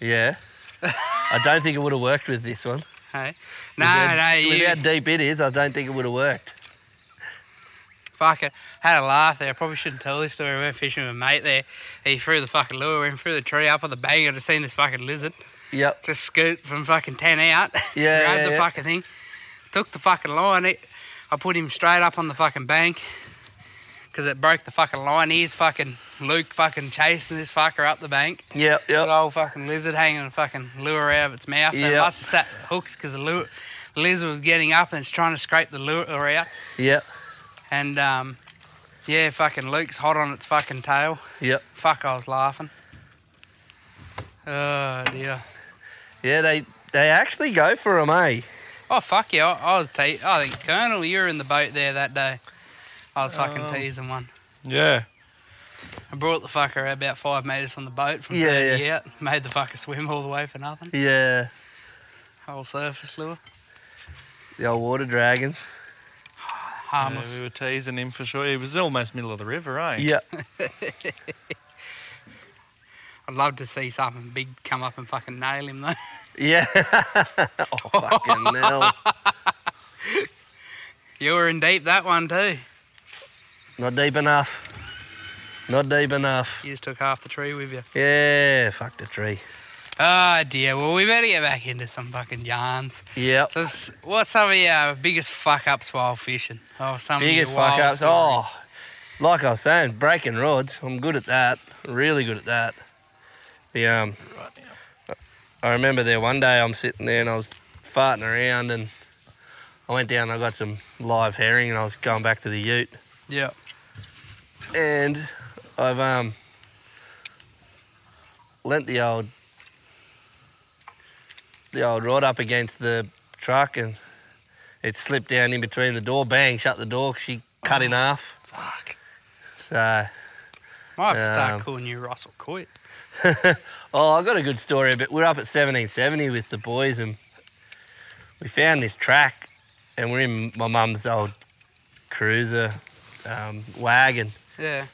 [SPEAKER 3] yeah. I don't think it would have worked with this one.
[SPEAKER 2] Hey, no,
[SPEAKER 3] with how,
[SPEAKER 2] no,
[SPEAKER 3] with
[SPEAKER 2] you
[SPEAKER 3] how deep it is, I don't think it would have worked.
[SPEAKER 2] fucking had a laugh there. I probably shouldn't tell this story. We went fishing with a mate there. He threw the fucking lure in through the tree up on the bank. I just seen this fucking lizard
[SPEAKER 3] Yep.
[SPEAKER 2] just scoot from fucking ten out.
[SPEAKER 3] Yeah.
[SPEAKER 2] grabbed
[SPEAKER 3] yeah,
[SPEAKER 2] the
[SPEAKER 3] yeah.
[SPEAKER 2] fucking thing, took the fucking line. It, I put him straight up on the fucking bank because it broke the fucking line. He's fucking Luke fucking chasing this fucker up the bank.
[SPEAKER 3] Yep.
[SPEAKER 2] The
[SPEAKER 3] Yep.
[SPEAKER 2] old fucking lizard hanging a fucking lure out of its mouth. They
[SPEAKER 3] Yep.
[SPEAKER 2] must have sat the hooks because the lure, the lizard was getting up and it's trying to scrape the lure out.
[SPEAKER 3] Yep.
[SPEAKER 2] And um, yeah, fucking Luke's hot on its fucking tail.
[SPEAKER 3] Yep.
[SPEAKER 2] Fuck, I was laughing. Oh dear.
[SPEAKER 3] Yeah. They they actually go for 'em, eh?
[SPEAKER 2] Oh fuck yeah! I, I was te- I think Colonel, you were in the boat there that day. I was fucking teasing one.
[SPEAKER 4] Yeah.
[SPEAKER 2] I brought the fucker about five meters from the boat from
[SPEAKER 3] Yeah,
[SPEAKER 2] yeah, yeah. out. Made the fucker swim all the way for nothing.
[SPEAKER 3] Yeah.
[SPEAKER 2] Whole surface lure,
[SPEAKER 3] The old water dragons.
[SPEAKER 4] yeah.
[SPEAKER 2] harmless.
[SPEAKER 4] We were teasing him for sure. He was almost middle of the river, eh?
[SPEAKER 3] Yep.
[SPEAKER 2] I'd love to see something big come up and fucking nail him though. (laughs)
[SPEAKER 3] Yeah. (laughs) oh, fucking hell.
[SPEAKER 2] you were in deep that one too.
[SPEAKER 3] Not deep enough. Not deep enough.
[SPEAKER 2] You just took half the tree with you.
[SPEAKER 3] Yeah, fuck the tree.
[SPEAKER 2] Oh dear. Well, we better get back into some fucking yarns.
[SPEAKER 3] Yep.
[SPEAKER 2] So, s- what's some of your biggest fuck ups while fishing? Oh, some
[SPEAKER 3] Biggest
[SPEAKER 2] of your
[SPEAKER 3] fuck
[SPEAKER 2] wild
[SPEAKER 3] ups.
[SPEAKER 2] stories.
[SPEAKER 3] Oh, like I was saying, breaking rods. I'm good at that. Really good at that. The um, I remember there one day I'm sitting there and I was farting around and I went down and I got some live herring and I was going back to the ute.
[SPEAKER 2] Yeah.
[SPEAKER 3] and I've um lent the old the old rod up against the truck and it slipped down in between the door. Bang! Shut the door. 'cause She cut in half.
[SPEAKER 2] Fuck.
[SPEAKER 3] So
[SPEAKER 2] Might have to start
[SPEAKER 3] Um,
[SPEAKER 2] calling you Russell Coit.
[SPEAKER 3] oh, I got a good story. But we're up at 1770 with the boys and we found this track and we're in my mum's old cruiser um, wagon
[SPEAKER 2] Yeah.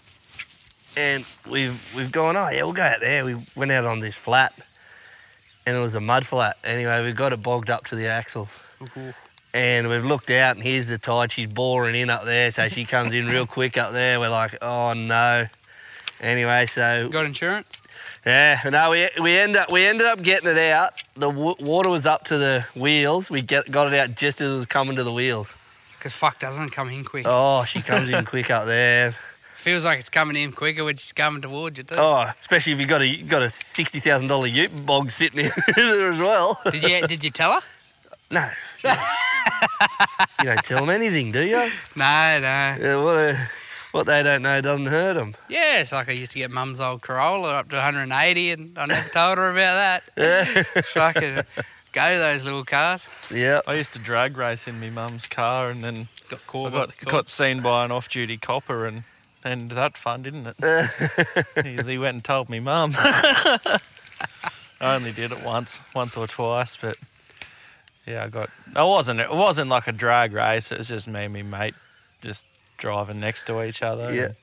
[SPEAKER 3] and we've we've gone, oh yeah, we'll go out there. We went out on this flat, and it was a mud flat. Anyway, we got it bogged up to the axles, And we've looked out, and here's the tide. She's boring in up there, so she comes in real quick up there. We're like, oh no. Anyway, so
[SPEAKER 2] Got insurance?
[SPEAKER 3] yeah, no, we we end up we ended up getting it out. The w- water was up to the wheels. We get got it out just as it was coming to the wheels.
[SPEAKER 2] Because fuck doesn't come in quick.
[SPEAKER 3] Oh, she comes in quick up there.
[SPEAKER 2] Feels like it's coming in quicker when she's coming towards you, doesn't it?
[SPEAKER 3] Oh, especially if you got a you got a sixty thousand dollar Ute bog sitting (laughs) in there as well.
[SPEAKER 2] Did you did you tell her?
[SPEAKER 3] No. you don't tell them anything, do you?
[SPEAKER 2] No, no.
[SPEAKER 3] Yeah, what, uh, what they don't know doesn't hurt them.
[SPEAKER 2] Yeah, it's like I used to get mum's old Corolla up to 180, and I never told her about
[SPEAKER 3] Yeah.
[SPEAKER 2] that. (laughs) Fucking go those little cars.
[SPEAKER 3] yeah.
[SPEAKER 1] I used to drag race in my mum's car, and then
[SPEAKER 2] Got
[SPEAKER 1] I
[SPEAKER 2] caught. by
[SPEAKER 1] got,
[SPEAKER 2] the
[SPEAKER 1] got
[SPEAKER 2] cops.
[SPEAKER 1] seen by an off-duty copper, and and that fun, didn't
[SPEAKER 2] (laughs)
[SPEAKER 1] it? he, he went and told me mum. (laughs) I only did it once, once or twice, but yeah, I got. I wasn't. It wasn't like a drag race. It was just me and my mate, just driving next to each other.
[SPEAKER 3] Yeah.
[SPEAKER 1] and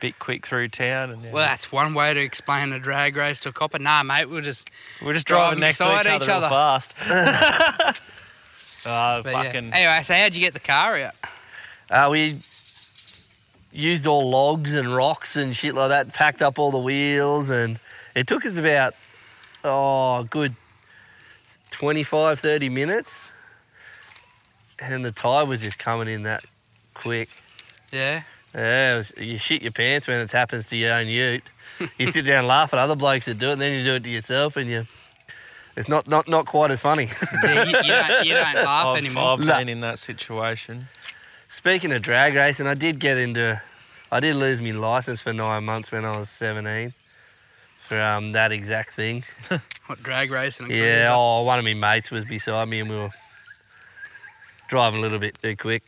[SPEAKER 1] Bit quick through town, and yeah,
[SPEAKER 2] Well, that's one way to explain a drag race to a copper. Nah, mate, we'll just
[SPEAKER 1] we're just
[SPEAKER 2] driving
[SPEAKER 1] driving next to each
[SPEAKER 2] beside
[SPEAKER 1] other,
[SPEAKER 2] each
[SPEAKER 1] real
[SPEAKER 2] other.
[SPEAKER 1] fast.
[SPEAKER 2] (laughs)
[SPEAKER 1] (laughs) Ah,
[SPEAKER 2] But yeah.
[SPEAKER 1] fucking.
[SPEAKER 2] Anyway, so how'd you get the car out?
[SPEAKER 3] Uh, we used all logs and rocks and shit like that, packed up all the wheels, and it took us about, oh, a good 25, 30 minutes. And the tide was just coming in that quick.
[SPEAKER 2] Yeah.
[SPEAKER 3] Yeah, it was, you shit your pants when it happens to your own ute. You sit down and laugh at other blokes that do it, and then you do it to yourself, and you. It's not, not, not quite as funny.
[SPEAKER 2] yeah you, you don't, you don't laugh
[SPEAKER 1] I've,
[SPEAKER 2] anymore.
[SPEAKER 1] I've
[SPEAKER 3] No.
[SPEAKER 1] been in that situation.
[SPEAKER 3] Speaking of drag racing, I did get into, I did lose my license for nine months when I was 17 for um, that exact thing.
[SPEAKER 2] What drag racing? and
[SPEAKER 3] Yeah,
[SPEAKER 2] cruising.
[SPEAKER 3] oh, one of my mates was beside me and we were driving a little bit too quick.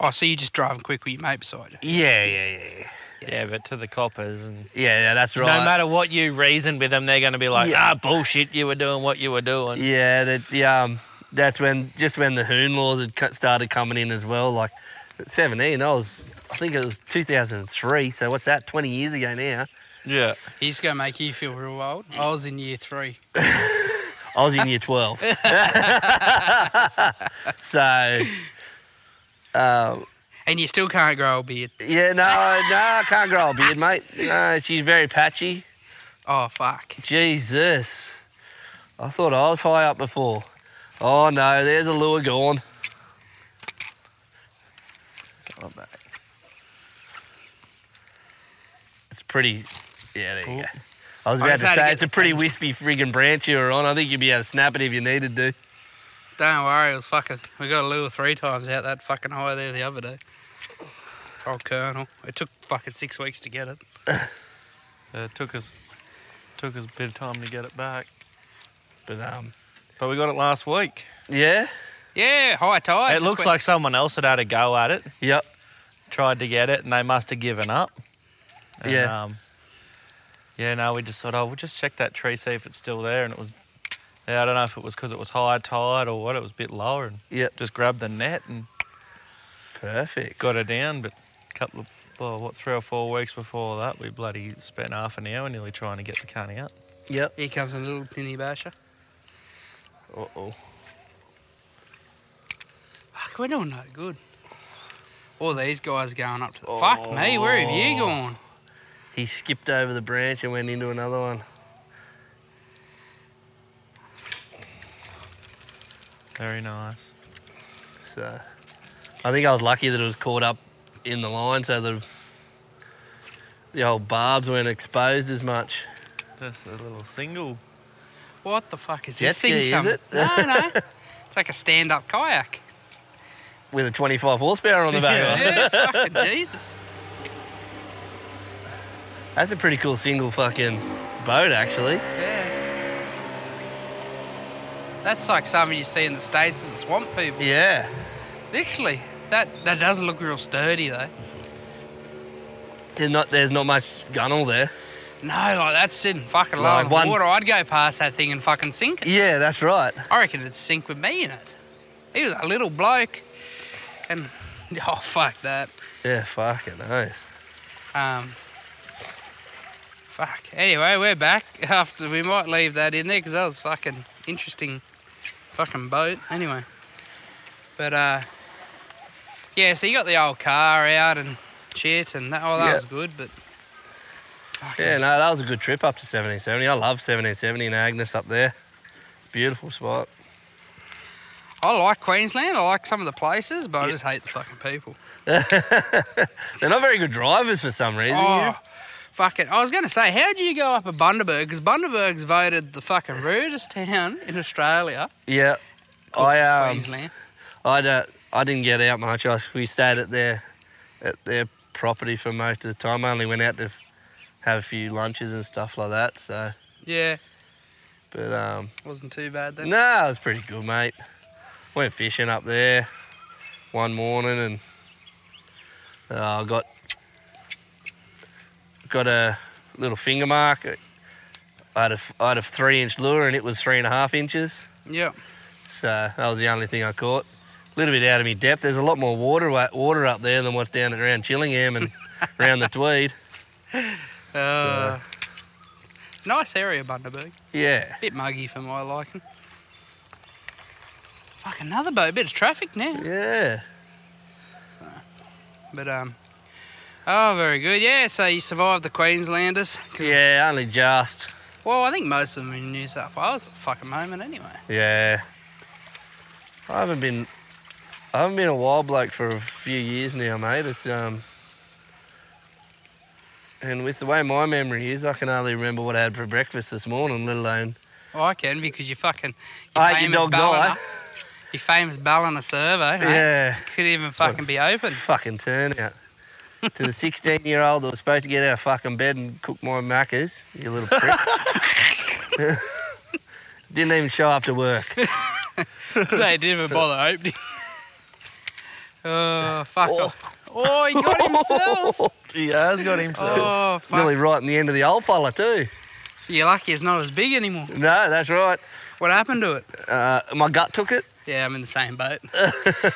[SPEAKER 2] Oh, so you're just driving quick with your mate beside you?
[SPEAKER 3] Yeah, yeah, yeah. Yeah,
[SPEAKER 1] Yeah, but to the coppers and
[SPEAKER 3] yeah, yeah that's right.
[SPEAKER 1] no matter what you reason with them, they're going to be like,
[SPEAKER 3] Yeah.
[SPEAKER 1] ah, bullshit, you were doing what you were doing.
[SPEAKER 3] Yeah, that the um, that's when just when the hoon laws had cut- started coming in as well. Like at 17, I was I think it was 2003. So what's that? 20 years ago now.
[SPEAKER 1] Yeah.
[SPEAKER 2] He's gonna make you feel real old. I was in year three.
[SPEAKER 3] I was in
[SPEAKER 1] (laughs)
[SPEAKER 3] year 12. (laughs) so. Um,
[SPEAKER 2] And you still can't grow a beard.
[SPEAKER 3] yeah, no, no, I can't grow a beard, mate. No, she's very patchy.
[SPEAKER 2] Oh fuck.
[SPEAKER 3] Jesus. I thought I was high up before. Oh no, there's a lure gone. Oh, mate. It's pretty. Yeah, there you go. I was
[SPEAKER 2] I
[SPEAKER 3] about
[SPEAKER 2] just
[SPEAKER 3] to
[SPEAKER 2] had to
[SPEAKER 3] say
[SPEAKER 2] get
[SPEAKER 3] it's a
[SPEAKER 2] the
[SPEAKER 3] pretty
[SPEAKER 2] tongue-
[SPEAKER 3] wispy friggin' branch you were on. I think you'd be able to snap it if you needed to.
[SPEAKER 2] Don't worry, it was fucking. We got a lure three times out that fucking high there the other day. Oh Colonel, it took fucking six weeks to get it.
[SPEAKER 1] Uh, it took us took us a bit of time to get it back.
[SPEAKER 3] But um,
[SPEAKER 1] But we got it last week.
[SPEAKER 3] yeah,
[SPEAKER 2] Yeah, high tide.
[SPEAKER 1] it
[SPEAKER 2] just
[SPEAKER 1] looks
[SPEAKER 2] went-
[SPEAKER 1] like someone else had had a go at it,
[SPEAKER 3] yep,
[SPEAKER 1] tried to get it, and they must have given up. And,
[SPEAKER 3] Yeah.
[SPEAKER 1] Um, yeah, no, we just thought, oh, we'll just check that tree, see if it's still there. And it was, yeah, I don't know if it was because it was high tide or what, it was a bit lower. And
[SPEAKER 3] yep,
[SPEAKER 1] just grabbed the net and
[SPEAKER 3] perfect.
[SPEAKER 1] got her down, but a couple of, well, what, three or four weeks before that, we bloody spent half an hour nearly trying to get the cunt out.
[SPEAKER 3] Yep.
[SPEAKER 2] Here comes a little pinny basher.
[SPEAKER 3] Uh oh.
[SPEAKER 2] Fuck, we're doing no good. All these guys going up to the. Fuck me, where have you
[SPEAKER 3] Oh.
[SPEAKER 2] gone?
[SPEAKER 3] He skipped over the branch and went into another one.
[SPEAKER 1] Very nice.
[SPEAKER 3] So I think I was lucky that it was caught up in the line, so the the old barbs weren't exposed as much.
[SPEAKER 1] Just a little single.
[SPEAKER 2] What the fuck is
[SPEAKER 3] Jet
[SPEAKER 2] this
[SPEAKER 3] ski,
[SPEAKER 2] thing
[SPEAKER 3] is
[SPEAKER 2] coming?
[SPEAKER 3] it?
[SPEAKER 2] No, no. It's like a stand up
[SPEAKER 3] (laughs)
[SPEAKER 2] kayak.
[SPEAKER 3] With a 25 horsepower on the back. of it.
[SPEAKER 2] Yeah, fucking Jesus.
[SPEAKER 3] That's a pretty cool single fucking boat, actually.
[SPEAKER 2] Yeah. That's like something you see in the States in the swamp people.
[SPEAKER 3] Yeah.
[SPEAKER 2] Literally. That that doesn't look real sturdy though.
[SPEAKER 3] There's not there's not much gunnel there.
[SPEAKER 2] No, like that's sitting fucking low
[SPEAKER 3] Like
[SPEAKER 2] in
[SPEAKER 3] one-
[SPEAKER 2] the water. I'd go past that thing and fucking sink it.
[SPEAKER 3] Yeah, that's right.
[SPEAKER 2] I reckon it'd sink with me in it. He was a little bloke. And (laughs) oh fuck that.
[SPEAKER 3] Yeah, fucking nice.
[SPEAKER 2] Um, fuck. Anyway, we're back. (laughs) After we might leave that in there because that was fucking interesting, fucking boat. Anyway, But uh, yeah, so you got the old car out and shit, and that, oh, that
[SPEAKER 3] Yeah.
[SPEAKER 2] was good. But fucking,
[SPEAKER 3] Yeah, no, that was a good trip up to 1770. I love 1770 and Agnes up there. Beautiful spot. (laughs)
[SPEAKER 2] I like Queensland. I like some of the places, but I just hate the fucking people.
[SPEAKER 3] They're not very good drivers for some reason.
[SPEAKER 2] Oh, fucking! I was gonna say, how do you go up at Bundaberg? Because Bundaberg's voted the fucking rudest (laughs) town in Australia.
[SPEAKER 3] Yeah.
[SPEAKER 2] Of course,
[SPEAKER 3] I,
[SPEAKER 2] it's
[SPEAKER 3] um,
[SPEAKER 2] Queensland.
[SPEAKER 3] I, don't- I didn't get out much. I, we stayed at their at their property for most of the time. I only went out to f- have a few lunches and stuff like that. So,
[SPEAKER 2] Yeah,
[SPEAKER 3] but um,
[SPEAKER 2] wasn't too bad then.
[SPEAKER 3] no, it was pretty good, mate. Went fishing up there one morning and uh, I got got a little finger mark. I had a, f- I had a three inch lure and it was three and a half inches.
[SPEAKER 2] Yeah,
[SPEAKER 3] So that was the only thing I caught. A little bit out of me depth. There's a lot more water wa- water up there than what's down at around Chillingham and around the Tweed.
[SPEAKER 2] uh, nice area, Bundaberg.
[SPEAKER 3] Yeah.
[SPEAKER 2] Bit muggy for my liking. Fuck another boat. Bit of traffic now.
[SPEAKER 3] Yeah.
[SPEAKER 2] But um, oh, very good. Yeah, so you survived the Queenslanders. 'Cause-
[SPEAKER 3] Yeah, only just.
[SPEAKER 2] Well, I think most of them in New South Wales at the fucking moment anyway.
[SPEAKER 3] Yeah. I haven't been I haven't been a wild bloke for a few years now, mate. It's um and with the way my memory is, I can hardly remember what I had for breakfast this morning, let alone
[SPEAKER 2] Well, I can because you fucking.
[SPEAKER 3] I ate your dog's eye.
[SPEAKER 2] Ballina- Your famous Ballina servo, mate.
[SPEAKER 3] Yeah.
[SPEAKER 2] Could even fucking be
[SPEAKER 3] (laughs)
[SPEAKER 2] open.
[SPEAKER 3] fucking turnout. to the 16 year old that was supposed to get out of fucking bed and cook my macca's, you little prick. Didn't even show up to work.
[SPEAKER 2] so they didn't even bother
[SPEAKER 3] (laughs)
[SPEAKER 2] opening. oh, fuck. Oh. he got himself.
[SPEAKER 3] he has got himself.
[SPEAKER 2] Oh, fuck.
[SPEAKER 3] Nearly right in the end of the old fella, too.
[SPEAKER 2] You're lucky it's not as big anymore.
[SPEAKER 3] No, that's right.
[SPEAKER 2] What happened to it?
[SPEAKER 3] Uh, my gut took it. (laughs)
[SPEAKER 2] Yeah, I'm in the same (laughs) boat.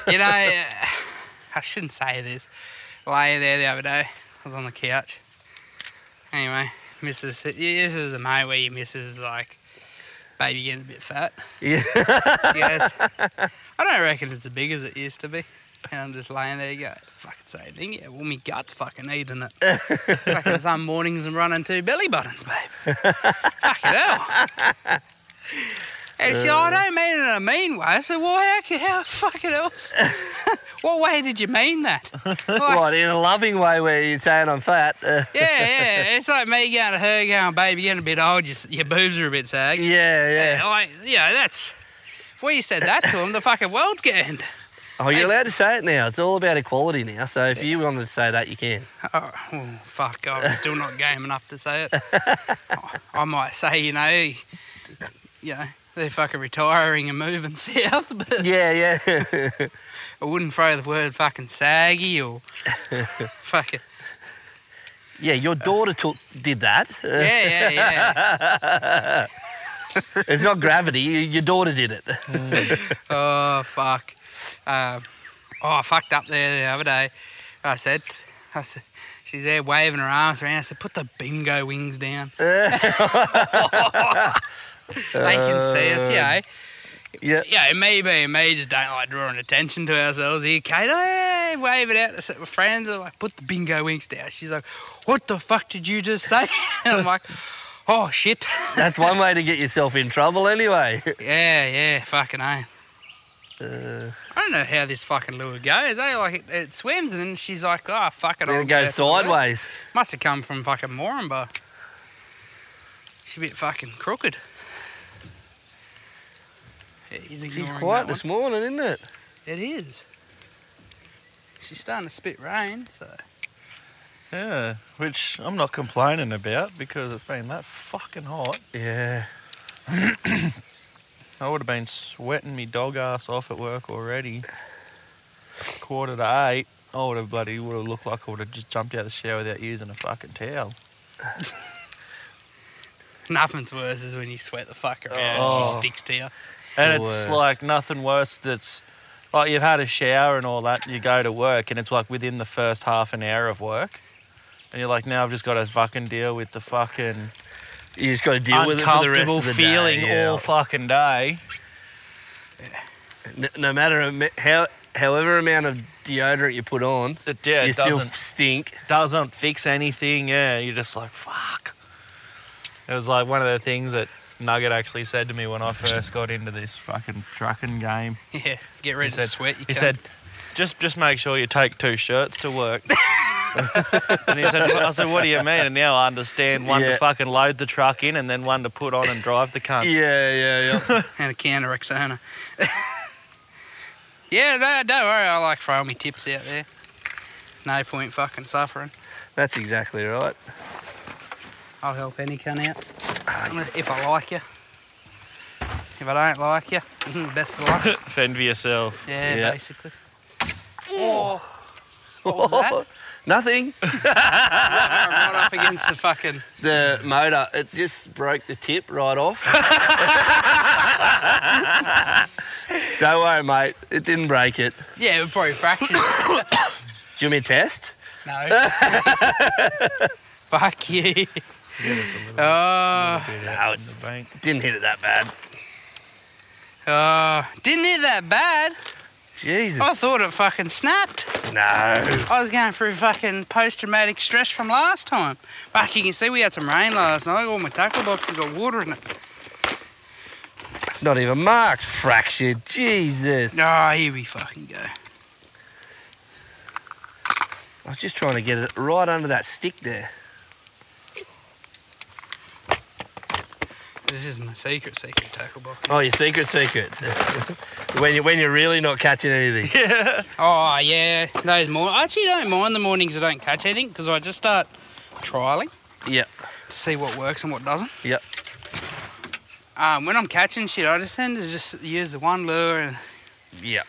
[SPEAKER 2] you know, (sighs) uh, I shouldn't say this. Lay there the other day, I was on the couch. Anyway, Mrs. This is the moment where your missus is like, "Babe, you're getting a bit fat."
[SPEAKER 3] Yeah.
[SPEAKER 2] She goes, "I don't reckon it's as big as it used to be." And I'm just laying there, you go, fucking same thing. Yeah, well, my gut's fucking eating it. fucking some mornings I'm running two belly buttons, babe. fucking hell. And she, "Oh, I don't mean it in a mean way. I said, well, how, ca- how fucking else? (laughs) what way did you mean that? Like,
[SPEAKER 3] Right, in a loving way where you're saying I'm fat. Uh,
[SPEAKER 2] yeah, yeah. It's like me going to her going, babe, you're getting a bit old. Your, s- your boobs are a bit sag.
[SPEAKER 3] yeah,
[SPEAKER 2] Yeah,
[SPEAKER 3] yeah.
[SPEAKER 2] like, yeah, that's. If we said that to him, the fucking world's getting.
[SPEAKER 3] Oh, you're allowed to say it now. It's all about equality now. So if you wanted to say that, you can.
[SPEAKER 2] Oh, oh, fuck, I'm still not game enough to say it. I- I might say, you know, you know, they're fucking retiring and moving (laughs) south, but
[SPEAKER 3] Yeah, (laughs) yeah.
[SPEAKER 2] I wouldn't throw the word fucking saggy or fucking.
[SPEAKER 3] yeah, your daughter took did that. Uh,
[SPEAKER 2] Yeah, yeah, yeah.
[SPEAKER 3] It's not gravity. y- Your daughter did it. (laughs)
[SPEAKER 2] Oh, fuck. Um, oh, I fucked up there the other day. I said, I said, she's there waving her arms around. I said, put the bingo wings down. (laughs) they can see us, yeah. eh?
[SPEAKER 3] Yeah.
[SPEAKER 2] Yeah, me being me just don't like drawing attention to ourselves here. Kate, hey, wave it out to some- my friends. are like, put the bingo winks down. She's like, what the fuck did you just say? (laughs) And I'm like, oh shit. (laughs)
[SPEAKER 3] That's one way to get yourself in trouble anyway.
[SPEAKER 2] yeah, yeah, fucking eh.
[SPEAKER 3] Uh,
[SPEAKER 2] I don't know how this fucking lure goes. Eh? Like it, it swims and then she's like, oh fuck it.
[SPEAKER 3] Then
[SPEAKER 2] I'll
[SPEAKER 3] it
[SPEAKER 2] go
[SPEAKER 3] goes
[SPEAKER 2] for a walk."
[SPEAKER 3] sideways.
[SPEAKER 2] Must have come from fucking Moranbah. She a bit fucking crooked. Yeah, he's
[SPEAKER 3] She's
[SPEAKER 2] ignoring
[SPEAKER 3] quiet
[SPEAKER 2] that one.
[SPEAKER 3] this morning, isn't it?
[SPEAKER 2] It is. She's starting to spit rain, so.
[SPEAKER 4] Yeah, which I'm not complaining about because it's been that fucking hot.
[SPEAKER 3] Yeah.
[SPEAKER 4] I would have been sweating me dog ass off at work already. Quarter to eight, I would have bloody would have looked like I would have just jumped out of the shower without using a fucking towel.
[SPEAKER 2] Nothing's worse is when you sweat the fuck around. She
[SPEAKER 4] Oh.
[SPEAKER 2] sticks to you. (laughs)
[SPEAKER 4] and
[SPEAKER 3] the
[SPEAKER 4] it's
[SPEAKER 3] worst.
[SPEAKER 4] like nothing worse that's like you've had a shower and all that, and you go to work, and it's like within the first half an hour of work. And you're like, now I've just got to fucking deal with the fucking
[SPEAKER 3] You just got to deal with it for the rest
[SPEAKER 4] uncomfortable
[SPEAKER 3] of the
[SPEAKER 4] feeling
[SPEAKER 3] day. yeah.
[SPEAKER 4] all fucking day.
[SPEAKER 3] N- no matter am- how, however amount of deodorant you put on,
[SPEAKER 4] It, yeah,
[SPEAKER 3] you
[SPEAKER 4] it
[SPEAKER 3] still
[SPEAKER 4] doesn't
[SPEAKER 2] (laughs)
[SPEAKER 3] stink.
[SPEAKER 4] doesn't fix anything. Yeah, you're just like fuck. It was like one of the things that Nugget actually said to me when I first got into this fucking trucking game.
[SPEAKER 2] Yeah, get rid
[SPEAKER 4] He
[SPEAKER 2] of
[SPEAKER 4] said,
[SPEAKER 2] the sweat. You
[SPEAKER 4] he
[SPEAKER 2] cunt.
[SPEAKER 4] said, just just make sure you take two shirts to (laughs) work. and he said, I said, what do you mean? And now I understand one
[SPEAKER 3] Yeah.
[SPEAKER 4] to fucking load the truck in and then one to put on and drive the
[SPEAKER 3] Yeah,
[SPEAKER 4] cunt.
[SPEAKER 3] yeah, yeah.
[SPEAKER 2] and a can of Rexona. (laughs) yeah, no, don't worry. I like throwing me tips out there. No point fucking suffering.
[SPEAKER 3] That's exactly right.
[SPEAKER 2] I'll help any cunt out
[SPEAKER 4] Ah.
[SPEAKER 2] if I like you. If I don't like you, best
[SPEAKER 4] (laughs)
[SPEAKER 2] of luck.
[SPEAKER 4] Fend for yourself.
[SPEAKER 2] Yeah,
[SPEAKER 3] Yeah.
[SPEAKER 2] basically. Oh, what
[SPEAKER 4] (laughs)
[SPEAKER 2] was that?
[SPEAKER 3] Nothing.
[SPEAKER 2] right up against the fucking.
[SPEAKER 3] The motor, it just broke the tip
[SPEAKER 2] (laughs)
[SPEAKER 3] right off. Don't worry, mate. It didn't break it.
[SPEAKER 2] Yeah, it probably fractured.
[SPEAKER 3] Do you want me to test?
[SPEAKER 2] no. Fuck you. Oh,
[SPEAKER 4] Out in the bank.
[SPEAKER 3] Didn't hit it that bad.
[SPEAKER 2] oh, didn't hit that bad.
[SPEAKER 3] Jesus.
[SPEAKER 2] I thought it fucking snapped.
[SPEAKER 3] no.
[SPEAKER 2] I was going through fucking post traumatic stress from last time. Fuck, you can see we had some rain last night. All my tackle boxes got water in it.
[SPEAKER 3] It's not even marked. Fractured. Jesus.
[SPEAKER 2] Ah, here we fucking go.
[SPEAKER 3] I was just trying to get it right under that stick there.
[SPEAKER 2] This is my secret, secret tackle box.
[SPEAKER 3] Oh, your secret, secret. (laughs) when you when you're really not catching anything.
[SPEAKER 2] Oh, yeah, those more. I actually don't mind the mornings I don't catch anything because I just start trialing
[SPEAKER 3] Yeah.
[SPEAKER 2] to see what works and what doesn't.
[SPEAKER 3] Yep.
[SPEAKER 2] Um, when I'm catching shit, I just tend to just use the one lure and
[SPEAKER 3] Yeah.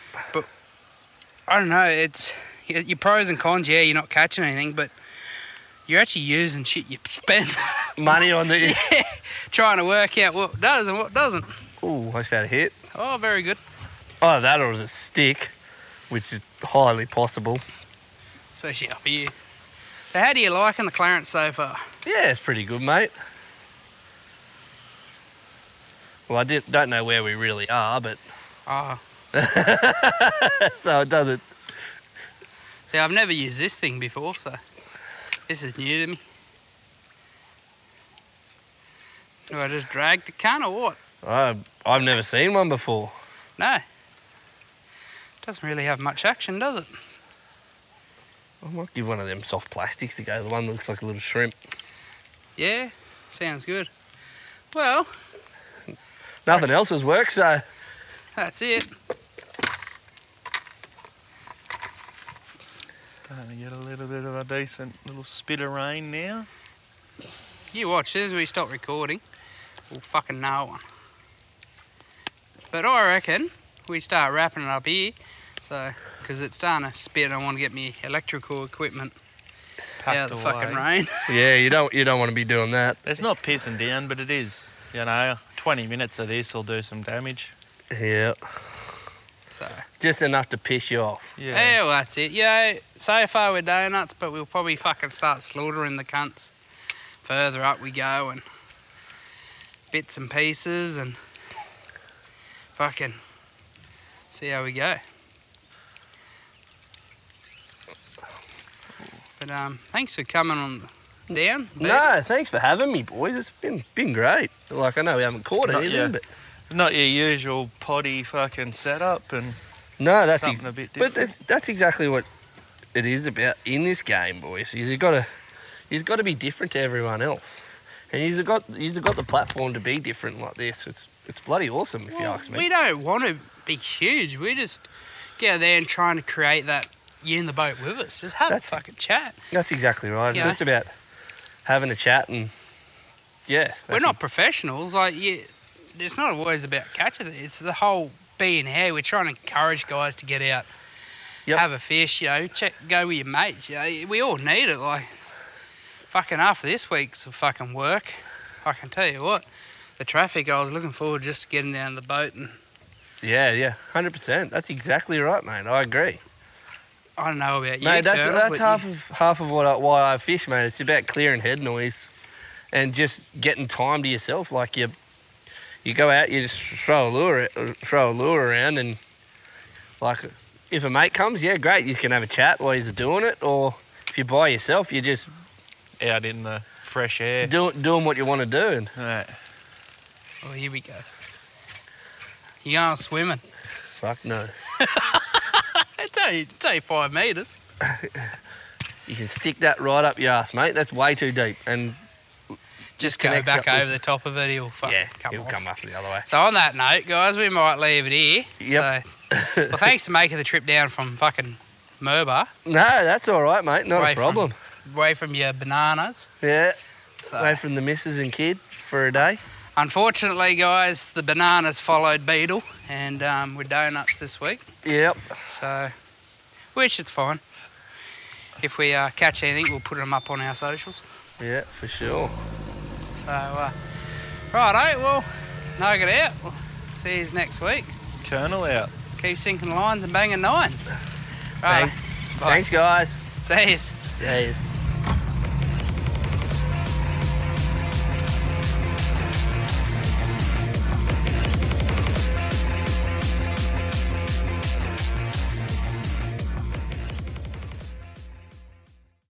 [SPEAKER 2] I don't know. It's y- your pros and cons. Yeah, you're not catching anything, but you're actually using shit you spend (laughs)
[SPEAKER 3] Money on the.
[SPEAKER 2] trying to work out what does and what doesn't.
[SPEAKER 3] Ooh, I just had a hit.
[SPEAKER 2] Oh, very good.
[SPEAKER 3] Oh, that or it was a stick, which is highly possible.
[SPEAKER 2] Especially up here. So, how do you like in the Clarence so far?
[SPEAKER 3] Yeah, it's pretty good, mate. Well, I did, don't know where we really are, but (laughs)
[SPEAKER 2] Oh,
[SPEAKER 3] so it doesn't.
[SPEAKER 2] see, I've never used this thing before, so this is new to me. Do I just drag the can or what?
[SPEAKER 3] I, I've never seen one before.
[SPEAKER 2] No. Doesn't really have much action, does it?
[SPEAKER 3] I might give one of them soft plastics to go. The one that looks like a little shrimp.
[SPEAKER 2] Yeah, sounds good. Well,
[SPEAKER 3] Nothing else has worked, so
[SPEAKER 2] that's it.
[SPEAKER 4] Starting to get a little bit of a decent little spit of rain now.
[SPEAKER 2] You watch, as soon as we stop recording, we'll fucking know one. But I reckon we start wrapping it up here, so, because it's starting to spit and I want to get my electrical equipment out
[SPEAKER 4] Tucked
[SPEAKER 2] of the
[SPEAKER 4] away.
[SPEAKER 2] fucking rain. (laughs)
[SPEAKER 3] yeah, you don't you don't want to be doing that.
[SPEAKER 4] It's not pissing down, but it is. You know, 20 minutes of this will do some damage.
[SPEAKER 3] Yeah,
[SPEAKER 2] So,
[SPEAKER 3] just enough to piss you off.
[SPEAKER 2] yeah, well, that's it. You know, so far we're donuts, but we'll probably fucking start slaughtering the cunts further up we go and bits and pieces and fucking see how we go. But um, thanks for coming on down. Bert.
[SPEAKER 3] No, thanks for having me, boys. It's been been great. Like I know we haven't caught
[SPEAKER 4] Not
[SPEAKER 3] anything,
[SPEAKER 4] yet.
[SPEAKER 3] but
[SPEAKER 4] Not your usual potty fucking setup and
[SPEAKER 3] no, that's
[SPEAKER 4] something a bit
[SPEAKER 3] but
[SPEAKER 4] different.
[SPEAKER 3] that's, that's exactly what it is about in this game, boys. You've got to you've got to be different to everyone else, and you've got you've got the platform to be different like this. It's it's bloody awesome if you
[SPEAKER 2] Well,
[SPEAKER 3] ask me.
[SPEAKER 2] We don't want to be huge. We just get out there and trying to create that you in the boat with us. Just have
[SPEAKER 3] That's-
[SPEAKER 2] a fucking chat.
[SPEAKER 3] That's exactly right.
[SPEAKER 2] Yeah.
[SPEAKER 3] It's just about having a chat and yeah,
[SPEAKER 2] We're
[SPEAKER 3] that's
[SPEAKER 2] not professionals. Like you, it's not always about catching it. It's the whole being here. We're trying to encourage guys to get out,
[SPEAKER 3] Yep.
[SPEAKER 2] have a fish. You know, check, go with your mates. You know, we all need it. Like fucking after this week's of fucking work, I can tell you what. The traffic. I was looking forward just to getting down the boat, and
[SPEAKER 3] Yeah, yeah, hundred percent. That's exactly right, mate. I agree,
[SPEAKER 2] I don't know about you.
[SPEAKER 3] mate. That's
[SPEAKER 2] Pearl,
[SPEAKER 3] that's
[SPEAKER 2] but
[SPEAKER 3] half
[SPEAKER 2] you-
[SPEAKER 3] of half of what I, why I fish, mate. It's about clearing head noise, and just getting time to yourself. Like you, you go out, you just throw a lure, throw a lure around, and Like, if a mate comes, yeah, great. You can have a chat while you're doing it, or if you're by yourself, you're just
[SPEAKER 4] out in the fresh air.
[SPEAKER 3] do, doing what you want to do. And
[SPEAKER 4] Right.
[SPEAKER 2] Oh, here we go. You going swimming?
[SPEAKER 3] fuck no,
[SPEAKER 2] It's only, it's only five metres.
[SPEAKER 3] you can stick that right up your ass, mate. That's way too deep. And
[SPEAKER 2] Just go
[SPEAKER 3] connects
[SPEAKER 2] back
[SPEAKER 3] up with-
[SPEAKER 2] over the top of it. He'll fuck,
[SPEAKER 3] yeah,
[SPEAKER 2] come
[SPEAKER 3] it'll
[SPEAKER 2] off.
[SPEAKER 3] come up the other way.
[SPEAKER 2] So on that note, guys, we might leave it here.
[SPEAKER 3] Yep.
[SPEAKER 2] So, well, thanks for making the trip down from fucking Merba,
[SPEAKER 3] No, that's all right, mate. Not
[SPEAKER 2] Away
[SPEAKER 3] a
[SPEAKER 2] from-
[SPEAKER 3] problem.
[SPEAKER 2] away from your bananas.
[SPEAKER 3] Yeah, away
[SPEAKER 2] So,
[SPEAKER 3] from the missus and kid for a day.
[SPEAKER 2] unfortunately, guys, the bananas followed Beetle, and um, we're donuts this week.
[SPEAKER 3] Yep.
[SPEAKER 2] So, which it's fine. If we uh, catch anything, we'll put them up on our socials.
[SPEAKER 3] Yeah, for sure.
[SPEAKER 2] So, uh, right, well, nug it out. We'll see you next week.
[SPEAKER 4] Colonel out.
[SPEAKER 2] Keep sinking lines and banging nines. Right,
[SPEAKER 3] Thanks, guys.
[SPEAKER 2] see yous.
[SPEAKER 3] Cheers.